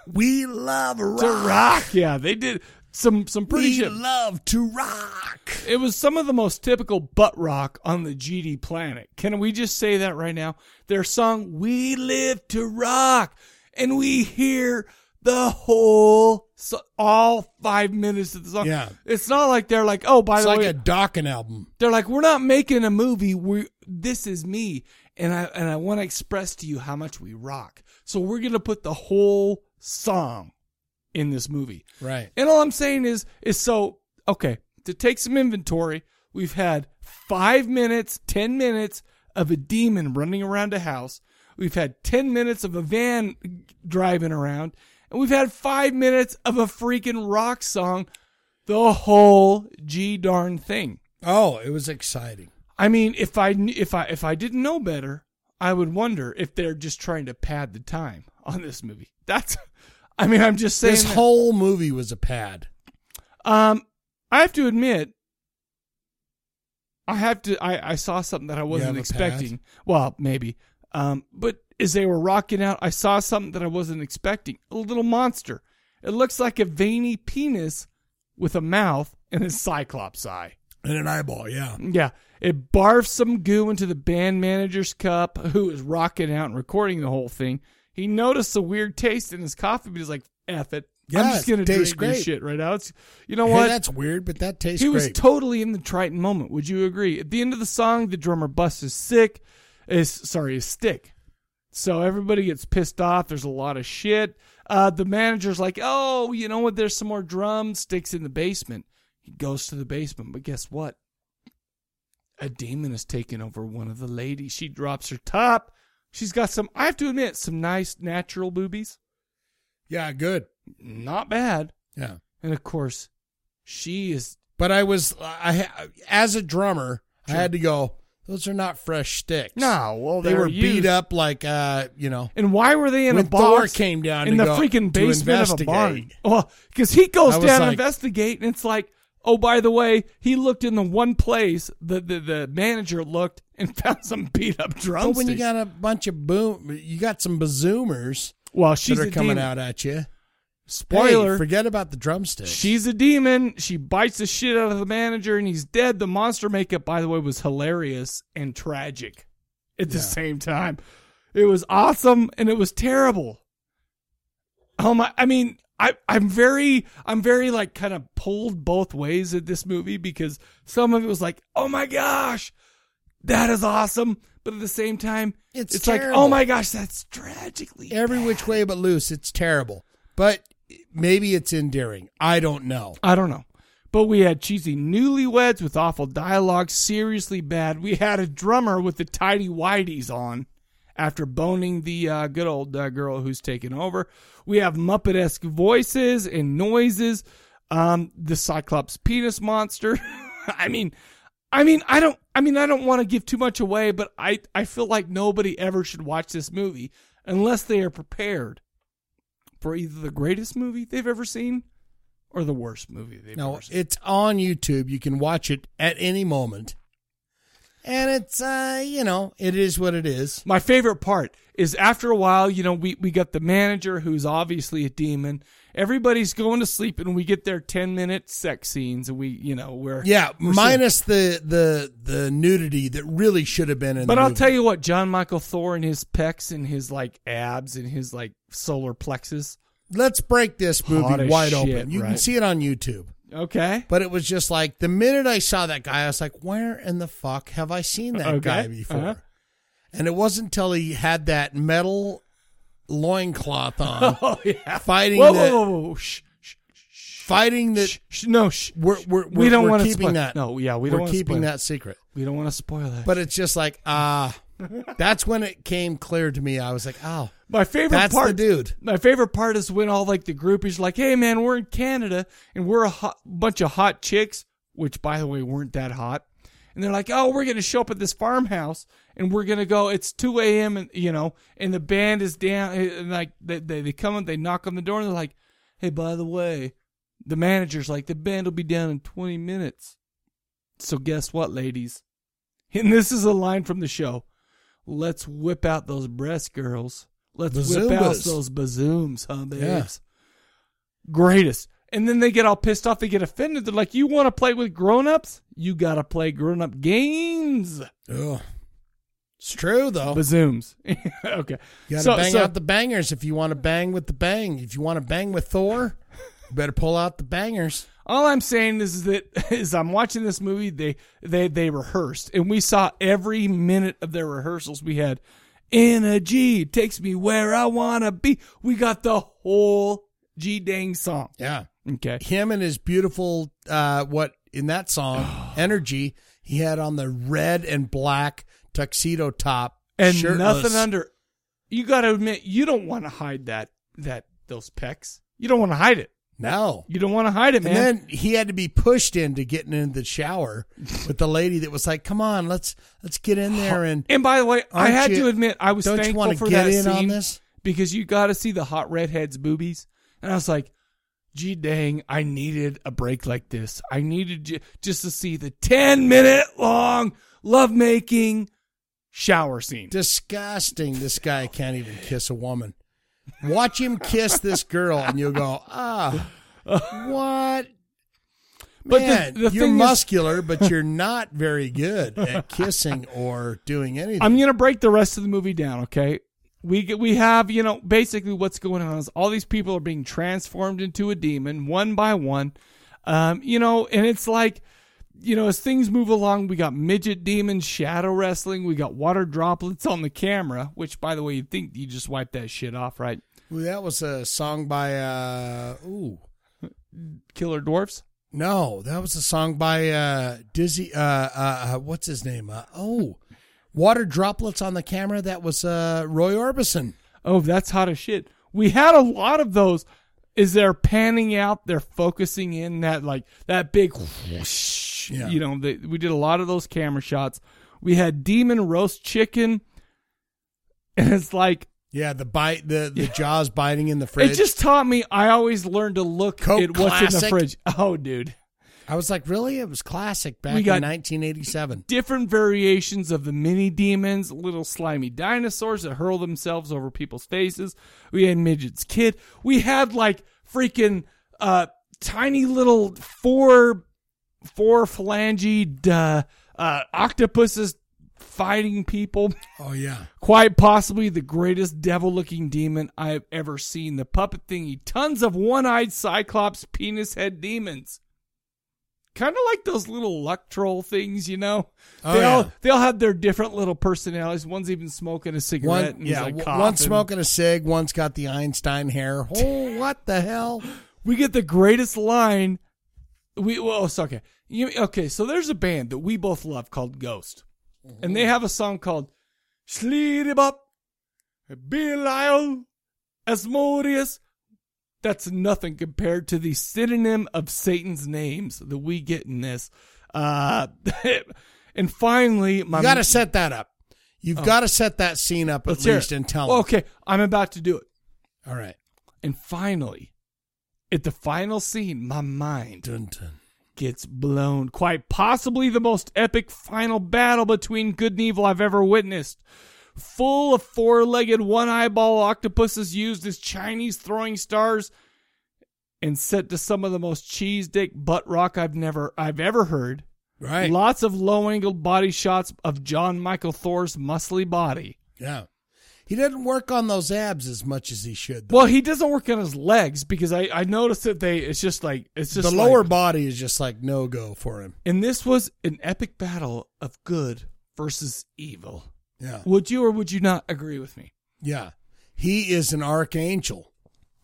"We Love Rock." to rock. Yeah, they did some some pretty we shit. love to rock. it was some of the most typical butt rock on the GD planet. Can we just say that right now? Their song "We Live to Rock" and we hear the whole so- all five minutes of the song. Yeah. it's not like they're like, oh, by It's the like way, a Dokken album. they're like, we're not making a movie. We this is me, and I and I want to express to you how much we rock. So we're gonna put the whole song in this movie. Right. And all I'm saying is, is so okay to take some inventory. We've had five minutes, ten minutes of a demon running around a house. We've had ten minutes of a van driving around, and we've had five minutes of a freaking rock song. The whole g darn thing. Oh, it was exciting. I mean, if I kn- if I if I didn't know better, I would wonder if they're just trying to pad the time on this movie. That's, I mean, I'm just saying. This that- whole movie was a pad. Um, I have to admit, I have to. I, I saw something that I wasn't have a expecting. Well, maybe. Um, but as they were rocking out, I saw something that I wasn't expecting. A little monster. It looks like a veiny penis with a mouth and a cyclops eye. And an eyeball, yeah. Yeah. It barfs some goo into the band manager's cup, who is rocking out and recording the whole thing. He noticed a weird taste in his coffee, but he's like, F it. I'm Yeah, just it gonna drink tastes this great." shit right now. It's, you know Hey, what? that's weird, but that tastes he great. was totally in the Triton moment. Would you agree? At the end of the song, the drummer busts his sick, is sorry, his stick. So everybody gets pissed off. There's a lot of shit. Uh, the manager's like, "Oh, you know what? There's some more drum sticks in the basement." He goes to the basement, but guess what? a demon has taken over one of the ladies. She drops her top. She's got some, I have to admit, some nice natural boobies. Yeah, good. Not bad. Yeah. And of course, she is. But I was, I ha- as a drummer, I had to go. Those are not fresh sticks. No, well, they they're were used. beat up like uh, you know. And why were they in when a bar? Thor came down in to the go- freaking to basement of a barn. investigate. Well, because he goes I was down to like- investigate, and it's like, oh, by the way, he looked in the one place the the, the manager looked and found some beat up drumsticks. But when you got a bunch of boom, you got some bazoomers. Well, she's that a are coming demon. out at you. Spoiler. Hey, forget about the drumsticks. She's a demon. She bites the shit out of the manager, and he's dead. The monster makeup, by the way, was hilarious and tragic at the same time. It was awesome and it was terrible. Oh my! I mean, I I'm very I'm very like kind of pulled both ways at this movie because some of it was like, oh my gosh, that is awesome, but at the same time, It's like, terrible. oh my gosh, that's tragically every which way but loose. It's terrible, but maybe it's endearing. I don't know. I don't know. But we had cheesy newlyweds with awful dialogue, seriously bad. We had a drummer with the tidy whities on after boning the uh, good old uh, girl who's taken over. We have Muppet esque voices and noises. Um, the Cyclops penis monster. I mean, I mean, I don't. I mean, I don't want to give too much away, but I I feel like nobody ever should watch this movie unless they are prepared for either the greatest movie they've ever seen or the worst movie they've No, ever seen. it's on YouTube. You can watch it at any moment. And it's uh, you know, it is what it is. My favorite part is after a while, you know, we, we got the manager who's obviously a demon. Everybody's going to sleep, and we get their ten minute sex scenes, and we, you know, we're Yeah, we're minus the the the nudity that really should have been in. But the I'll movie. tell you what, John Michael Thor and his pecs and his like abs and his like solar plexus. let's break this Hot movie as wide shit, open. You can right. see it on YouTube. Okay. But it was just like the minute I saw that guy, I was like, where in the fuck have I seen that Okay, guy before? uh-huh. And it wasn't until he had that metal loincloth on Oh yeah. uh, fighting Whoa, the whoa, whoa, whoa. Shh, fighting the shh, no, shh. we're, we're, We don't we're wanna keeping spoil- that. no, yeah, we don't we're wanna keeping spoil that secret. We don't want to spoil that. But it's just like ah, that's when it came clear to me. I was like, oh, My favorite that's part, the dude. My favorite part is when all like the groupies are like, "Hey man, we're in Canada and we're a hot, bunch of hot chicks," which by the way weren't that hot. And they're like, "Oh, we're gonna show up at this farmhouse and we're gonna go. It's two a.m. and you know, and the band is down. eh, And like they they, they come and they knock on the door and they're like, "Hey, by the way, the manager's like, the band will be down in twenty minutes. So guess what, ladies? And this is a line from the show. Let's whip out those breast girls. Let's whip out Bazoombas. those bazooms, huh, babes? Yeah. Greatest. And then they get all pissed off. They get offended. They're like, "You want to play with grown-ups? You gotta play grown-up games." Ugh. It's true though. Bazooms. okay. You gotta So- bang so- out the bangers if you want to bang with the bang. If you want to bang with Thor, you better pull out the bangers. All I'm saying is that is I'm watching this movie. They they they rehearsed, and we saw every minute of their rehearsals. We had energy takes me where I wanna be. We got the whole G dang song. Yeah. Okay. Him and his beautiful uh what in that song, Energy, he had on the red and black tuxedo top And shirtless. nothing under. You got to admit, you don't want to hide that that those pecs. You don't want to hide it. No. You don't want to hide it, man. And then he had to be pushed into getting in the shower with the lady that was like, "Come on, let's let's get in there." And Oh, And by the way, I Aren't had you- to admit I was don't you thankful wanna for get that in scene on this? because you got to see the hot redhead's boobies, and I was like, "Gee dang, I needed a break like this. I needed ju- just to see the ten minute long lovemaking shower scene." disgusting. This guy can't even kiss a woman. Watch him kiss this girl, and you'll go, ah, what? But the- Man, the you're thing is- muscular, but you're not very good at kissing or doing anything. I'm gonna break the rest of the movie down. Okay, we get, we have you know basically what's going on is all these people are being transformed into a demon one by one. Um, you know, and it's like, you know, as things move along, we got midget demons, shadow wrestling, we got water droplets on the camera, which by the way, you'd think you just wipe that shit off, right? Ooh, that was a song by, uh, ooh, Killer dwarfs. No, that was a song by uh, Dizzy. Uh, uh, uh, what's his name? Uh, oh, Water Droplets on the Camera. That was uh, Roy Orbison. Oh, that's hot as shit. We had a lot of those. Is they're panning out, they're focusing in that like that big whoosh. Yeah. You know, they, we did a lot of those camera shots. We had demon roast chicken, and it's like Yeah, the bite, the, the jaws biting in the fridge. it just taught me. I always learned to look Coke at what's in the Classic. fridge. Oh, dude, I was like, really? It was classic back We got- in 1987. different variations of the mini demons, little slimy dinosaurs that hurl themselves over people's faces. We had Midget's Kid. We had like freaking uh tiny little four four phalanged uh, uh octopuses fighting people. Oh yeah, Quite possibly the greatest devil looking demon I have ever seen. The puppet thingy, tons of one eyed cyclops penis head demons. Kind of like those little luck troll things, you know? Oh, they, yeah. all, they all have their different little personalities. One's even smoking a cigarette. one and he's yeah, like w- coughing. one smoking a cig, one's got the Einstein hair. Oh, what the hell? we get the greatest line. We well, it's okay. You, okay, so there's a band that we both love called Ghost, and they have a song called "Sleep Up, Belial, Asmodeus." That's nothing compared to the synonym of Satan's names that we get in this. Uh, and finally, my Oh. You got to set that up. You've got to set that scene up at Let's hear least it. and tell 'em. Okay, I'm about to do it. All right. And finally, at the final scene, my mind Dun, dun. gets blown. Quite possibly the most epic final battle between good and evil I've ever witnessed. Full of four legged, one eyeball octopuses used as Chinese throwing stars and set to some of the most cheese dick butt rock I've never I've ever heard. Right. Lots of low angled body shots of John Michael Thor's muscly body. Yeah. He didn't work on those abs as much as he should. Though. Well, he doesn't work on his legs because I, I noticed that they it's just like it's just the like- lower body is just like no go for him. and this was an epic battle of good versus evil. Yeah. Would you or would you not agree with me? Yeah. He is an archangel.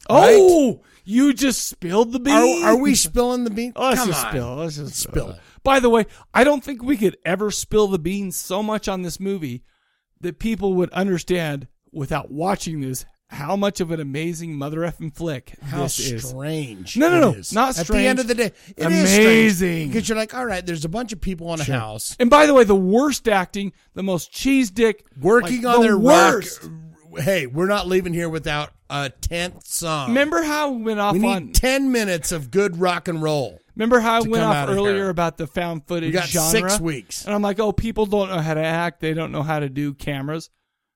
Oh, you just spilled the beans. Are, are we spilling the bean? Oh, let's Come just on. spill. Let's just Spill spill. it. it. By the way, I don't think we could ever spill the beans so much on this movie that people would understand without watching this how much of an amazing mother effing flick How this is. strange. No, no, it no, is. not At the strange. end of the day, it is Amazing. Because you're like, all right, there's a bunch of people in a house And by the way, the worst acting, the most cheese dick, working like, on the their worst. work. Hey, we're not leaving here without a 10th song. Remember how we went off we need on? 10 minutes of good rock and roll. Remember how I to went come off out of earlier here. about the found footage We got genre? six weeks. And I'm like, oh, people don't know how to act. They don't know how to do cameras.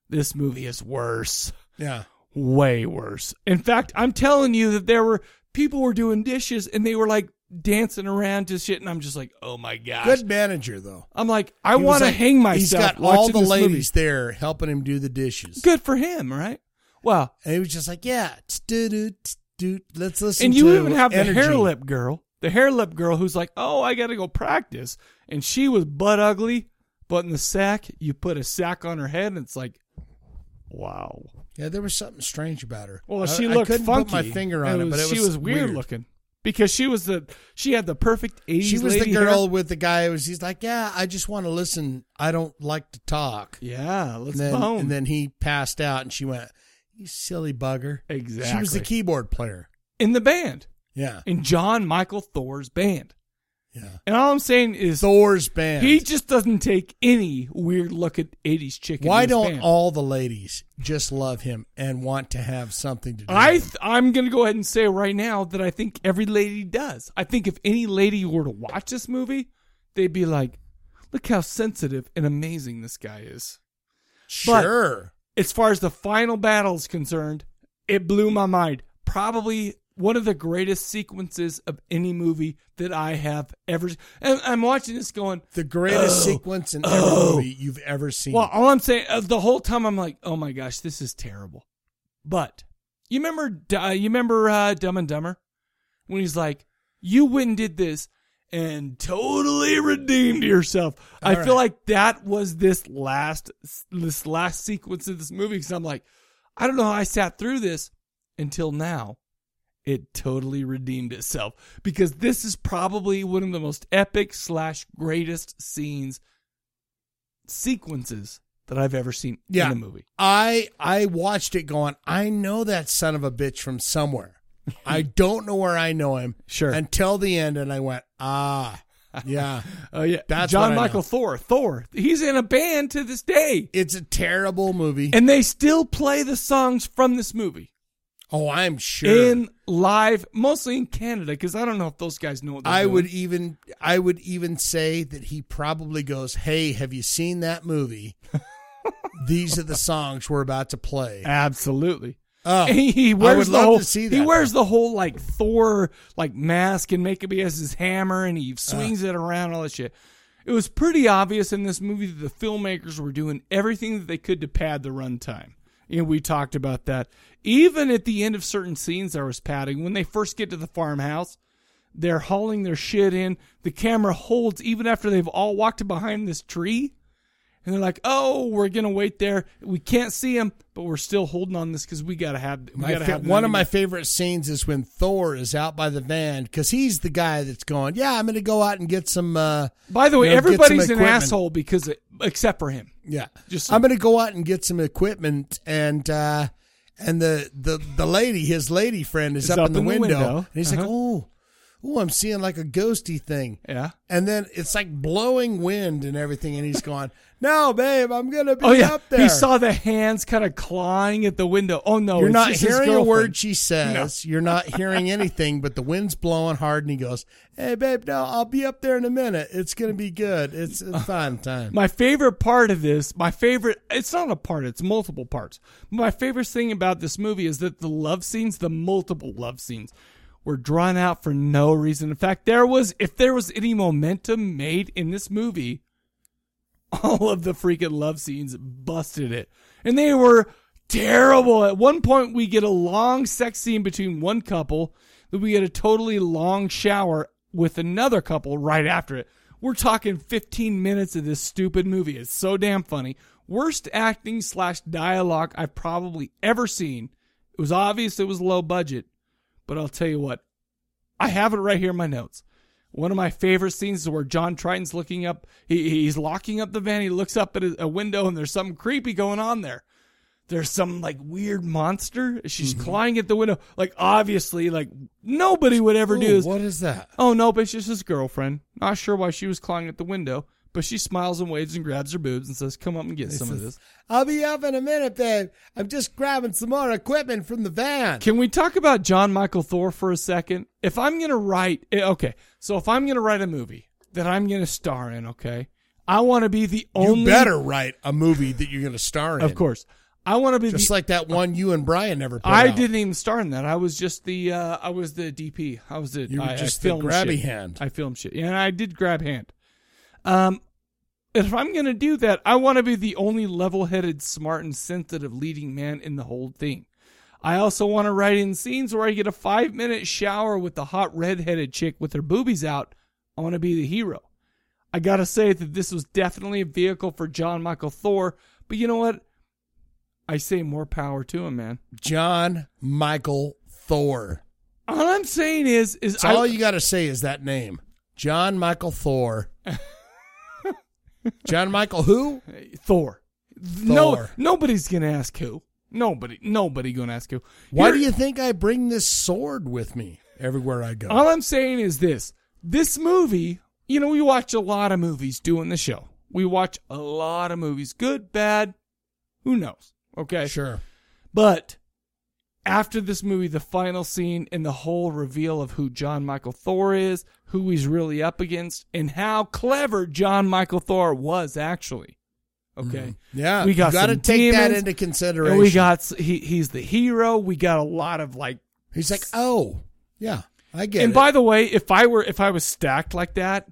This movie is worse. Yeah. Way worse. In fact, I'm telling you that there were people were doing dishes and they were like dancing around to shit. And I'm just like, oh my gosh. Good manager, though. I'm like, I He was want to like- hang myself. He's got watching all the this movie. ladies there helping him do the dishes. Good for him, right? Wow. And he was just like, yeah, t's do do t's do. Let's listen. And you to even have energy. the hair lip girl, the hair lip girl who's like, oh, I got to go practice. And she was butt ugly, but in the sack, you put a sack on her head and it's like, wow. Yeah, there was something strange about her. Well, I- she I looked couldn't funky. Put my finger on it, was- but it was she was weird, looking because she was the she had the perfect 80s She was the lady girl hair. with the guy who was. He's like, yeah, I just want to listen. I don't like to talk. Yeah, let's and, then, bone. and then he passed out, and she went, "You silly bugger." She was the Exactly. keyboard player. in the band, Yeah, in John Michael Thor's band. yeah. And all I'm saying is Thor's band. he just doesn't take any weird looking 80s chick. in Why his don't band. all the ladies just love him and want to have something to do? I with him? th- I'm gonna go ahead and say right now that I think every lady does. I think if any lady were to watch this movie, they'd be like, "Look how sensitive and amazing this guy is." but- sure. As far as the final battle is concerned, it blew my mind. Probably one of the greatest sequences of any movie that I have ever. And I'm watching this going. the greatest Oh. sequence in Oh. every movie you've ever seen. Well, all I'm saying uh, the whole time I'm like, "Oh my gosh, this is terrible." But you remember, uh, you remember uh, Dumb and Dumber when he's like, "You went and did this and totally redeemed yourself." I All feel right. like that was this last this last sequence of this movie because I'm like, I don't know how I sat through this until now, it totally redeemed itself because this is probably one of the most epic slash greatest scenes sequences that I've ever seen in a movie. I I watched it going, I know that son of a bitch from somewhere. I don't know where I know him. Sure. Until the end and I went, ah, yeah. Oh yeah. That's John what I know. Michael Thor. Thor. He's in a band to this day. It's a terrible movie. And they still play the songs from this movie. Oh, I'm sure. In live, mostly in Canada, because I don't know if those guys know what they're I doing. would even I would even say that he probably goes, "Hey, have you seen that movie? These are the songs we're about to play." Absolutely. Oh, he, he I wears would the love whole, to see He that. wears the whole like Thor like mask and makeup. He has his hammer and Uh. he swings it around all that shit. It was pretty obvious in this movie that the filmmakers were doing everything that they could to pad the runtime. And we talked about that. Even at the end of certain scenes, there was padding. When they first get to the farmhouse, they're hauling their shit in. The camera holds even after they've all walked behind this tree. And they're like, "Oh, we're gonna wait there. We can't see him, but we're still holding on this because we gotta have. We My gotta fa- have one of my favorite scenes is when Thor is out by the van because he's the guy that's going, "Yeah, I'm going to go out and get some." Uh, By the way, you know, get some everybody's an equipment." asshole because it, except for him. Yeah, Just- I'm going to go out and get some equipment, and uh, and the, the the lady, his lady friend, is Is up, in the, window, and he's like, Uh-huh. "Oh, oh, I'm seeing like a ghosty thing." Yeah. And then it's like blowing wind and everything, and he's going, "No, babe, I'm gonna be Oh yeah, up there." he saw the hands kind of clawing at the window. Oh no, You're it's not just his hearing a girlfriend. word she says. You're not hearing anything, but the wind's blowing hard, and he goes, "Hey, babe, no, I'll be up there in a minute. It's gonna be good. It's a fun time." My favorite part of this, my favorite, it's not a part, it's multiple parts. My favorite thing about this movie is that the love scenes, the multiple love scenes, were drawn out for no reason. In fact, there was, if there was any momentum made in this movie, all of the freaking love scenes busted it. And they were terrible. At one point, we get a long sex scene between one couple, then we get a totally long shower with another couple right after it. We're talking 15 minutes of this stupid movie. It's so damn funny. Worst acting slash dialogue I've probably ever seen. It was obvious it was low budget, but I'll tell you what, I have it right here in my notes. One of my favorite scenes is where John Triton's looking up. He, he's locking up the van. He looks up at a a window and there's something creepy going on there. There's some like weird monster. She's Mm-hmm. clawing at the window. Like obviously, like nobody would ever do Ooh, this. What is that? Oh no, but it's just his girlfriend. Not sure why she was clawing at the window, but she smiles and waves and grabs her boobs and says, "Come up and get some of says, this." I'll be up in a minute, babe. I'm just grabbing some more equipment from the van. Can we talk about John Michael Thor for a second? If I'm gonna write, eh, okay, so if I'm gonna write a movie that I'm gonna star in, okay, I want to be the only. You better write a movie that you're going to star in. Of course, I want to be Just the. like that one you and Brian never put I out. didn't even star in that. I was just the. Uh, I was the DP. I was the. You were I, I just the filmed grabby shit. hand. I filmed shit, and I did grab hand. Um, if I'm gonna do that, I want to be the only level-headed, smart, and sensitive leading man in the whole thing. I also want to write in scenes where I get a five-minute shower with the hot red-headed chick with her boobies out. I want to be the hero. I gotta say that this was definitely a vehicle for John Michael Thor, but you know what? I say more power to him, man. John Michael Thor. All I'm saying is, is That's I, all you got to say is that name. John Michael Thor. John Michael who? Thor. No, Thor. nobody's gonna ask who. Nobody, nobody gonna ask who. Why Here- do you think I bring this sword with me everywhere I go? All I'm saying is this: this movie. You know, we watch a lot of movies doing the show. We watch a lot of movies, good, bad, who knows? Okay, Sure. But after this movie, the final scene and the whole reveal of who John Michael Thor is, who he's really up against, and how clever John Michael Thor was actually. Okay. Yeah, We got you gotta some take that demons, into and consideration. we got s- he he's the hero. We got a lot of like He's like, oh, yeah, I get and it. by the way, if I were if I was stacked like that,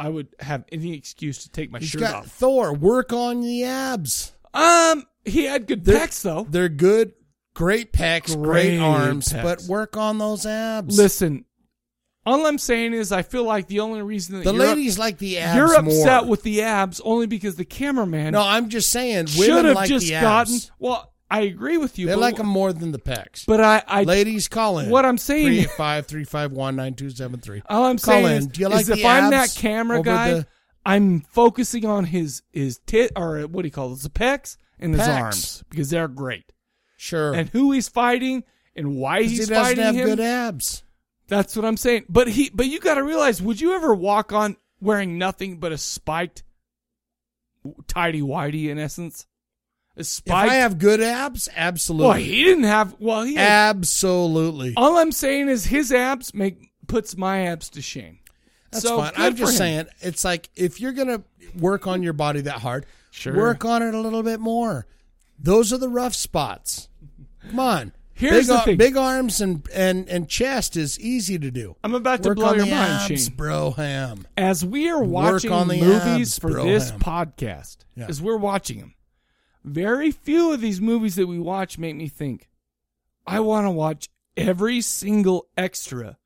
I would have any excuse to take my He's shirt got off. Thor. Work on the abs. Um, he had good They're- pecs though. They're good, great pecs, great, Great arms, pecs. but work on those abs. Listen, all I'm saying is I feel like the only reason that the you're up- ladies like the abs you're upset more. with the abs only because the cameraman No, I'm just saying, should women have like just the abs. gotten. Well, I agree with you. They but like them more than the pecs. But I, I ladies, call in. What I'm saying- three eight five three five one nine two seven three. All I'm call saying in. is, Do you is like if the I'm that abs camera over guy, the- I'm focusing on his his tit or what do you call those, the pecs and his Pecs. arms because they're great. Sure. And who he's fighting and why 'Cause he's he doesn't fighting have him. good abs. That's what I'm saying. But he, but you got to realize, would you ever walk on wearing nothing but a spiked, tidy whitey in essence? A spiked. if I have good abs, absolutely. Well, he didn't have. Well, he had- absolutely. all I'm saying is his abs make puts my abs to shame. That's so fine. good I'm for just him. saying, it's like if you're gonna work on your body that hard, Sure. work on it a little bit more. Those are the rough spots. Come on. Here's big, the ar- thing. big arms and, and, and chest is easy to do. I'm about to Work blow on your the mind, abs, Shane. bro. Ham. As we are Work watching on the movies abs, for bro, this Ham. podcast, Yeah. as we're watching them, very few of these movies that we watch make me think, I want to watch every single extra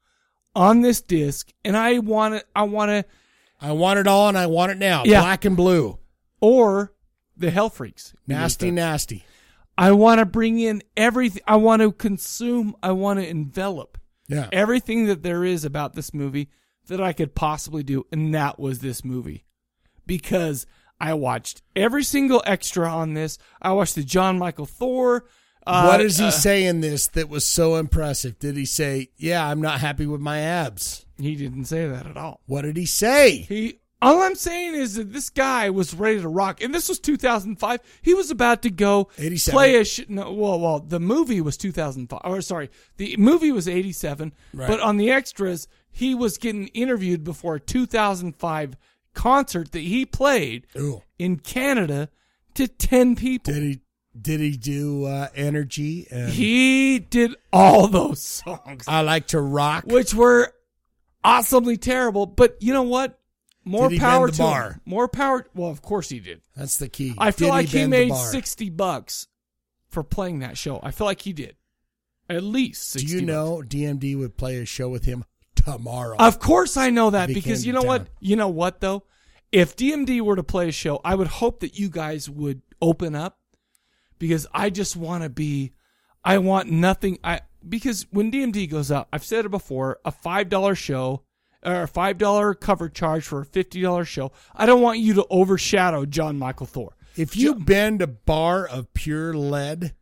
on this disc, and I want to, I want to, I want it all, and I want it now. Yeah. Black and blue, or the Hell Freaks, nasty, nasty. I want to bring in everything. I want to consume. I want to envelop Yeah. everything that there is about this movie that I could possibly do. And that was this movie because I watched every single extra on this. I watched the John Michael Thor. Uh, what does he uh, say in this that was so impressive? Did he say, "Yeah, I'm not happy with my abs"? He didn't say that at all. What did he say? He. All I'm saying is that this guy was ready to rock, and this was 2005. He was about to go 87. play a shit. No, well, well, the movie was 2005. Or sorry, the movie was 87. Right. But on the extras, he was getting interviewed before a 2005 concert that he played Ooh. in Canada to 10 people. Did he? Did he do uh, energy? And He did all those songs, I like to rock. which were awesomely terrible. But you know what? More Did he power bend the to him. bar? More power. Well, of course he did. That's the key. I feel Did like he, bend the made bar? sixty bucks for playing that show. I feel like he did, at least. Do 60 you know DMD would play a show with him tomorrow? Bucks. Of course, I know that If he because came you to know what? town. You know what though? If DMD were to play a show, I would hope that you guys would open up because I just want to be. I want nothing. I because when DMD goes up, I've said it before, a five dollar show or a five dollar cover charge for a fifty dollar show. I don't want you to overshadow John Michael Thor. If you bend a bar of pure lead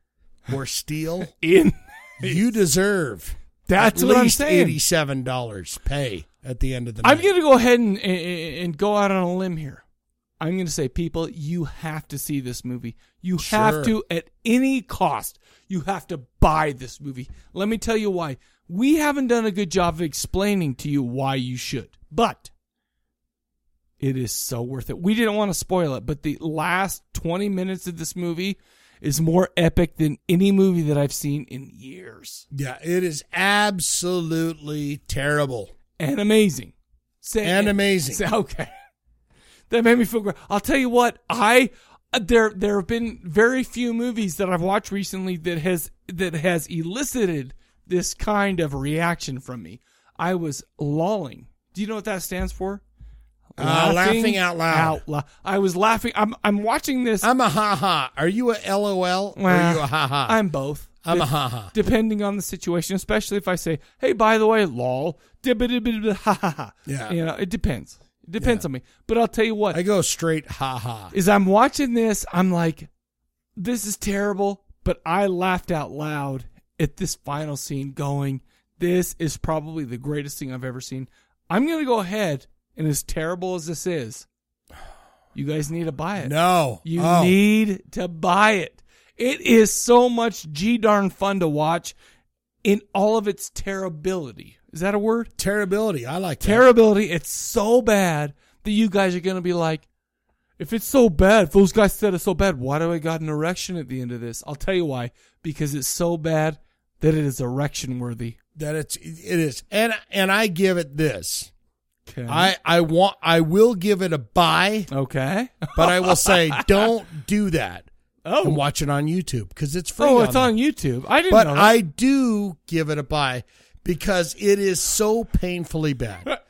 or steel, In you deserve That's at what I'm least saying. eighty-seven dollars pay at the end of the night. I'm going to go ahead and, and and go out on a limb here. I'm going to say, people, you have to see this movie. You have Sure. to, at any cost, you have to buy this movie. Let me tell you why. We haven't done a good job of explaining to you why you should, but it is so worth it. We didn't want to spoil it, but the last 20 minutes of this movie is more epic than any movie that I've seen in years Yeah, it is absolutely terrible. and amazing. Say, And amazing. Say- okay, that made me feel great. I'll tell you what I uh, there there have been very few movies that I've watched recently that has that has elicited this kind of reaction from me. I was lolling. Do you know what that stands for? Uh, laughing out loud. Out lou- I was laughing. I'm I'm watching this. I'm a ha ha. Are you a LOL or Well, are you a ha ha? I'm both. I'm a ha-ha. Depending on the situation, especially if I say, "Hey, by the way, lol," dibba-dibba-dibba, ha ha ha. Yeah. you know, it depends. It depends on me. But I'll tell you what I go straight ha ha. is I'm watching this, I'm like, this is terrible, but I laughed out loud at this final scene going, this is probably the greatest thing I've ever seen. I'm going to go ahead, and as terrible as this is, you guys need to buy it. No. You Oh. need to buy it. It is so much g darn fun to watch in all of its terribility. Is that a word? Terribility. I like that. terribility. It's so bad that you guys are gonna be like, if it's so bad, if those guys said it's so bad, why do I got an erection at the end of this? I'll tell you why. Because it's so bad that it is erection worthy. that it's it is. And and I give it this. Okay. I I want I will give it a buy, okay. but I will say don't do that. Oh. And watch it on YouTube because it's free. oh, it's there. on YouTube. I didn't But know. I do give it a buy because it is so painfully bad.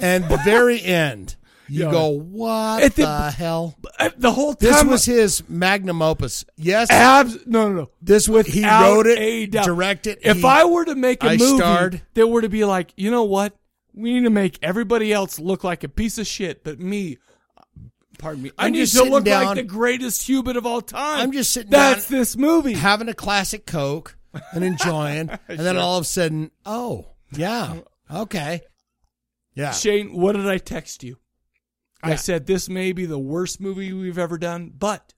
and the very end, You Yeah. go, what At the, the- hell? Uh, The whole time. This was his magnum opus. Yes, Abs- no, no, no. this was he Without wrote it, a doubt. directed. If he- I were to make a I movie starred. that were to be like, you know what? We need to make everybody else look like a piece of shit, but me, pardon me, I I'm need just to sitting look down. like the greatest human of all time. I'm just sitting That's down- this movie. having a classic Coke and enjoying, and then all of a sudden, oh yeah, okay, yeah, Shane, what did I text you? Yeah. I said this may be the worst movie we've ever done, but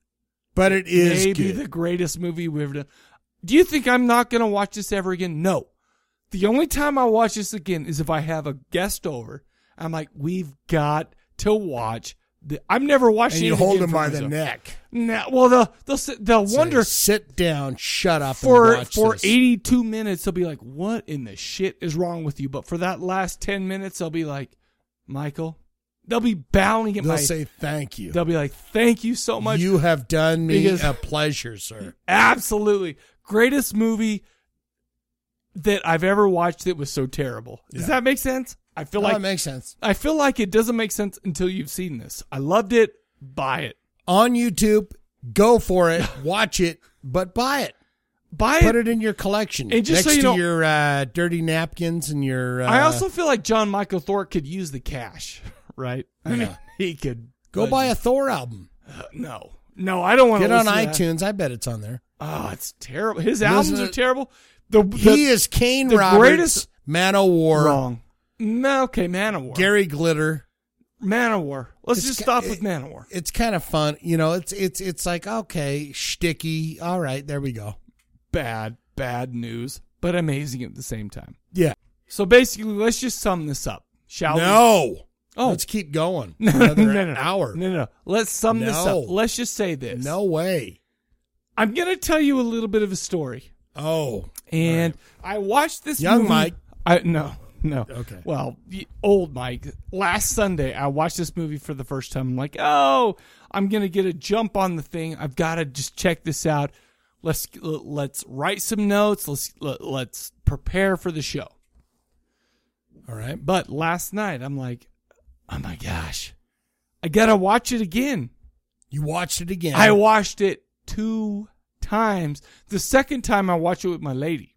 but it is maybe good. the greatest movie we've ever done. Do you think I'm not going to watch this ever again? No. The only time I watch this again is if I have a guest over. I'm like, we've got to watch. The, I'm never watching. and you anything hold again him for by the myself. neck. Nah, well, they'll they'll, sit- they'll Say, wonder sit down, shut up, and for watch for this. 82 minutes. They'll be like, what in the shit is wrong with you? But for that last 10 minutes, they'll be like, Michael. They'll be bowing at They'll my. say thank you. they'll be like, thank you so much. You have done me Because- a pleasure, sir. Absolutely. Greatest movie that I've ever watched that was so terrible. Does Yeah. that make sense? I feel No, like Oh, it makes sense. I feel like it doesn't make sense until you've seen this. I loved it. Buy it. On YouTube, go for it, watch it, but buy it. Buy Put it. it in your collection And just next so you to know- your uh, dirty napkins and your. Uh, I also feel like John Michael Thorpe could use the cash, right? I mean, Yeah. he could Uh, go buy a Thor album. No. No, I don't want Get to on listen to that. iTunes. I bet it's on there. Oh, it's terrible. His Listen albums to- are terrible. The, the He is Kane the Roberts, greatest- Man o' War, wrong. No, okay, Manowar. Gary Glitter. Manowar. Let's It's just ca- stop with it- Manowar. It's kind of fun, you know. It's it's it's like okay, shticky. All right, there we go. bad, bad news, but amazing at the same time. Yeah. So basically, let's just sum this up, shall we? No. Oh. Let's keep going. No, Another no, no, no. hour. No, no, no. Let's sum this No. up. Let's just say this. No way. I'm going to tell you a little bit of a story. Oh. And I watched this Young movie- Mike. I no, no. Okay. Well, y- old Mike. Last Sunday, I watched this movie for the first time. I'm like, oh, I'm gonna get a jump on the thing. I've got to just check this out. Let's let's write some notes. Let's let, let's prepare for the show. All right. But last night, I'm like, oh my gosh, I gotta watch it again. You watched it again. I watched it two times. The second time I watched it with my lady,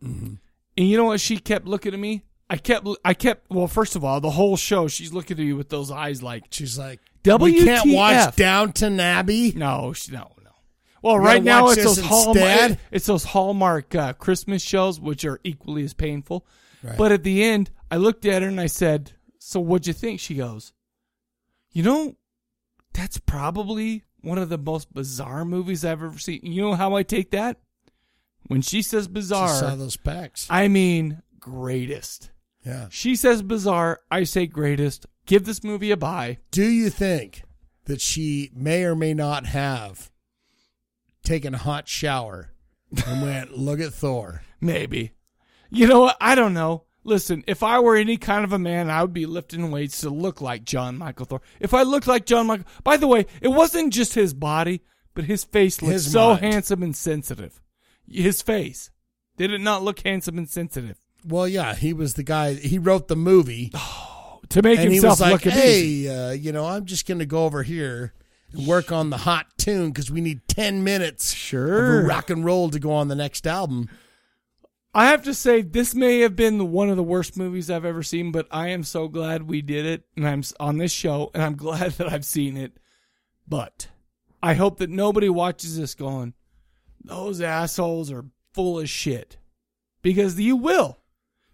Mm-hmm. and you know what? She kept looking at me. I kept, I kept. Well, first of all, the whole show, she's looking at me with those eyes like, She's like, we WTF. can't watch Downton Abbey. no, she, no, no. Well, You right gotta now watch it's this those hallmark, instead? it's those hallmark uh, Christmas shows, which are equally as painful. But at the end, I looked at her and I said, "So what'd you think?" She goes, "You know, that's probably one of the most bizarre movies I've ever seen." You know how I take that? When she says She saw bizarre, those packs. I mean greatest. Yeah. She says bizarre, I say greatest. Give this movie a buy. Do you think that she may or may not have taken a hot shower and went, look at Thor? Maybe. You know what? I don't know. Listen, if I were any kind of a man, I would be lifting weights to look like John Michael Thor. If I looked like John Michael, by the way, it wasn't just his body, but his face looked His so mind. handsome and sensitive. His face did it not look handsome and sensitive Well, yeah, he was the guy. He wrote the movie, to make and he himself was like, look at "Hey, uh, you know, I'm just going to go over here and work on the hot tune because we need ten minutes Sure. of rock and roll to go on the next album." I have to say, this may have been the- one of the worst movies I've ever seen, but I am so glad we did it, and I'm s- on this show, and I'm glad that I've seen it. But I hope that nobody watches this going, those assholes are full of shit, because you will.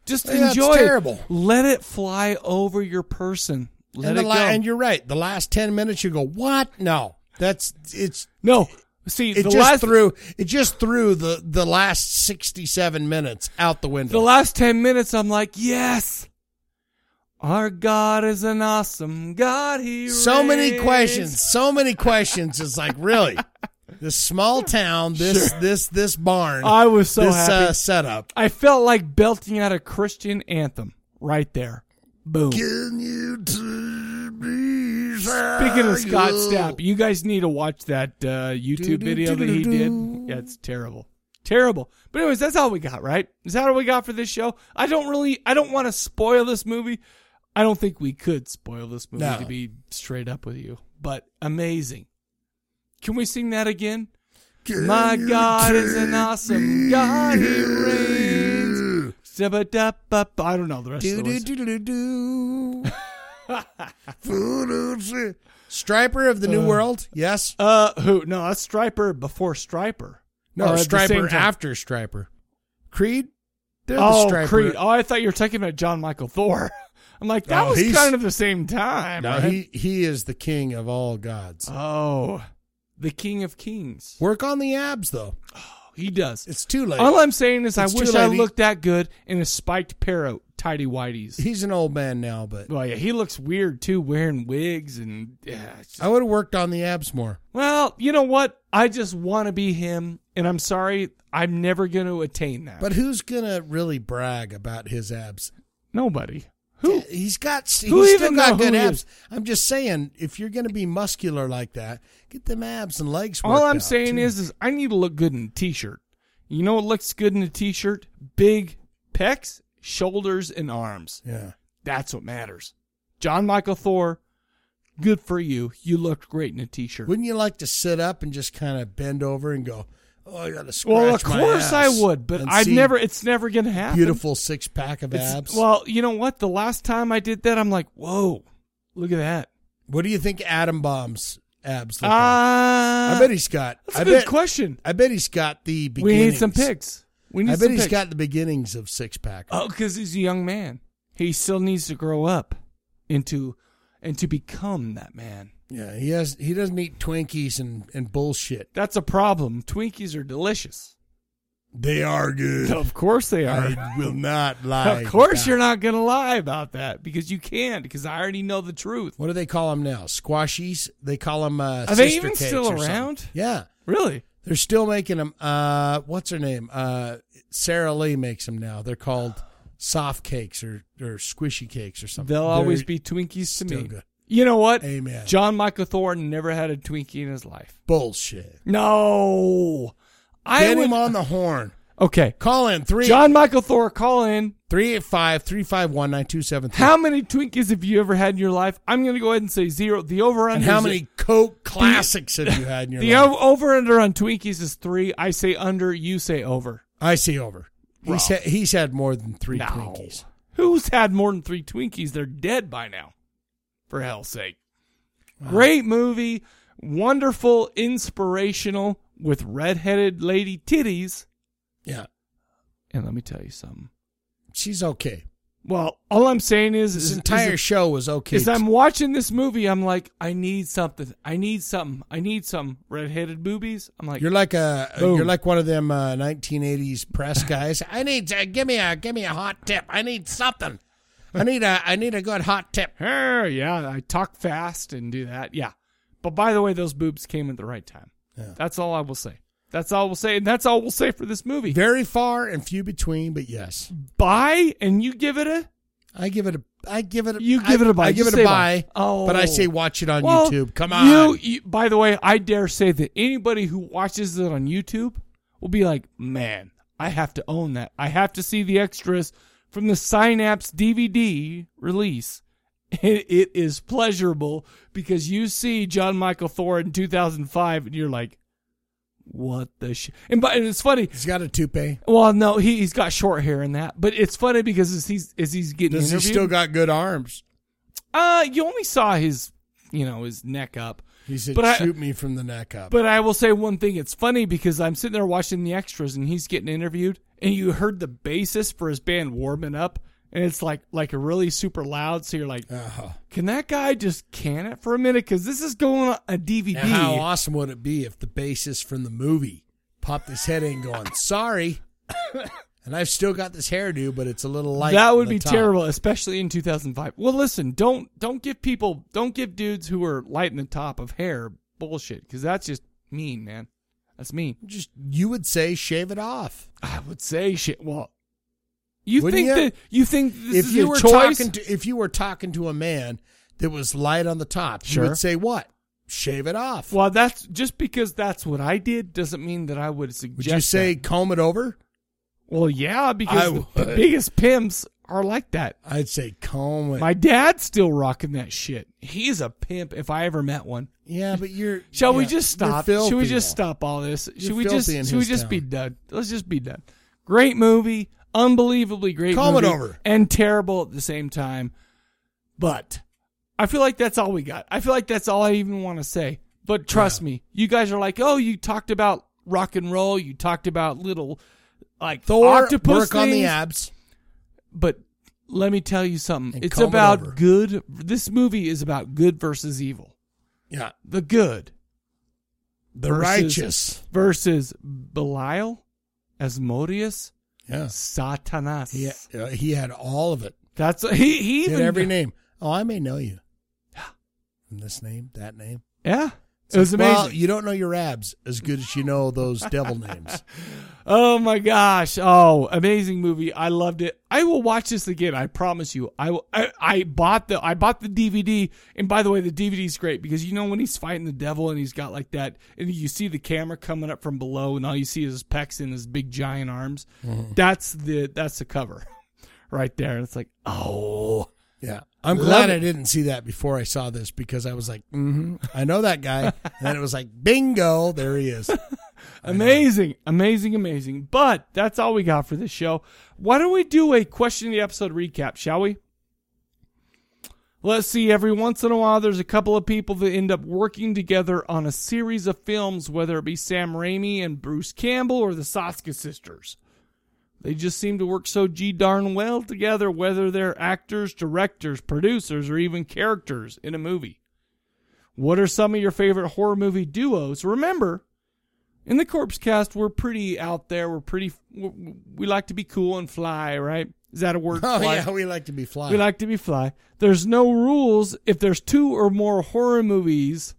Just Yeah, it's enjoy it. terrible. Let it fly over your person. Let and, it the go. la- and you're right. The last ten minutes, you go, "What? No, that's it's." no, see, It the just last threw it just threw the the last sixty seven minutes out the window. The last 10 minutes, I'm like, yes. Our God is an awesome God. He so many reigns." questions so many questions it's like really this small town this this this barn I was so this happy. Uh, setup I felt like belting out a Christian anthem right there. Boom. can you uh, to me Speaking of Scott Stapp, you guys need to watch that uh, YouTube video that he did. Yeah, it's terrible. Terrible. But anyways, that's all we got, right? Is that all we got for this show? I don't really I don't want to spoil this movie. I don't think we could spoil this movie No. to be straight up with you, but amazing. Can we sing that again? My God is an awesome God. He reigns. Sub-a-dup-up- I don't know the rest of the words. Striper of the New Uh, World, yes. Uh, who? No, that's Striper before Striper. Or No, at the Oh, Striper same time. after Striper. Creed. They're the oh, Striper. Creed. Oh, I thought you were talking about John Michael Thor. I'm like, that Oh, was he's- kind of the same time. No, right? he he is the king of all gods. Oh, the king of kings. Oh, Work on the abs though. He does. It's too late. All I'm saying is, I It's too wish I late. He- looked that good in a spiked pair of tidy whities. He's an old man now, but well, yeah, he looks weird too, wearing wigs and yeah. it's just- I would have worked on the abs more. well, you know what? I just want to be him, and I'm sorry, I'm never going to attain that. But who's gonna really brag about his abs? nobody. Who? He's got he's Who still even know got who good he abs. is? I'm just saying, if you're gonna be muscular like that, get them abs and legs. All worked I'm out, saying too. is, is I need to look good in a t-shirt. You know what looks good in a t-shirt? Big pecs, shoulders, and arms. yeah. That's what matters. John Michael Thor, good for you. You looked great in a t-shirt. Wouldn't you like to sit up and just kind of bend over and go, "Oh, I got to scratch well, of my course I ass," would, but and I've see never. It's never gonna happen. beautiful six pack of It's- abs. Well, you know what? The last time I did that, I'm like, whoa, look at that. what do you think Adam Bomb's abs look like? Ah, I bet he's got. that's a I good bet, question. I bet he's got the We beginnings. need some pics. We need I some bet he's pics. got the beginnings of six pack. Oh, because he's a young man. He still needs to grow up into and to become that man. Yeah, he has. He doesn't eat Twinkies and and bullshit. That's a problem. Twinkies are delicious. They are good. Of course they are. I will not lie. Of course about you're it. not going to lie about that because you can't because I already know the truth. What do they call them now? Squashies. They call them. Uh, Are they sister even cakes still or something. around? Yeah, Really? they're still making them. Uh, what's her name? Uh, Sarah Lee makes them now. They're called soft cakes or or squishy cakes or something. They'll They're- always be Twinkies to still me. good. You know what? Amen. John Michael Thornton never had a Twinkie in his life. bullshit. No. I Get would- him on the horn. Okay. Call in three John Michael Thor, call in. three eight five three five one nine two seven three. How many Twinkies have you ever had in your life? I'm going to go ahead and say zero. The over and under. how many Coke classics have you had in your The life? over under on Twinkies is three. I say under. You say over. I see over. He's Wrong. had, he's had more than three No. Twinkies. Who's had more than three Twinkies? They're dead by now. For hell's sake. Great movie. Wonderful, inspirational with redheaded lady titties. Yeah, And let me tell you something. she's okay. Well, all I'm saying is, This is, entire is, show was okay. is I'm watching this movie. I'm like, I need something. I need something. I need some redheaded boobies. I'm like, you're like a Boom. you're like one of them uh, 1980s press guys. I need uh, give me a give me a hot tip. I need something. I need a I need a good hot tip. "Hey, yeah, I talk fast and do that. Yeah. But by the way, those boobs came at the right time. Yeah. That's all I will say. That's all we'll say. And that's all we'll say for this movie. Very far and few between, but yes, buy and you give it a. I give it a I give it a, You give I- it a buy. I give You it say a buy. buy. Oh. but I say watch it on Well, YouTube. Come on, you- you- by the way, I dare say that anybody who watches it on YouTube will be like, man, I have to own that. I have to see the extras from the Synapse DVD release. It, it is pleasurable because you see John Michael Thor in 2005 and you're like, what the sh? And, but, and it's funny. he's got a toupee. Well, no, he, he's got short hair in that, but it's funny because as he's, as he's getting Does he interviewed, still got good arms? uh, you only saw his, you know, his neck up. He said, But I- "Shoot me from the neck up." But I will say one thing. It's funny because I'm sitting there watching the extras and he's getting interviewed and you heard the bassist for his band warming up and it's like, like really super loud. So you're like, Uh-huh. can that guy just can it for a minute? Cause this is going on a DVD. Now, how awesome would it be if the bassist from the movie popped his head in, going, "Sorry," and I've still got this hairdo, but it's a little light. that on would the be top. terrible, especially in 2005. Well, listen, don't, don't give people, don't give dudes who are lighting the top of hair bullshit. Cause that's just mean, man. That's mean. Just you would say, shave it off. I would say shit. Well, you Wouldn't think you? that you think this if is you a were choice? talking to if you were talking to a man that was light on the top, Sure. you would say, "What? Shave it off." Well, that's just because that's what I did doesn't mean that I would suggest. would you say that. comb it over? Well, yeah, because I the would. biggest pimps are like that. I'd say comb it. My dad's still rocking that shit. He's a pimp if I ever met one. Yeah, but you're. Shall we yeah, just you're stop? Should we filthy, just though. stop all this? Should You're we just filthy in should we his just town. be done? Uh, Let's just be done. Great movie, unbelievably great Call it movie, over. and terrible at the same time. But I feel like that's all we got. I feel like that's all I even want to say. But trust me, you guys are like, "Oh, you talked about rock and roll, you talked about little like Thor, octopus work on the things." abs. but let me tell you something. And it's comb it about over. good. This movie is about good versus evil. Yeah, The good, the versus- righteous. versus Belial, Asmodeus, Yeah, Satanas. he, uh, he had all of it. That's he. He He even had every name. Oh, I may know you. And this name, that name. Yeah, it was It's like, amazing. Well, you don't know your abs as good as you know those devil names. Oh my gosh! Oh, amazing movie! I loved it. I will watch this again. I promise you. I will, I, I bought the I bought the DVD, and by the way, the DVD's great because you know when he's fighting the devil and he's got like that, and you see the camera coming up from below, and all you see is his pecs and his big giant arms. Mm-hmm. That's the that's the cover, right there. And it's like, oh, Yeah. I'm Love glad it. I didn't see that before I saw this because I was like, mm-hmm, I know that guy. and then it was like, bingo, there he is. Amazing, amazing, amazing. But that's all we got for this show. Why don't we do a question of the episode recap, shall we? Let's see, every once in a while, there's a couple of people that end up working together on a series of films, whether it be Sam Raimi and Bruce Campbell or the Saska sisters. They just seem to work so g darn well together, whether they're actors, directors, producers, or even characters in a movie. What are some of your favorite horror movie duos? Remember, in the corpse cast we're pretty out there we're pretty we, we like to be cool and fly right is that a word Oh, fly? yeah. We like to be fly. we like to be fly there's no rules if there's two or more horror movies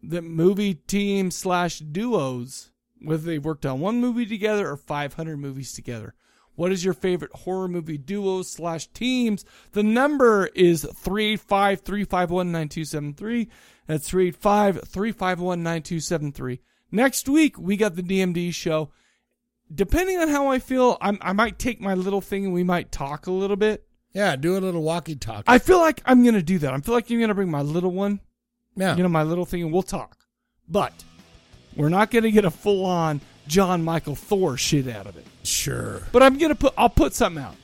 that movie team slash duos whether they've worked on one movie together or 500 movies together what is your favorite horror movie duo slash teams? The number is 385 351 9273. That's 385 351 9273. Next week, we got the DMD show. Depending on how I feel, I'm, I might take my little thing and we might talk a little bit. yeah. Do a little walkie talkie. I feel like I'm going to do that. I feel like I'm going to bring my little one, Yeah. you know, my little thing, and we'll talk. But we're not going to get a full on John Michael Thor shit out of it. sure. But I'm gonna put. I'll put something out.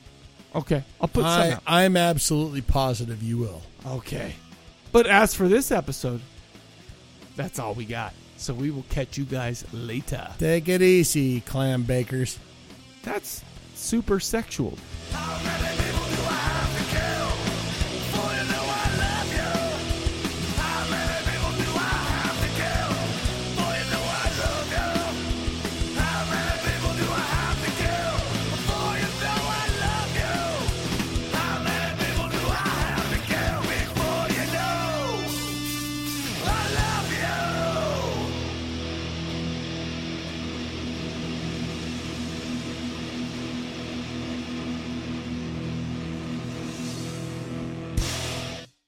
Okay, I'll put something I, out. I'm absolutely positive you will. Okay. But as for this episode, that's all we got. So we will catch you guys later. Take it easy, clam bakers. That's super sexual. Alright.